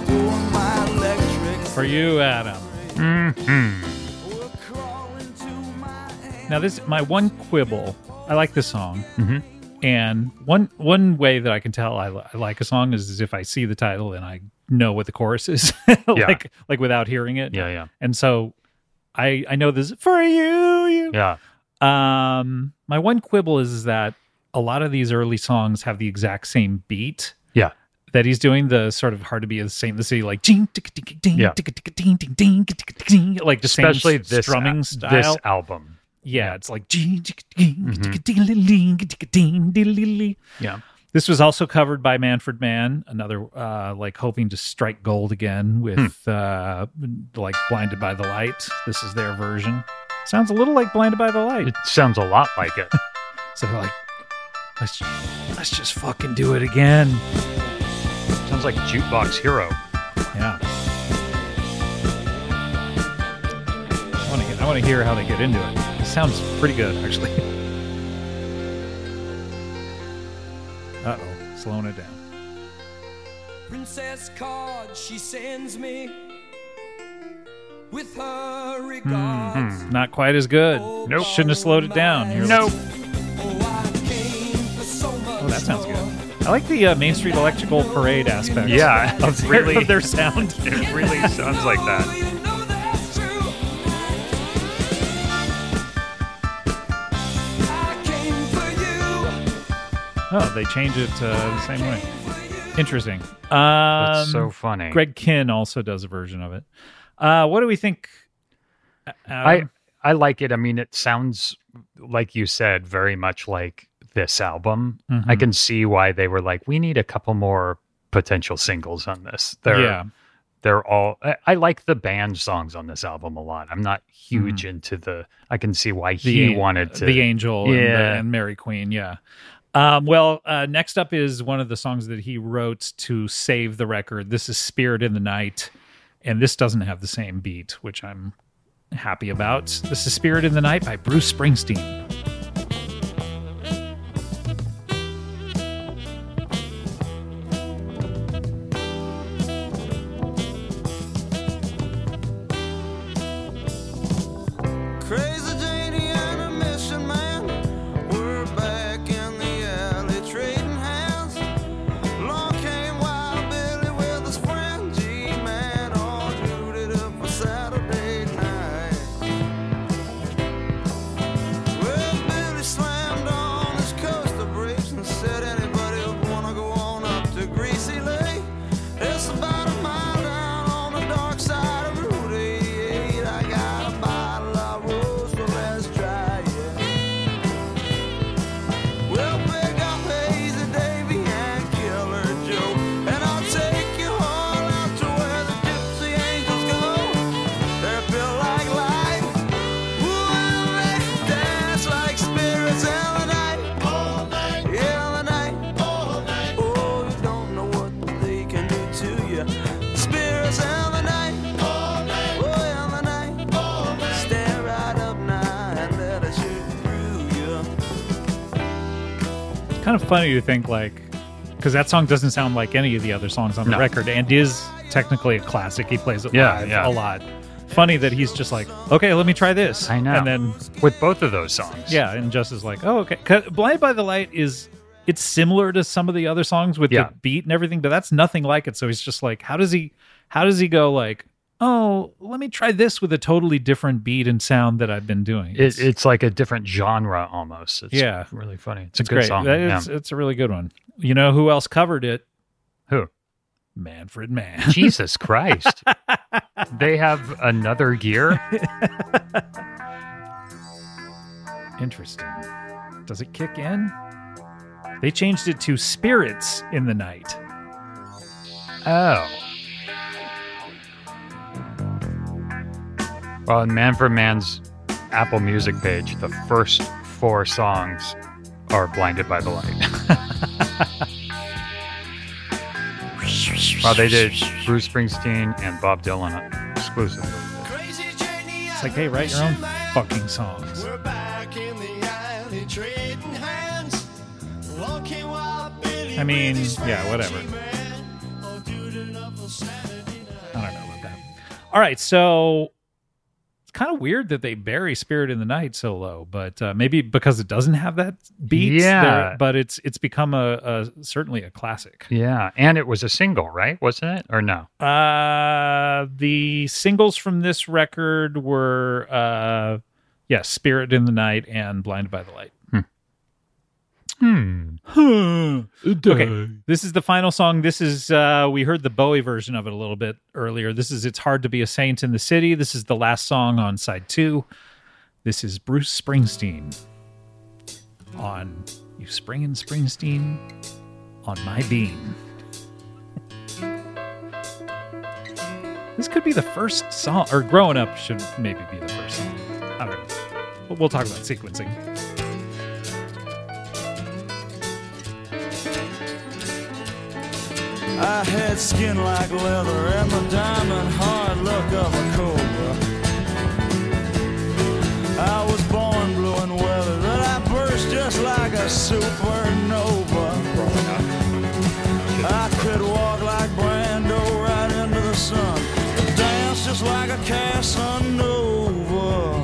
oh, my electric.
For you, Adam.
were crawling to my
Now, this my one quibble. I like this song,
Mhm.
and one one way that I can tell I, li- I like a song is, is if I see the title and I know what the chorus is, like like without hearing it.
Yeah, yeah,
And so, I I know this is for you. You.
yeah.
Um, my one quibble is, is that a lot of these early songs have the exact same beat.
Yeah.
That he's doing the sort of hard to be the same the city like ding ticka ticka ding
Yeah.
ticka ticka ding ding ding ticka ticka ding like the
Especially
same
this
strumming
al-
style
This album.
yeah, it's like yeah.
Mm-hmm. Yeah.
This was also covered by Manfred Mann, another uh, like hoping to strike gold again with
Hmm.
uh, like Blinded by the Light. This is their version. Sounds a little like Blinded by the Light.
It sounds a lot like it.
So they're like, let's let's just fucking do it again.
sounds like Jukebox Hero.
Yeah. I want to get. I want to hear how they get into it. It sounds pretty good, actually. uh oh, slowing it down.
princess card she sends me with her
Hmm.
Hmm.
regards.
Not quite as good.
Nope.
Shouldn't have slowed it down. Here,
Nope.
let's-
Oh, I came for so much
Oh, that sounds
more.
good. I like the uh, Main Street Electrical Parade aspect.
Yeah,
Of
it
their,
really,
of their sound.
it really sounds like that.
You know that's true. I came for you.
oh, they change it uh, the same way. Interesting. Um,
That's so funny.
Greg Kinn also does a version of it. Uh, what do we think? uh, um, A-
I
Adam?
I like it. I mean, it sounds like you said very much like this album. I
Mhm.
can see why they were like, we need a couple more potential singles on this. They're
yeah.
they're all. I, I like the band songs on this album a lot. I'm not huge into the. I can see why he
an-
wanted to.
Mm-hmm. the angel and,
Yeah.
the, and Mary Queen. Yeah. Um, well, uh, next up is one of the songs that he wrote to save the record. This is Spirit in the Night, and this doesn't have the same beat, which I'm happy about. This is Spirit in the Night by Bruce Springsteen.
Crazy Janie and a mission man were back in the alley trading hands. Along came Wild Billy with his friend G-Man, all rooted up for Saturday night. Well, dance in
Oh,
the night. Oh, in the night. Stay right up now and let us shoot through you.
It's kind of funny to think like because that song doesn't sound like any of the other songs on the
No.
record and is technically a classic. He plays it
Yeah,
live
yeah.
a lot. Funny that he's just like, okay, let me try this.
I know.
And then
with both of those songs.
yeah, and Just is like, oh okay. 'Cause Blinded by the Light is it's similar to some of the other songs with
Yeah.
the beat and everything, but that's nothing like it. So he's just like, how does he how does he go like, oh, let me try this with a totally different beat and sound that I've been doing.
It, it's like a different genre almost. It's
Yeah.
really funny. It's,
It's
a good
great.
song.
That is-
yeah.
It's a really good one. You know who else covered it?
Who?
Manfred Mann.
Jesus Christ. they have another gear.
Interesting. Does it kick in? They changed it to Spirits in the Night.
Oh. Well, on Man for Man's Apple Music page, the first four songs are Blinded by the Light. well, they did Bruce Springsteen and Bob Dylan exclusively.
Crazy journey
It's like, hey, write your own fucking songs.
We're back in the alley trading hands. Walking while Billy
I mean,
with his
yeah, whatever.
Frenchie man. Oh, dude, enough of Saturday night.
I don't know about that. All right, so it's kind of weird that they bury Spirit in the Night so low, but uh, maybe because it doesn't have that beat.
Yeah.
there- but it's it's become a, a certainly a classic.
Yeah, and it was a single, right? Wasn't it? Or no?
Uh, the singles from this record were, uh, yes, Spirit in the Night and Blinded by the Light.
Hmm.
okay, this is the final song. This is, uh, we heard the Bowie version of it a little bit earlier. This is It's Hard to Be a Saint in the City. This is the last song on side two. This is Bruce Springsteen on You Spring and Springsteen on My Bean. This could be the first song, or growing up should maybe be the first song. I don't know. But we'll talk about sequencing.
I had skin like leather and the diamond hard look of a cobra. I was born blue and weather, but I burst just like a supernova. I could walk like Brando right into the sun, dance just like a Casanova.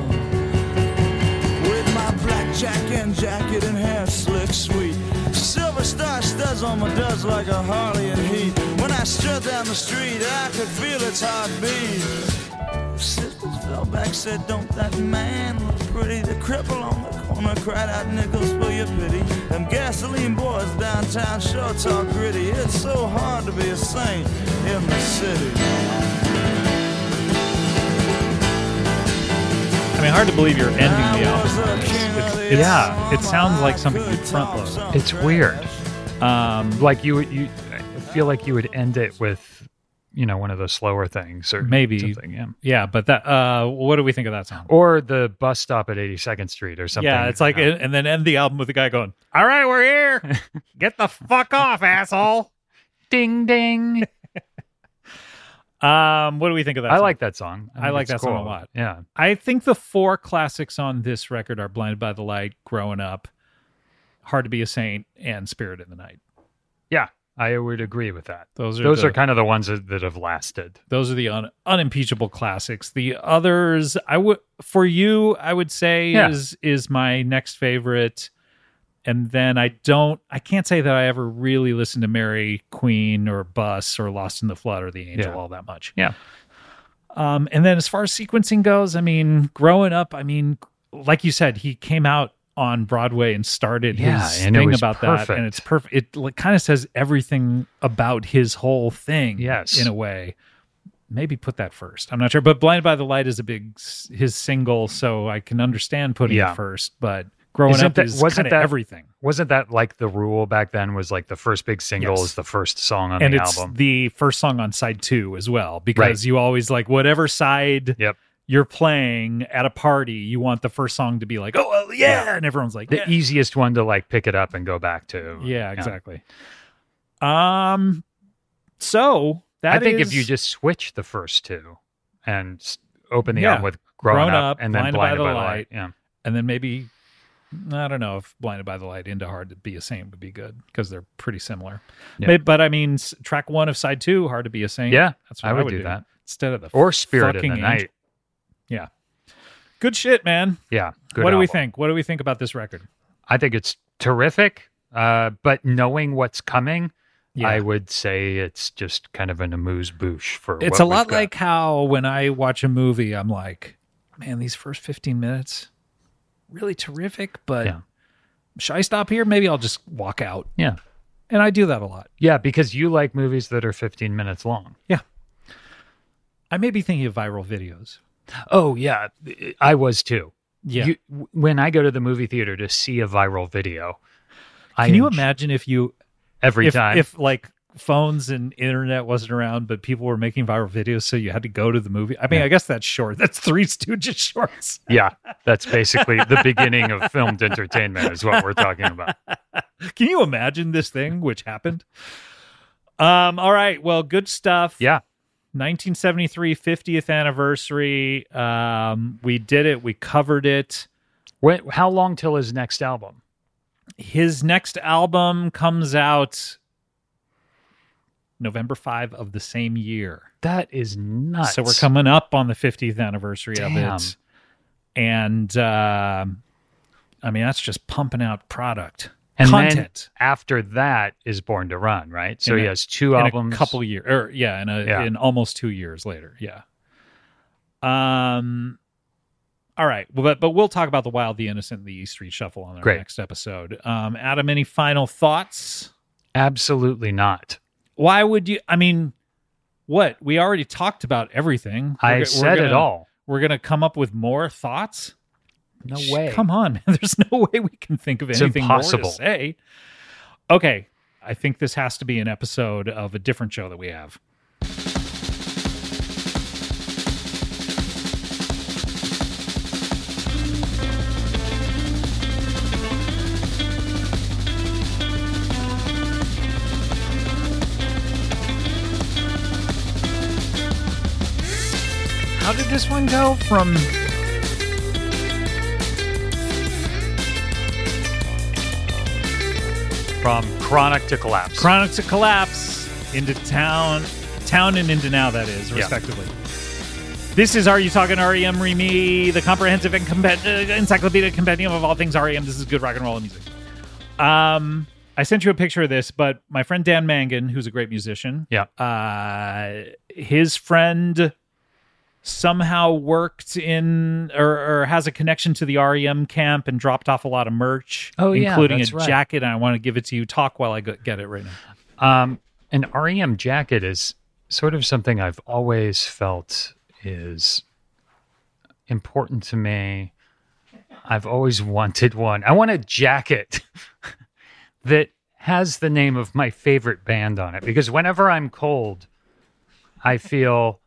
With my blackjack and jacket and hair slick sweet. Silver star studs on my duds like a Harley and heat. When I strut down the street, I could feel its heartbeat. Sisters fell back, said, Don't that man look pretty? The cripple on the corner cried out, Nickels for your pity. Them gasoline boys downtown sure talk gritty. It's so hard to be a saint in the city.
I mean, hard to believe you're ending
I
the album.
was a king of the
it's-
hour.
it sounds like
I
something
could
you'd front
talk
load.
some
It's weird.
trash.
Um,
Like you, would- you I feel like you would end it with, you know, one of those slower things or
Maybe.
something. Yeah.
yeah, but that. Uh, what do we think of that song?
or the bus stop at 82nd Street or something.
Yeah, it's like,
Uh,
and then end the album with the guy going, "All right, we're here. Get the fuck off, asshole."
ding ding.
Um, what do we think of that?
I
song?
like that song.
I
think
like
it's
that song a lot.
Yeah,
I think the four classics on this record are "Blinded by the Light," "Growing Up," "Hard to Be a Saint," and "Spirit in the Night."
yeah, I would agree with that.
Those are
Those
the,
are kind of the ones that, that have lasted.
those are the un, unimpeachable classics. The others, I would for you, I would say
Yeah.
is is my next favorite. And then I don't, I can't say that I ever really listened to Mary Queen or Bus or Lost in the Flood or The Angel
Yeah.
all that much.
Yeah.
Um, and then as far as sequencing goes, I mean, growing up, I mean, like you said, he came out on Broadway and started
Yeah,
his
and it
thing
was
about that,
perfect.
and it's perfect. It like, kind of says everything about his whole thing,
Yes.
in a way. Maybe put that first. I'm not sure, but "Blinded by the Light" is a big s- his single, so I can understand putting
Yeah.
it first. But growing
Isn't
up
that-
is
wasn't
kind of
that-
everything,
Wasn't that like the rule back then? Was like the first big single
Yes.
is the first song on
and
the
it's
album.
the first song on side two as well, because you always like whatever side
Yep.
you're playing at a party, you want the first song to be like, "Oh well, yeah,", e- and everyone's like,
The
"Yeah."
easiest one to like pick it up and go back to.
Yeah, exactly. Um so That
I think
is
if you just switch the first two and s- open the
Yeah.
album with Grown,
Grown
up,
Up,
and then Blinded by, the Light, yeah,
and then maybe I don't know if Blinded by the Light into Hard to Be a Saint would be good because they're pretty similar.
Yeah.
Maybe, but I mean, s- track one of side two, Hard to Be a Saint.
yeah,
that's what
I would, do, that.
instead of the
Or Spirit of the
fucking Angel.
Night,
Good shit, man.
yeah. Good
what do we
album.
think? What do we think about this record?
I think it's terrific. Uh, but knowing what's coming, I
I-
would say it's just kind of an amuse bouche for.
it's
what
a
we've
lot
got.
like how when I watch a movie, I'm like, man, these first 15 minutes really terrific, but
Yeah.
should I stop here? Maybe I'll just walk out.
yeah,
And I do that a lot.
yeah, because you like movies that are 15 minutes long.
I may be thinking of viral videos.
Oh yeah, I was too.
Yeah.
You, w- when I go to the movie theater to see a viral video, I
Can you
enj-
imagine if you
every
if,
time?
if like phones and internet wasn't around, but people were making viral videos, so you had to go to the movie. I mean, I guess that's short. That's three Stooges shorts.
yeah, that's basically the beginning of filmed entertainment is what we're talking about.
Can you imagine this thing which happened? Um. All right. Well, good stuff.
Yeah,
1973 50th anniversary. Um. We did it. We covered it.
when, how long till his next album?
His next album comes out November 5 of the same year.
That is nuts.
So we're coming up on the 50th anniversary
Damn.
of it. And um I mean, that's just pumping out product
and
content
Then after that is Born to Run, right? So
In
he
a-
has two
in
albums.
a couple years, or yeah, in a,
Yeah.
in almost two years later, yeah. Um, all right, well, but but we'll talk about the Wild, the Innocent, and the E Street Shuffle on our
Great.
next episode. Um, Adam, any final thoughts?
Absolutely not.
Why would you? I mean, what we already talked about everything. We're
I
go- we're
said it
gonna-
all.
We're gonna come up with more thoughts.
No
Sh-
way.
Come on, man. There's no way we can think of
It's
anything
impossible.
more to say. Okay, I think this has to be an episode of a different show that we have. How did this one go from
From Chronic to Collapse.
Chronic to Collapse into town, town and into now that is
Yeah.
respectively. This is Are You Talking REM Remy, the comprehensive and compe- uh, encyclopedic compendium of all things REM. This is good rock and roll music. Um, I sent you a picture of this, but my friend Dan Mangan, who's a great musician,
Yeah.
uh, his friend somehow worked in or, or has a connection to the REM camp and dropped off a lot of merch,
Oh, yeah,
including
that's
a
right.
jacket. And I want to give it to you. Talk while I go- get it right now.
Um, an REM jacket is sort of something I've always felt is important to me. I've always wanted one. I want a jacket that has the name of my favorite band on it because whenever I'm cold, I feel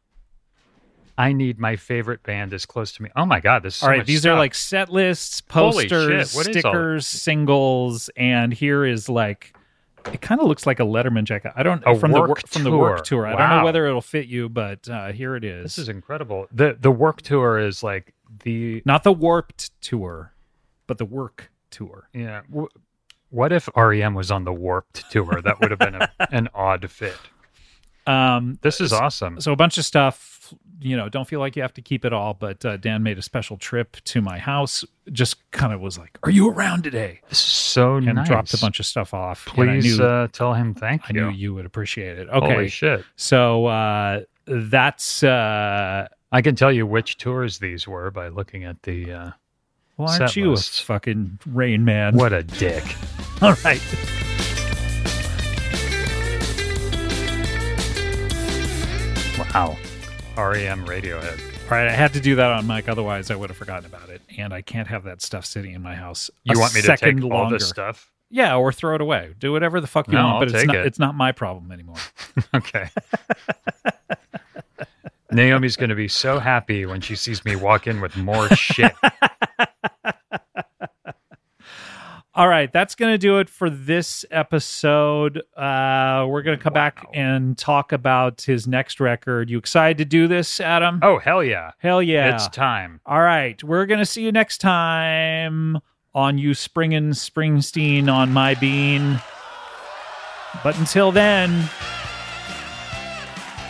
I need my favorite band as close to me. Oh my god, this is so
All right,
much
these are
stuff.
like set lists,
Holy shit,
posters,
what is all-
stickers, singles, and here is like it kind of looks like a Letterman jacket. I don't
A
from the
work
work from the work
tour.
tour. I don't know
Wow.
whether it'll fit you, but uh, here it is.
this is incredible. The the work tour is like the
not the Warped tour, but the Work tour.
Yeah. W- what if REM was on the Warped tour? That would have been a, an odd fit.
Um,
This is awesome.
so a bunch of stuff. You know, don't feel like you have to keep it all. But uh, Dan made a special trip to my house. Just kind of was like, "Are you around today?"
This is so
And
nice.
dropped a bunch of stuff off. and I
Please
knew,
uh, tell him thank
I
you.
knew you would appreciate it. Okay,
Holy shit!
So uh, that's uh,
I can tell you which tours these were by looking at the. Uh,
well, aren't
Set
you
lists.
a fucking rain man?
what a dick.
All right.
Wow. REM Radiohead.
All right, I had to do that on mic, otherwise I would have forgotten about it, and I can't have that stuff sitting in my house.
You
a
want me to take
second
all
longer.
this stuff?
Yeah, or throw it away. Do whatever the fuck you
No,
want,
I'll
but it's
take
not
it.
it's not my problem anymore.
Okay. Naomi's going to be so happy when she sees me walk in with more shit.
All right, that's going to do it for this episode. Uh, we're going to come back and talk about his next record. You excited to do this, Adam?
Oh, hell yeah.
Hell yeah.
It's time.
All right, we're going to see you next time on You Springin' Springsteen on My Bean. But until then,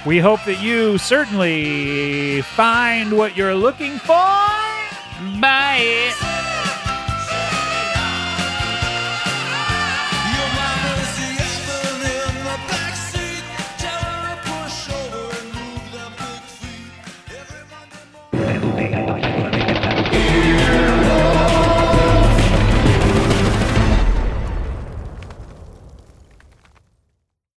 we hope that you certainly find what you're looking for. Bye.